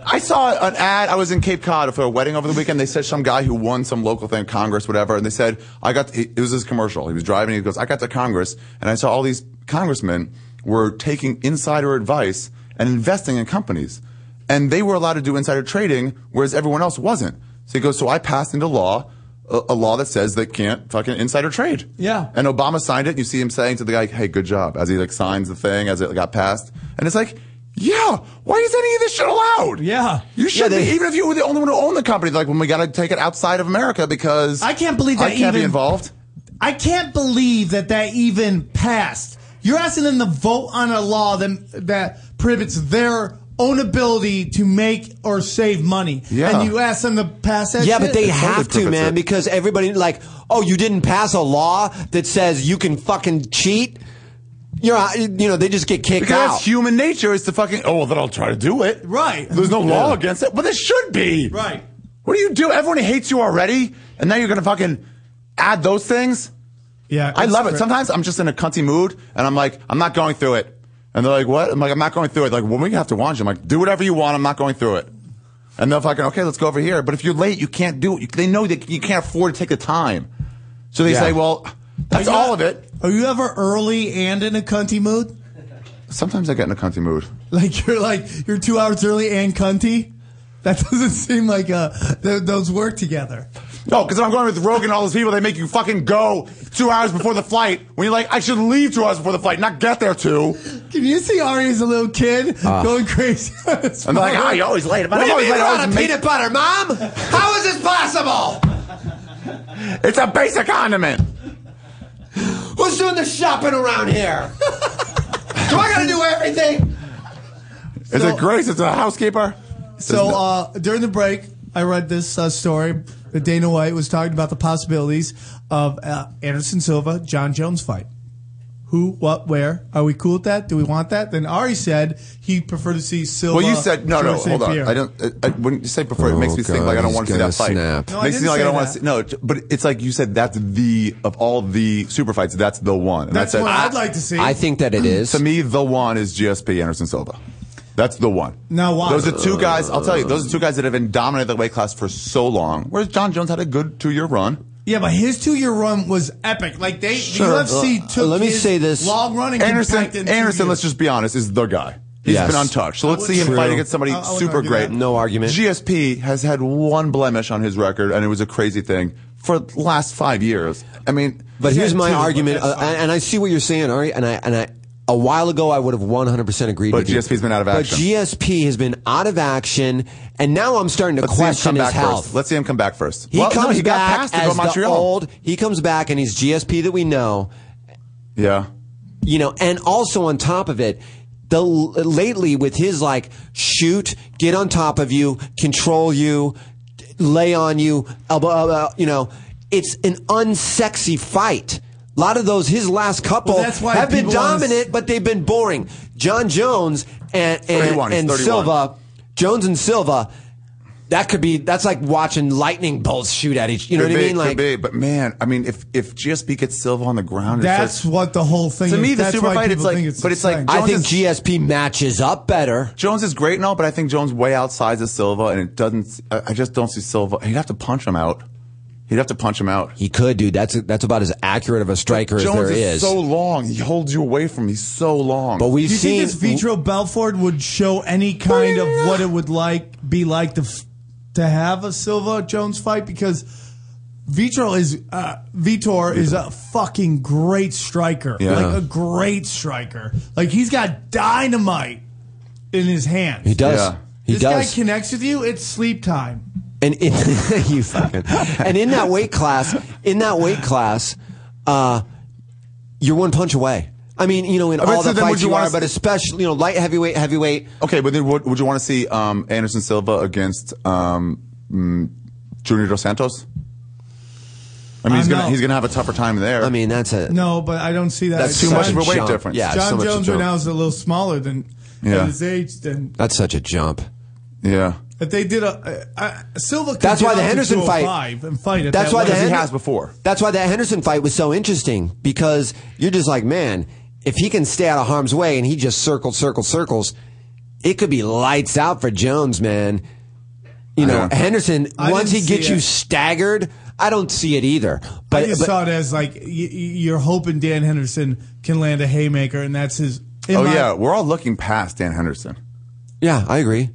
E: I saw an ad. I was in Cape Cod for a wedding over the weekend. They said some guy who won some local thing, Congress, whatever. And they said, I got, it was this commercial. He was driving. He goes, I got to Congress and I saw all these congressmen were taking insider advice and investing in companies. And they were allowed to do insider trading, whereas everyone else wasn't. So he goes, so I passed into law a, a law that says they can't fucking insider trade.
C: Yeah.
E: And Obama signed it. And you see him saying to the guy, "Hey, good job," as he like signs the thing as it got passed. And it's like, yeah, why is any of this shit allowed?
C: Yeah.
E: You should
B: Yeah,
E: be,
B: they-
E: even if you were the only one who owned the company. Like, when we got to take it outside of America because
C: I can't believe that
E: I can't be
C: even-
E: involved.
C: I can't believe that that even passed. You're asking them to vote on a law that that prohibits their own ability to make or save money,
B: Yeah.
C: and you ask them to pass that.
B: yeah,
C: shit?
B: but they have to,
E: prohibits
B: man,
E: it.
B: because everybody like, oh, you didn't pass a law that says you can fucking cheat. You're, out- you know, they just get kicked
E: Because
B: out.
E: that's human nature is to fucking, oh, well, then I'll try to do it.
C: Right.
E: There's no law against it, but there should be.
C: Right.
E: What do you do? Everyone hates you already, and now you're gonna fucking add those things?
C: Yeah,
E: I
C: it's
E: love it.
C: cra-
E: Sometimes I'm just in a cunty mood, and I'm like, I'm not going through it. And they're like, what? I'm like, I'm not going through it. Like, when we have to watch, I'm like, do whatever you want. I'm not going through it. And they're fucking, okay, let's go over here. But if you're late, you can't do it. You- They know that you can't afford to take the time. So they
C: Yeah.
E: say, well, that's
C: Are you-
E: all of it.
C: Are you ever early and in a cunty mood?
E: Sometimes I get in a cunty mood.
C: Like you're like you're two hours early and cunty. That doesn't seem like uh th- those work together.
E: No, because I'm going with Rogan and all those people. They make you fucking go two hours before the flight when you're like, I should leave two hours before the flight, not get there two.
C: Can you see Ari as a little kid
E: Ah.
C: going crazy? and
E: And they're like, "Ah, you're always late. I'm
C: What do you
E: always
C: mean
E: late.
B: Oh,
C: we're
E: I
C: out
E: always
C: of
E: make-
C: peanut butter, mom? How is this possible?
E: It's a basic condiment.
B: Who's doing the shopping around here? do I gotta do everything?
E: Is it Grace? It's a housekeeper.
C: So uh, during the break, I read this uh, story that Dana White was talking about the possibilities of uh, Anderson Silva John Jones fight. Who, what, where? Are we cool with that? Do we want that? Then Ari said he preferred to see Silva.
E: well, you said no, no.
C: George St.
E: Hold on.
C: Pierre.
E: I don't. I, I, when you say prefer, it makes
B: Oh,
E: me think
B: God,
E: like I don't
B: he's
E: want to see
B: gonna
E: that fight.
B: snap. No, I didn't
E: makes me think like I don't
B: say
E: want
B: that.
E: to see. No, t- but it's like you said. That's the of all the super fights. That's the one. And
C: That's
E: it.
C: one I'd like to see.
B: I think that it is.
E: To me, the one is GSP Anderson Silva. That's the one.
C: Now, why?
E: Those are two guys. I'll tell you. Those are two guys that have been dominated the weight class for so long. Whereas John Jones had a good two-year run.
C: Yeah, but his two-year run was epic. Like they, the UFC took. his long running.
E: Anderson. Anderson. Let's just be honest. Is the guy. He's
B: Yes.
E: been untouched. So
B: I
E: let's see
B: wouldn't-
E: him fight
B: True.
E: against somebody
B: I- I wouldn't
E: super
B: argue
E: great.
B: that. No argument.
E: GSP has had one blemish on his record, and it was a crazy thing for the last five years. I mean,
B: But here's my argument, uh, and and I see what you're saying, Ari, and I and I. A while ago, I would have 100% agreed
E: But
B: with you.
E: GSP's been out of action.
B: But GSP has been out of action, and now I'm starting to
E: Let's see him
B: question
E: come
B: his
E: back
B: health.
E: first. Let's see him come back first.
B: He
E: Well, no,
B: comes
E: he got
B: back
E: passed to go
B: as the
E: Montreal.
B: old. He comes back and he's GSP that we know.
E: Yeah.
B: You know, and also on top of it, the lately with his like shoot, get on top of you, control you, lay on you, elbow, elbow, you know, it's an unsexy fight. A lot of those his last couple
C: Well, that's why
B: have been
C: people wanna s-
B: dominant, but they've been boring. John Jones and and,
E: 31, he's
B: and
E: 31.
B: Silva, Jones and Silva. That could be. That's like watching lightning bolts shoot at each. You know
E: Could
B: what
E: be,
B: I mean?
E: could
B: Like
E: be. but man, I mean, if if GSP gets Silva on the ground,
C: That's
E: it's
C: what the whole thing.
E: To
C: is.
E: me, the
C: That's
E: super
C: why
E: fight, it's
C: people
E: like-
C: think it's
E: but it's like-
C: exciting.
B: I
E: Jones
B: think
E: is-
B: GSP matches up better.
E: Jones is great and all, but I think Jones way outsizes Silva, and it doesn't. I I just don't see Silva. He'd have to punch him out. He'd have to punch him out.
B: He could, dude. That's that's about as accurate of a striker as there
E: Jones
B: is.
E: so long. He holds you away from. me so long.
B: But we've
C: Do you
B: seen
C: think this Vitro Belfort would show any kind of what it would like be like to f- to have a Silva Jones fight because Vitro is uh, Vitor is a fucking great striker,
B: Yeah.
C: like a great striker. Like he's got dynamite in his hand.
B: He does. Yeah. He
C: this
B: does.
C: guy connects with you. It's sleep time.
B: and in, you fucking and in that weight class, in that weight class, uh, you're one punch away. I mean, you know, in
E: I mean,
B: all
E: so
B: the
E: then would
B: fights
E: you
B: you,
E: wanna
B: are,
E: s-
B: but especially you know, light heavyweight, heavyweight.
E: Okay, but then would, would you want to see um, Anderson Silva against um, mm, Junior Dos Santos? I mean, he's
C: I'm
E: gonna
C: not-
E: he's gonna have a tougher time there. I
B: mean, that's a
C: No, but I don't see that.
E: That's too much of a weight
C: John-
E: difference. Yeah,
C: John
E: so much of a
C: Jones right
E: jump.
C: now is a little smaller than
E: Yeah.
C: at his age than
B: That's such a jump.
E: Yeah.
C: If they did a uh, uh, Silva. Could
B: That's
C: get
B: why
C: up
B: the
C: to
B: Henderson fight.
C: 205 And fight at
B: that's
C: that
B: why the
C: weight.
B: Hen-
E: before.
B: That's why that Henderson fight was so interesting because you're just like, man, if he can stay out of harm's way and he just circles, circles, circles, it could be lights out for Jones, man. You know,
C: Yeah.
B: Henderson.
C: I
B: once he
C: didn't see
B: gets you
C: it.
B: staggered, I don't see it either. But,
C: I just
B: but-
C: saw it as like y- y- you're hoping Dan Henderson can land a haymaker, and that's his. in
E: oh
C: my-
E: yeah, we're all looking past Dan Henderson.
B: yeah, I agree.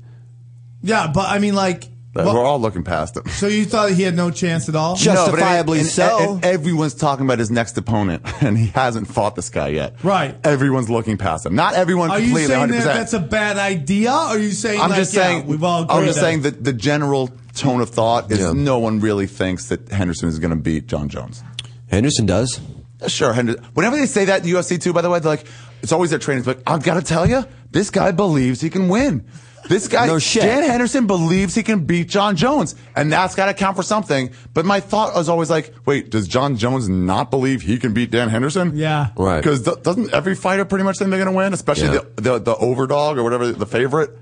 C: yeah, but I mean, like,
E: Like,
C: Well-
E: we're all looking past him.
C: so you thought he had no chance at all?
E: No, but and- and- and everyone's talking about his next opponent, and he hasn't fought this guy yet.
C: Right.
E: Everyone's looking past him. Not everyone
C: Are you
E: completely.
C: saying
E: 100%.
C: that that's a bad idea? Or are you saying
E: I'm
C: like,
E: just
C: yeah,
E: saying.
C: we've all agreed
E: I'm just
C: that-
E: saying that the general tone of thought is no one really thinks that Henderson is going to beat John Jones.
B: Henderson does.
E: Sure, Henderson. Whenever they say that in UFC too, by the way, they're like it's always their trainers. But I've got to tell you, this guy believes he can win. This guy,
B: No shit.
E: Dan Henderson, believes he can beat John Jones, and that's got to count for something. But my thought was always like, wait, does John Jones not believe he can beat Dan Henderson?
C: Yeah,
B: Right.
E: Because doesn't every fighter pretty much think they're going to win, especially
B: Yeah.
E: the, the the overdog or whatever the favorite?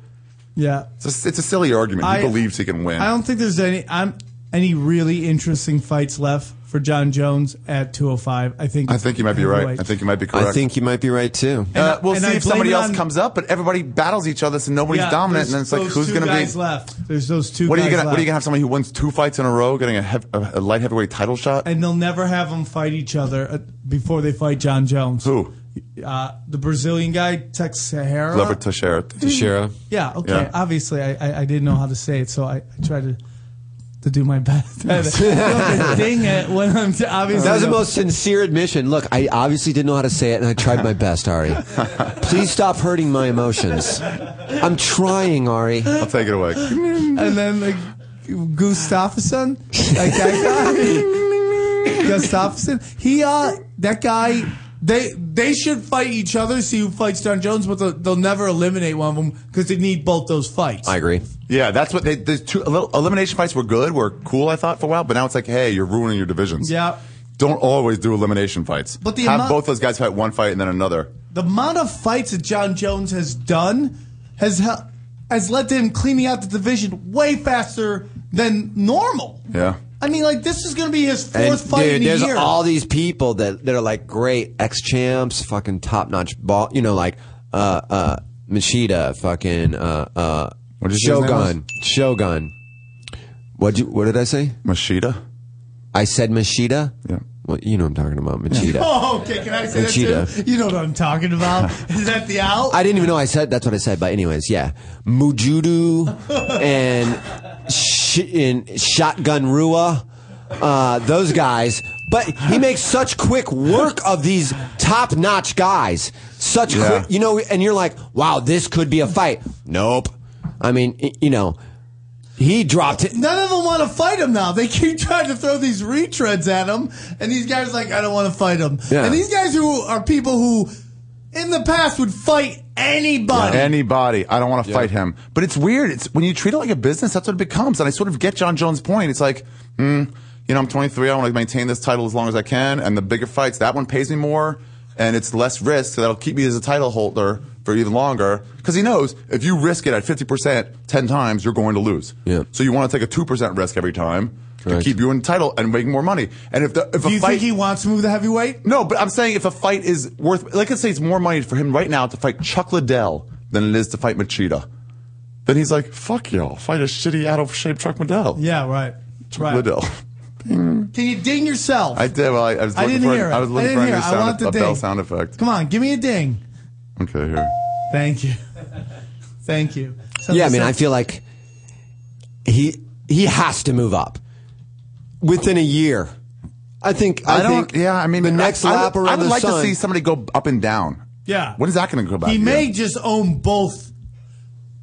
C: Yeah.
E: It's a, it's a silly argument.
C: I-
E: he believes he can win. Uh,
C: I don't think there's any I'm any really interesting fights left for John Jones at 205. I think
E: I think you might be right. I think you might be correct.
B: I think you might be right too.
E: uh, we'll
C: and
E: see
C: I
E: if somebody
C: blame it
E: else
C: on-
E: comes up, but everybody battles each other, so nobody's
C: Yeah,
E: dominant.
C: there's
E: And it's like,
C: those
E: who's
C: two
E: going to be?
C: guys left? There's those two.
E: What are you
C: guys
E: gonna What are
C: left.
E: you gonna have? Somebody who wins two fights in a row, getting a, hev- a, a light heavyweight title shot?
C: and they'll never have them fight each other uh, before they fight John Jones.
E: Who?
C: Uh, the Brazilian guy, Tex Sahara.
E: Robert Teixeira.
B: Teixeira.
C: Yeah. Okay.
E: Yeah.
C: Obviously, I, I I didn't know how to say it, so I, I tried to to do my best. Ding it when I'm t- obviously
B: That was the most sincere admission. Look, I obviously didn't know how to say it, and I tried my best, Ari. Please stop hurting my emotions. I'm trying, Ari. I'll
E: take it away.
C: and then like Gustafsson, like that guy, Gustafsson. He uh, that guy. They they should fight each other, see who fights John Jones, but they'll, they'll never eliminate one of them because they need both those fights.
B: I agree.
E: Yeah, that's what they. The two el- elimination fights were good, were cool. I thought for a while, but now it's like, hey, you're ruining your divisions.
C: Yeah.
E: Don't always do elimination fights.
C: But the
E: have
C: amount-
E: both those guys fight one fight and then another.
C: The amount of fights that John Jones has done has hel- has led to him cleaning out the division way faster than normal.
E: Yeah.
C: I mean, like this is going to be his fourth
B: And
C: fight
B: dude,
C: in a
B: there's
C: year.
B: all these people that, that are like great ex champs, fucking top notch ball. You know, like uh, uh, Machida, fucking uh, uh,
E: did you say his name
B: Shogun, Shogun. What you? What did I say?
E: Machida.
B: I said Machida.
E: Yeah.
B: Well, you know what I'm talking about Machida.
C: Oh, okay. Can I say
B: And
C: that
B: cheetah.
C: too? You know what I'm talking about? Is that the owl?
B: I didn't even know I said that's what I said, but anyways, yeah, Mujudu and sh- in Shotgun Rua, uh, those guys. But he makes such quick work of these top-notch guys. Such
E: Yeah.
B: quick, you know, and you're like, wow, this could be a fight. Nope. I mean, y- you know, he dropped it.
C: None of them want to fight him now. They keep trying to throw these retreads at him, and these guys are like, I don't want to fight him.
E: Yeah.
C: And these guys who are people who, in the past, would fight anybody.
E: Anybody. I don't want to fight him. But it's weird. It's when you treat it like a business, that's what it becomes. And I sort of get John Jones' point. It's like, hmm, you know, I'm 23. I want to maintain this title as long as I can. And the bigger fights, that one pays me more and it's less risk. So that'll keep me as a title holder for even longer. Because he knows if you risk it at 50% 10 times, you're going to lose. Yeah. So you want to take a 2% risk every time. To
B: Correct.
E: keep you in title and making more money, and if the if
C: Do
E: a
C: you
E: fight,
C: think he wants to move the heavyweight?
E: no, but I'm saying if a fight is worth, like, let's say it's more money for him right now to fight Chuck Liddell than it is to fight Machida. Then he's like, fuck y'all, fight a shitty, out of shape Chuck Liddell.
C: Yeah, right.
E: Chuck
C: Right.
E: Liddell.
C: Can you ding yourself?
E: I did. Well, I, I was
C: I
E: looking
C: didn't
E: for,
C: hear
E: an, I
C: it.
E: was
C: I
E: looking
C: didn't
E: for a
C: hear
E: new
C: it. I want
E: sound, e,
C: the
E: a bell
C: ding.
E: sound effect.
C: Come on, give me a ding.
E: Okay, here.
C: Thank you. Thank you.
B: yeah, I mean, I feel like he he has to move up within a year. I think. I,
E: I don't-
B: Think
E: yeah, I mean,
B: the next
E: I,
B: lap
E: I would,
B: around
E: I would
B: the
E: like
B: sun.
E: to see somebody go up and down.
C: Yeah.
E: When is that going to go back?
C: He
E: to you?
C: may just own both.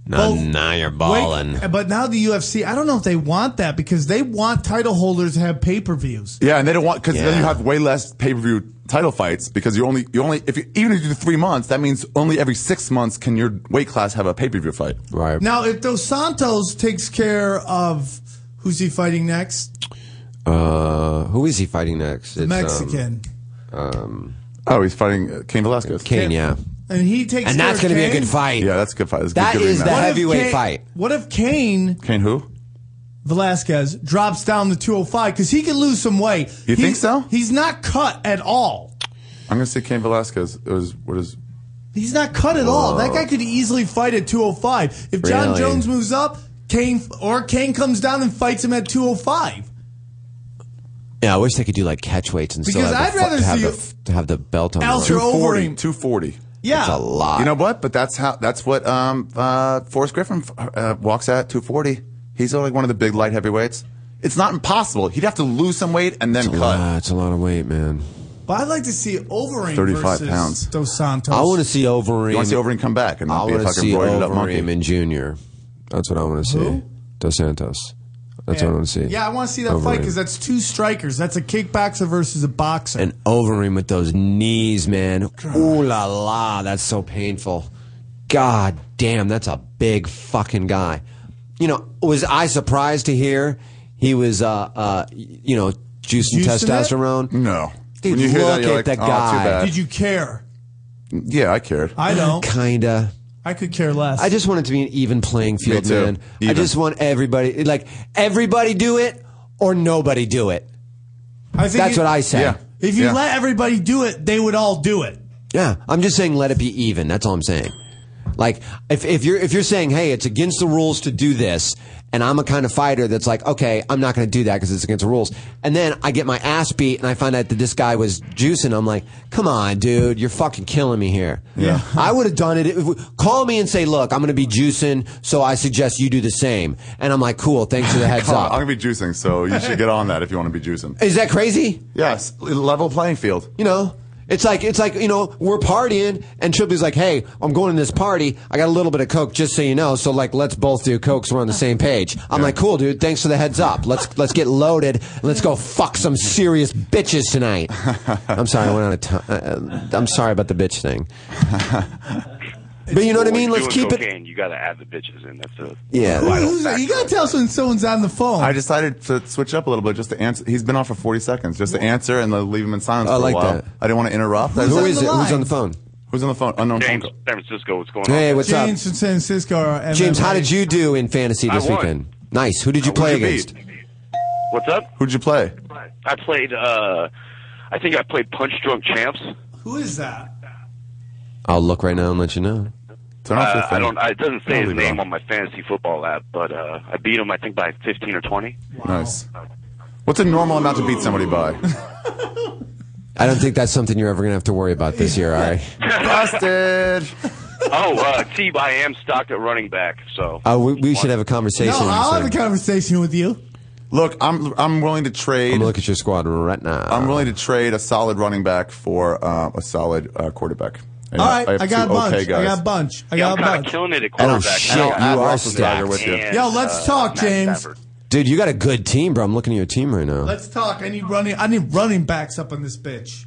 B: Nah,
C: both-
B: nah, you're
C: Wait,
B: balling.
C: but now the UFC, I don't know if they want that because they want title holders to have pay per views.
E: Yeah, and they don't want because then you
B: Yeah.
E: have way less pay per view title fights because you only you only if you even if you do three months, that means only every six months can your weight class have a pay per view fight.
B: Right.
C: Now, if Dos Santos takes care of who's he fighting next?
B: Uh, who is he fighting next?
C: The
B: It's,
C: Mexican.
B: Um, um,
E: oh, he's fighting uh, Cain Velasquez.
B: Kane, yeah.
C: and he takes
B: And
C: care
B: that's
C: of
B: gonna be a
C: Kane?
B: good fight.
E: Yeah, that's a good fight. That's
B: That
E: good giving
B: is the
E: match.
C: What if
B: heavyweight
C: Kane-
B: fight.
C: What if Kane
E: Kane who?
C: Velasquez drops down to 205 because he could lose some weight?
E: You think so?
C: He's not cut at all.
E: I'm gonna say Cain Velasquez. It was what is?
C: He's not cut at all. That guy could easily fight at 205. If John
E: Really?
C: Jones moves up, Kane or Kane comes down and fights him at 205.
B: Yeah, I wish they could do like catch weights and
C: Because
B: still have,
C: I'd
B: the, fu-
C: rather
B: to have,
C: see
B: the, f- to have the belt on.
C: Alistair
B: the rope.
E: 240.
C: Overeem.
E: 240.
C: Yeah.
B: That's a lot.
E: You know what? But that's how. That's what um, uh, Forrest Griffin uh, walks at 240. He's like one of the big light heavyweights. It's not impossible. He'd have to lose some weight and then
B: It's a
E: cut.
B: lot. It's a lot of weight, man.
C: But I'd like to see Overeem
E: 35
C: versus
E: pounds.
C: Dos Santos.
B: I want to see Overeem.
E: You want to see Overeem come back and not
B: I
E: be a
B: wanna
E: fucking
B: see
E: roided up monkey.
B: Overeem and Junior. That's what I want to see.
C: Who?
B: Dos Santos. That's what I want to see.
C: Yeah, I want to see that fight
B: Overeem.
C: because that's two strikers. That's a kickboxer versus a boxer.
B: and Overeem with those knees, man. Ooh la la, that's so painful. God damn, that's a big fucking guy. You know, was I surprised to hear he was, uh, uh, you know, juicing
C: Juicing it?
B: testosterone?
E: No.
B: Dude,
E: When you hear
B: look
E: that, you're "Oh,
B: at
E: like,
B: the
E: "Oh, too
B: guy.
E: bad."
C: Did you care?
E: Yeah, I cared.
C: I don't.
B: Kinda.
C: I could care less.
B: I just want it to be an even playing field,
C: Me too.
B: man. I
C: Even.
B: just want everybody, like everybody, do it or nobody do it.
C: I think
B: That's
C: it-
B: what I say.
C: If you let everybody do it, they would all do it.
B: Yeah, I'm just saying let it be even. That's all I'm saying. Like if if you're if you're saying, "Hey, it's against the rules to do this," and I'm a kind of fighter that's like, "Okay, I'm not going to do that because it's against the rules." And then I get my ass beat and I find out that this guy was juicing. I'm like, "Come on, dude, you're fucking killing me here." Yeah. I would have done it. If- Call me and say, "Look, I'm going to be juicing, so I suggest you do the same." And I'm like, "Cool, thanks for the heads
E: Come on,
B: up."
E: I'm gonna be juicing, so you should get on that if you want to be juicing.
B: Is that crazy?
E: Yes, level playing field.
B: You know, it's like it's like you know we're partying, and Trippy's like, "Hey, I'm going to this party. I got a little bit of coke, just so you know. So like, let's both do coke, so we're on the same page." I'm like, "Cool, dude. Thanks for the heads up. Let's let's get loaded. Let's go fuck some serious bitches tonight." I'm sorry, I went out of time. Uh, I'm sorry about the bitch thing. But you know what I mean? Let's keep it.
N: it. You got to add the bitches in. That's a
B: Yeah.
C: Who's- you gotta tell us when someone's on the phone.
E: I decided to switch up a little bit just to answer. He's been on for 40 seconds just to answer and then leave him in silence
B: I
E: for
B: like
E: a while.
B: that.
E: I didn't want to interrupt. I
B: Who
E: just-
B: is it? Who's on the phone?
E: Who's on the phone? Unknown
N: James,
E: phone call.
N: San Francisco. What's going
B: Hey,
N: on?
B: what's up?
C: James from San Francisco. uh, Are MMA.
B: James, how did you do in fantasy this
N: I won.
B: weekend? Nice. Who did you
N: I
B: play
N: won.
B: against?
N: What's up?
E: Who'd you play?
N: I played. uh I think I played Punch Drunk Champs.
C: Who is that?
B: I'll look right now and let you know.
N: Uh, I don't. It doesn't say his
B: Probably
N: name on my fantasy football app, but uh, I beat him. I think by fifteen or twenty.
E: Nice. What's a normal amount to beat somebody by?
B: I don't think that's something you're ever gonna have to worry about this year. All right.
E: Busted.
N: oh, uh, T. I am stocked at running back. So
B: Uh, we, we should have a conversation.
C: I'll have a conversation with you.
E: Look, I'm I'm willing to trade. I'm
B: look at your squad right now.
E: I'm willing to trade a solid running back for uh, a solid uh, quarterback. And
C: All right, I,
E: have
C: got a
E: two
C: bunch.
E: okay
C: I
E: guys. Oh,
C: got a bunch. I
N: Yeah,
C: got
N: I'm
C: a
N: kinda
C: bunch.
N: killing it at quarterback.
B: shit,
N: I got
B: you are
N: Roethlisberger
B: stacked.
N: with you.
C: Yo, let's
N: uh,
C: talk, James.
B: Dude, you got a good team, bro. I'm looking at your team right now.
C: Let's talk. I need running. I need running backs up on this bitch.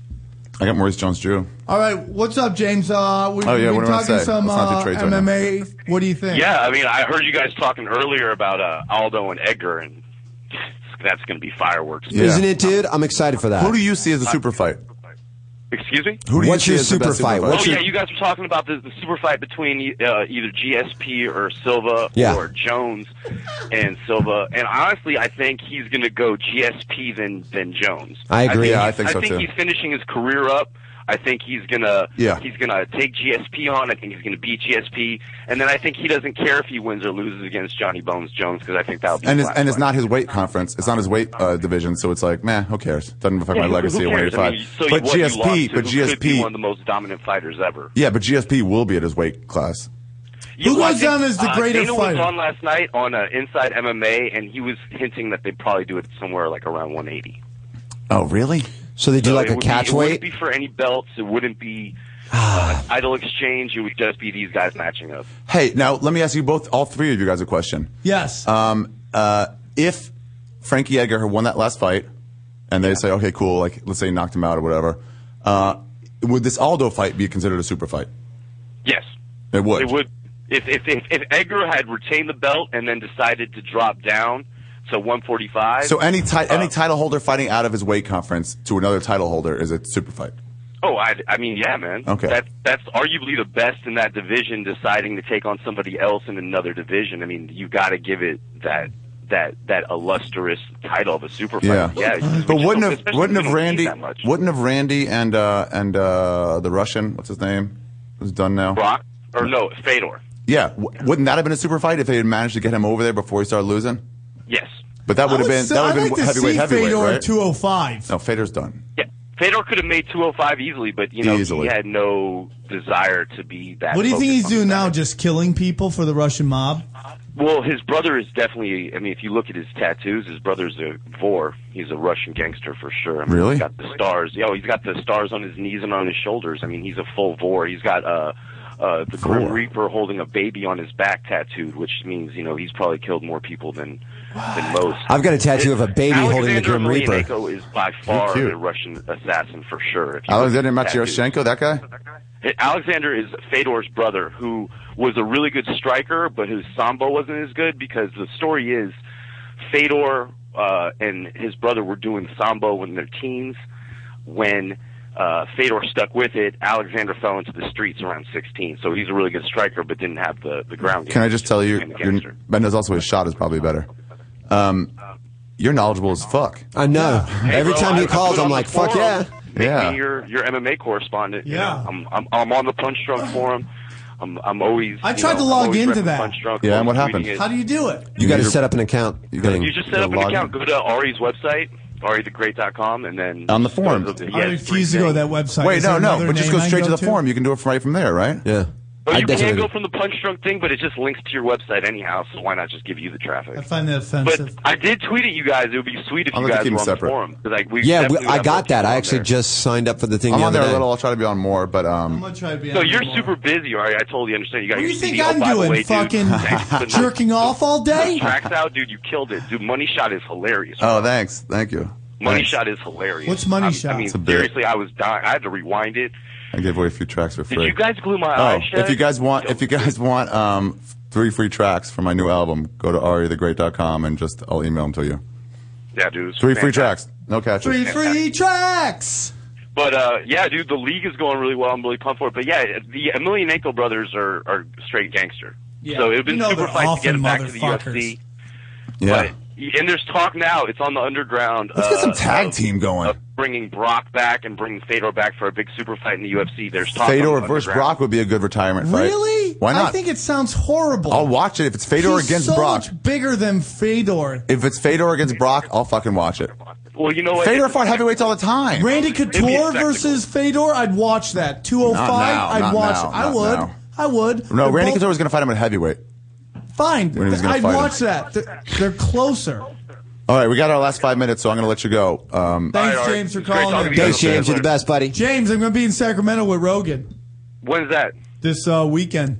E: I got Maurice Jones-Drew.
C: All right, what's up, James? Uh, we,
E: Oh, yeah,
C: we're
E: what am I
C: talking
E: saying?
C: some
E: Let's not do
C: uh,
E: trades right now.
C: MMA. what do you think?
N: Yeah, I mean, I heard you guys talking earlier about uh, Aldo and Edgar, and that's going to be fireworks.
B: Isn't it, dude? I'm excited for that.
N: Who do you see
E: as a super fight?
N: Excuse me.
B: Who do you What's see your as the super best super fight? fight? What's
N: oh
B: your-
N: yeah, you guys were talking about the, the super fight between uh, either GSP or Silva
B: Yeah.
N: or Jones and Silva. And honestly, I think he's going to go GSP than than Jones.
B: I agree.
N: think
B: Yeah, I
N: he's-
B: think so, too.
N: he's finishing his career up. I think he's gonna
B: Yeah.
N: he's gonna take GSP on. I think he's gonna beat GSP, and then I think he doesn't care if he wins or loses against Johnny Bones Jones because I think that'll be
E: And
N: his
E: it's,
N: last
E: and it's
N: fight.
E: not his weight conference. It's not his weight uh, division. So it's like, man, who cares? Doesn't affect
N: Yeah,
E: my
N: who-
E: legacy
N: who
E: at
N: cares?
E: 185.
N: I mean, so
E: but
N: what you lost
E: GSP,
N: to
E: but
N: who could be one
E: GSP,
N: of the most dominant fighters ever.
E: yeah, but GSP will be at his weight class.
N: You
C: Who
N: know, I
C: goes
N: think,
C: down as the
N: uh,
C: greater
N: Dana
C: fighter?
N: was on last night on uh, Inside MMA, and he was hinting that they'd probably do it somewhere like around 180.
E: Oh, really?
B: So they do
N: So
B: like
N: it
B: a
N: would be-
B: catch
N: It
B: weight?
N: wouldn't be for any belts. It wouldn't be
E: Ah.
N: uh, a title exchange. It would just be these guys matching up.
E: Hey, now let me ask you both, all three of you guys, a question.
C: Yes.
E: Um, uh, if Frankie Edgar had won that last fight, and they say, okay, cool, like let's say he knocked him out or whatever, uh, would this Aldo fight be considered a super fight?
N: Yes.
E: It would.
N: It would. If, if, if, if Edgar had retained the belt and then decided to drop down to 145.
E: So any ti-
N: uh,
E: any title holder fighting out of his weight conference to another title holder is a super fight.
N: Oh, I, I mean, yeah, man.
E: Okay.
N: That, that's arguably the best in that division, deciding to take on somebody else in another division. I mean, you got to give it that that that illustrious title of a super
E: Yeah,
N: fight. Yeah.
E: But wouldn't have
N: especially
E: wouldn't
N: if you don't eat
E: have Randy
N: that much.
E: wouldn't have Randy and uh, and uh, the Russian what's his name who's done now
N: Brock or no Fedor?
E: Yeah, w- wouldn't that have been a super fight if they had managed to get him over there before he started losing?
N: Yes.
E: But that would have been that would
C: I'd
E: have
C: like
E: been
C: to
E: heavyweight
C: see
E: heavyweight
C: Fedor
E: right?
C: 205.
E: No, Fedor's done.
N: Yeah. Fedor could have made 205 easily, but you know
E: Easily.
N: he had no desire to be that.
C: What do you think
N: focused
C: he's
N: on
C: doing now? Just killing people for the Russian mob?
N: Well, his brother is definitely. I mean, if you look at his tattoos, his brother's a vor. He's a Russian gangster for sure. I mean,
E: Really?
N: He's got the stars. Yo, he's got the stars on his knees and on his shoulders. I mean, he's a full vor. He's got uh, uh, the Grim
E: Vor.
N: Reaper holding a baby on his back tattooed, which means you know he's probably killed more people than than most.
B: I've got a tattoo of a baby holding the
N: Alexander
B: Grim Reaper.
N: Emelianenko is by far
E: cute.
N: the Russian assassin for sure. If you look at
E: Alexander
N: his tattoos.
E: Matyoshenko, that guy.
N: Alexander is Fedor's brother, who was a really good striker, but his sambo wasn't as good because the story is Fedor uh, and his brother were doing sambo when they're teens. When uh, Fedor stuck with it. Alexander fell into the streets around 16, so he's a really good striker, but didn't have the, the ground game.
E: Can I just tell you, your, Bendo's also his shot is probably better. Um, you're knowledgeable as fuck.
B: I know.
E: Every
N: bro,
E: time
N: I-
E: he
N: I
E: calls,
N: put
E: I'm
N: on
E: like,
N: the
E: "Fuck
N: forum,
E: yeah."
N: Make
E: Yeah.
N: me your, your MMA correspondent. You
E: Yeah.
N: know, I'm, I'm, I'm on the Punch Drunk forum. I'm, I'm always.
C: I
N: you
C: tried
N: know,
C: to
N: I'm
C: log
N: always
C: into
N: repping
C: that.
N: Punch Drunk,
E: Yeah, and what
N: always
E: happened?
N: tweeting it.
C: How do you do it?
B: You got to set up an account. You got
E: You
N: just set up an account. Go to Ari's website, arizegreat.com, and then
E: On the forum.
N: go to the-
C: I
N: yes,
C: refuse to go to that website.
E: Wait,
C: Is
E: no,
C: there
E: no,
C: another
E: but just
C: name
E: go
C: I
E: straight
C: can
E: to the forum. You can do it from right from there, right?
B: Yeah.
N: But
E: I
N: Oh, you can
E: definitely-
N: go from the punch drunk thing, but it just links to your website anyhow, so why not just give you the traffic?
C: I find that offensive.
N: But I did tweet at you guys. It would be sweet if
E: I'll
N: you
E: have
N: guys
E: to keep
N: were on
E: them separate.
N: the forum. 'cause, Like, we
B: Yeah, we,
N: definitely
B: I
N: have
B: got that. I
N: on
B: actually
N: there.
B: just signed up for the thing.
E: I'm
B: the
E: on
B: other
E: there a
B: day.
E: little. I'll try to be on more, but um,
N: No, you're super busy, Ari. I totally understand. You got
C: What do
N: your
C: you think
N: CDL
C: I'm
N: by the
C: doing?
N: way, dude.
C: Fucking
N: Thanks for the nice
C: jerking off all day?
N: Tracks out, dude. You killed it, dude. Money shot is hilarious.
E: oh, thanks, thank you.
N: Money
E: Thanks.
N: shot is hilarious.
E: What's Money
N: I'm-
E: Shot?
N: I mean,
E: It's a bit.
N: seriously, I was dying. I had to rewind it.
E: I gave away a few tracks for free.
N: Did you guys glue my
E: oh,
N: eyes shut?
E: if you guys want, if you guys want um, three free tracks for my new album, go to ariathegreat.com and just I'll email them to you.
N: yeah, dude. it's
E: Three free
N: fantastic.
E: tracks, no catches.
C: Three free tracks.
N: But uh, yeah, dude, the league is going really well. I'm really pumped for it. But yeah, the Emelianenko brothers are, are straight gangster.
C: Yeah.
N: So it would have been
C: You know
N: super
C: they're
N: fun to get
C: awful
N: it back to the
C: motherfuckers.
N: UFC.
E: Yeah,
N: But, and there's talk now. It's on the underground.
E: let's get
N: uh,
E: some tag team going.
N: bringing Brock back and bringing Fedor back for a big super fight in the UFC. There's talk.
E: Fedor
N: on the
E: versus
N: underground.
E: Brock would be a good retirement fight.
C: Really?
E: Why
C: I
E: not?
C: think it sounds horrible.
E: I'll watch it if Oh, it's Fedor
C: He's
E: against
C: so
E: Brock.
C: much bigger than Fedor.
E: If it's Fedor against Brock, I'll fucking watch it.
N: Well, you know
M: Oh,
N: what?
E: Fedor fought heavyweights all the time.
C: Randy
E: It'd be a
C: Couture
E: spectacle.
C: versus Fedor, I'd watch that. 205,
E: Not now,
C: I'd
E: not
C: watch
E: now,
C: it. I
E: not
C: would.
E: now.
C: I would.
E: No,
C: They're
E: Randy
C: both-
E: Couture was going to fight him at heavyweight.
C: Fine.
E: When he was gonna
C: I'd
E: fight him.
C: watch that. They're, they're closer.
E: All right, we got our last five minutes, so I'm going to let you go. Um,
C: Thanks, James, for calling in.
B: Thanks, James. You're the best, buddy.
C: James, I'm going to be in Sacramento with Rogan
N: When's that?
C: this uh, weekend.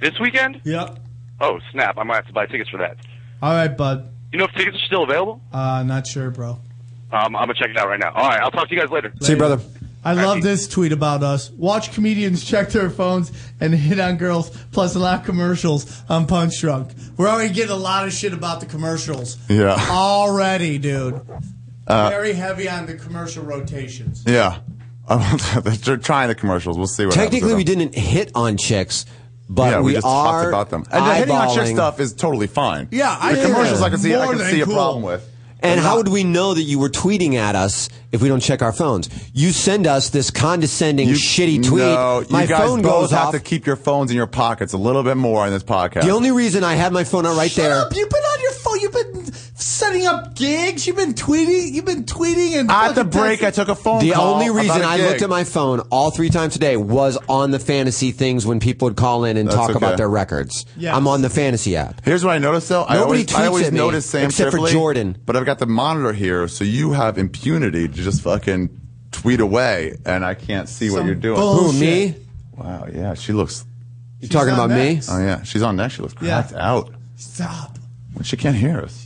N: This weekend?
C: Yep.
N: Oh snap! I might have to buy tickets for that.
C: All right, bud.
N: You know if tickets are still available?
C: Uh, not sure, bro.
N: Um, I'm gonna check it out right now. All right, I'll talk to you guys later.
B: See you, brother.
C: I love this tweet about us. Watch comedians check their phones and hit on girls, plus a lot of commercials on Punch Drunk. We're already getting a lot of shit about the commercials.
E: Yeah.
C: Already, dude.
E: Uh,
C: Very heavy on the commercial rotations.
E: yeah, I want that. they're trying the commercials. We'll see what. happens
B: Technically,
E: with
B: we
E: them.
B: didn't hit on chicks, but
E: yeah, we, just
B: are
E: talked about them. And the hitting on chick
B: eyeballing-
E: stuff is totally fine.
B: Yeah, I
E: the
B: think
E: commercials I can see. I
B: more
E: can
B: than
E: see a
B: cool.
E: problem with.
B: And how would we know that you were tweeting at us if we don't check our phones? You send us this condescending, shitty tweet.
E: No, you
B: My
E: guys
B: phone
E: both
B: goes
E: have
B: off.
E: to keep your phones in your pockets a little bit more on this podcast.
B: The only reason I had my phone out right there.
C: Up, You've been on your phone. You've been setting up gigs. You've been tweeting. You've been tweeting and
E: At the
C: fucking
E: break,
C: texting.
E: I took a phone
B: the
E: call
B: only reason
E: about a
B: I
E: gig.
B: looked at my phone all three times today was on the fantasy things when people would call in and
E: That's
B: talk
E: okay.
B: about their records.
E: Yes.
B: I'm on the fantasy app.
E: Here's what I noticed though. I
B: Nobody
E: always, I
B: tweets
E: always
B: at me,
E: notice Sam
B: except for
E: Tripoli,
B: Jordan.
E: But I've got the monitor here, so you have impunity to just fucking tweet away, and I can't see what you're doing.
B: Who, me?
E: Wow, yeah, she looks.
B: You talking
E: on
B: about me?
E: Oh yeah, she's on next. She looks
B: Yeah.
E: cracked out.
C: Stop.
E: She can't hear us.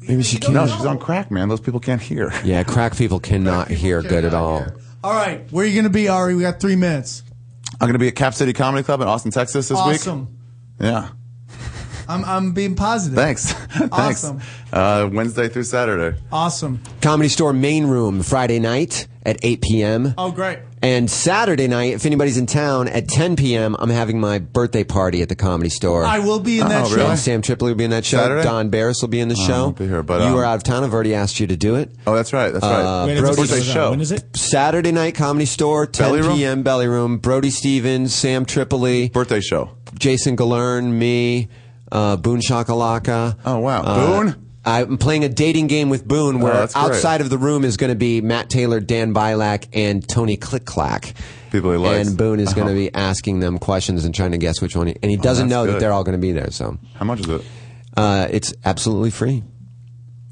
B: Maybe she
E: No,
B: can't.
E: she's on crack, man. Those people can't hear.
B: Yeah, crack people cannot hear good at all.
C: All right, where are you going to be, Ari? We got three minutes.
E: I'm going to be at Cap City Comedy Club in Austin, Texas this
C: awesome.
E: week. Yeah.
C: I'm I'm being positive.
E: Thanks. Thanks.
C: Awesome.
E: Uh, Wednesday through Saturday.
C: Awesome.
B: Comedy Store main room Friday night at 8 p.m.
C: Oh, great.
B: And Saturday night, if anybody's in town, at 10 p.m., I'm having my birthday party at the Comedy Store.
C: I will be in that Oh, show. really?
B: Yeah, Sam Tripoli will be in that show.
E: Saturday?
B: Don Barris will be in the
E: Oh, I
B: show.
E: won't be here, but, um,
B: you were out of town. I've already asked you to do it.
E: Oh, that's right. That's right.
B: Uh,
E: Wait, it's a
B: Brody's
E: birthday show. When is it?
B: Saturday night Comedy Store, 10
E: Belly Room?
B: p.m. Belly Room. Brody Stevens, Sam Tripoli.
E: Birthday show.
B: Jason Galern, me, uh, Boone Shakalaka. Oh,
E: wow. Boone?
B: I'm playing a dating game with Boone
E: Oh,
B: where
E: that's great.
B: outside of the room is going to be Matt Taylor, Dan Bilak, and Tony Click Clack.
E: People he likes.
B: And Boone is going
E: Oh.
B: to be asking them questions and trying to guess which one. He, and he
E: Oh,
B: doesn't
E: that's
B: know that
E: good.
B: they're all going to be there. So
E: How much is it?
B: uh, it's absolutely free.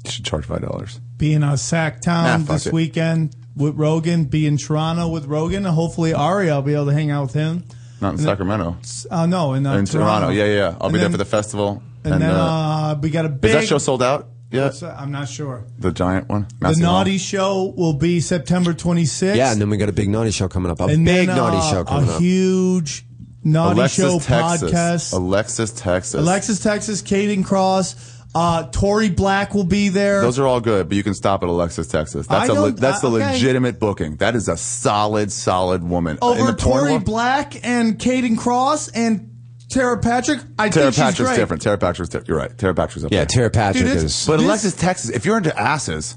E: You should charge five dollars.
C: Be in uh, Sac Town
E: Nah, fuck
C: this
E: it.
C: weekend with Rogan. Be in Toronto with Rogan. Hopefully, Ari, I'll be able to hang out with him.
E: Not in
C: And then-
E: Sacramento.
C: Uh, no, in, uh,
E: in Toronto.
C: Toronto.
E: Yeah, yeah. yeah. I'll
C: And
E: be there
C: then-
E: for the festival.
C: And, then uh, we got a big.
E: is that show sold out? Yeah.
C: What's that? I'm not sure.
E: The giant one.
C: the
E: Massive one?
C: Naughty Show will be September 26th.
B: Yeah, and then we got a big naughty show coming up. A
C: And
B: big
C: then,
B: naughty
C: uh,
B: show coming
C: a
B: up.
C: huge Naughty
E: Alexis,
C: Show
E: Texas.
C: podcast.
E: Alexis, Texas.
C: Alexis, Texas, Caden Cross, Uh, Tory Black will be there.
E: Those are all good, but you can stop at Alexis Texas. That's
C: I
E: a le-
C: don't-
E: that's a
C: uh, okay.
E: legitimate booking. That is a solid, solid woman. Uh,
C: over
E: porn
C: Tory
E: world,
C: Black and Caden Cross and Tara Patrick. I
E: Tara
C: think she's
E: Patrick's
C: great.
E: different. Tara Patrick's different. You're right. Tara Patrick's up
B: Yeah,
E: there.
B: Tara Patrick
E: Dude, it's-
B: is-
E: But
B: this-
E: Alexis Texas, if you're into asses,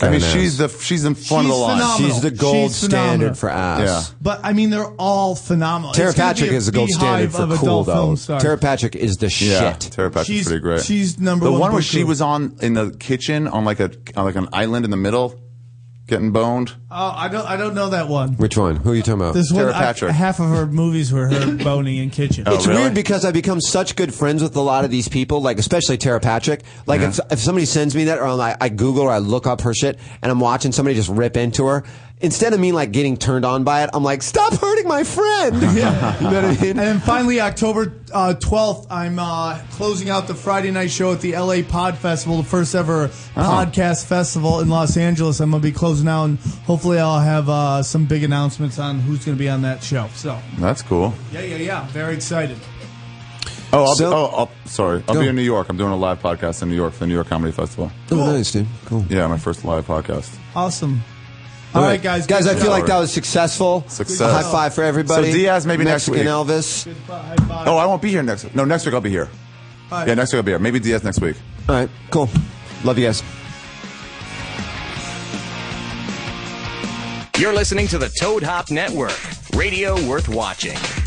B: got
E: I mean,
B: an
E: she's the
B: ass.
E: she's in front
C: She's
E: of the line.
C: phenomenal.
B: She's the gold
C: She's phenomenal.
B: standard for ass.
C: But I mean, they're all phenomenal.
B: Tara
C: It's gonna be
B: Patrick is a gold
C: beehive
B: standard for
C: of
B: cool
C: adult
B: though.
C: film stars.
B: Tara Patrick is the
E: Yeah,
B: shit.
E: Tara Patrick's
C: She's-
E: pretty great.
C: she's number
E: the
C: one
E: The one where she
C: buku.
E: was on in the kitchen on like a on like an island in the middle, getting boned.
C: Oh, I don't. I don't know that one.
B: Which one? Who are you talking about?
C: This
E: Tara
C: one, I-
E: Patrick.
C: half of her movies were her boning in kitchen.
B: it's
E: Oh,
B: weird because I become such good friends with a lot of these people, like especially Tara Patrick. Like if, if somebody sends me that, or I'm like, I Google or I look up her shit, and I'm watching somebody just rip into her. Instead of me like getting turned on by it, I'm like, stop hurting my friend. you know what I mean?
C: Uh-huh. And then finally, October uh, 12th, I'm uh, closing out the Friday night show at the LA Pod Festival, the first ever
B: Oh.
C: podcast festival in Los Angeles. I'm going to be closing out, and hopefully, I'll have uh, some big announcements on who's going to be on that show. So,
E: That's cool.
C: yeah, yeah, yeah. Very excited.
E: Oh, I'll
C: So-
E: be, oh, I'll, sorry. I'll
C: Go.
E: be in New York. I'm doing a live podcast in New York for the New York Comedy Festival.
B: Oh, nice, dude. Cool.
E: Yeah, my first live podcast.
C: Awesome. All right, guys.
B: Guys, I
E: good
B: feel
E: job.
B: like that was successful.
E: Success.
B: A High five for everybody.
E: So Diaz maybe next
B: Mexican
E: week.
B: Elvis.
E: Oh, I won't be here next. No, next week I'll be here.
C: All right.
E: Yeah, next week I'll be here. Maybe Diaz next week.
B: All right, cool. Love you guys.
A: You're listening to the Toad Hop Network, radio worth watching.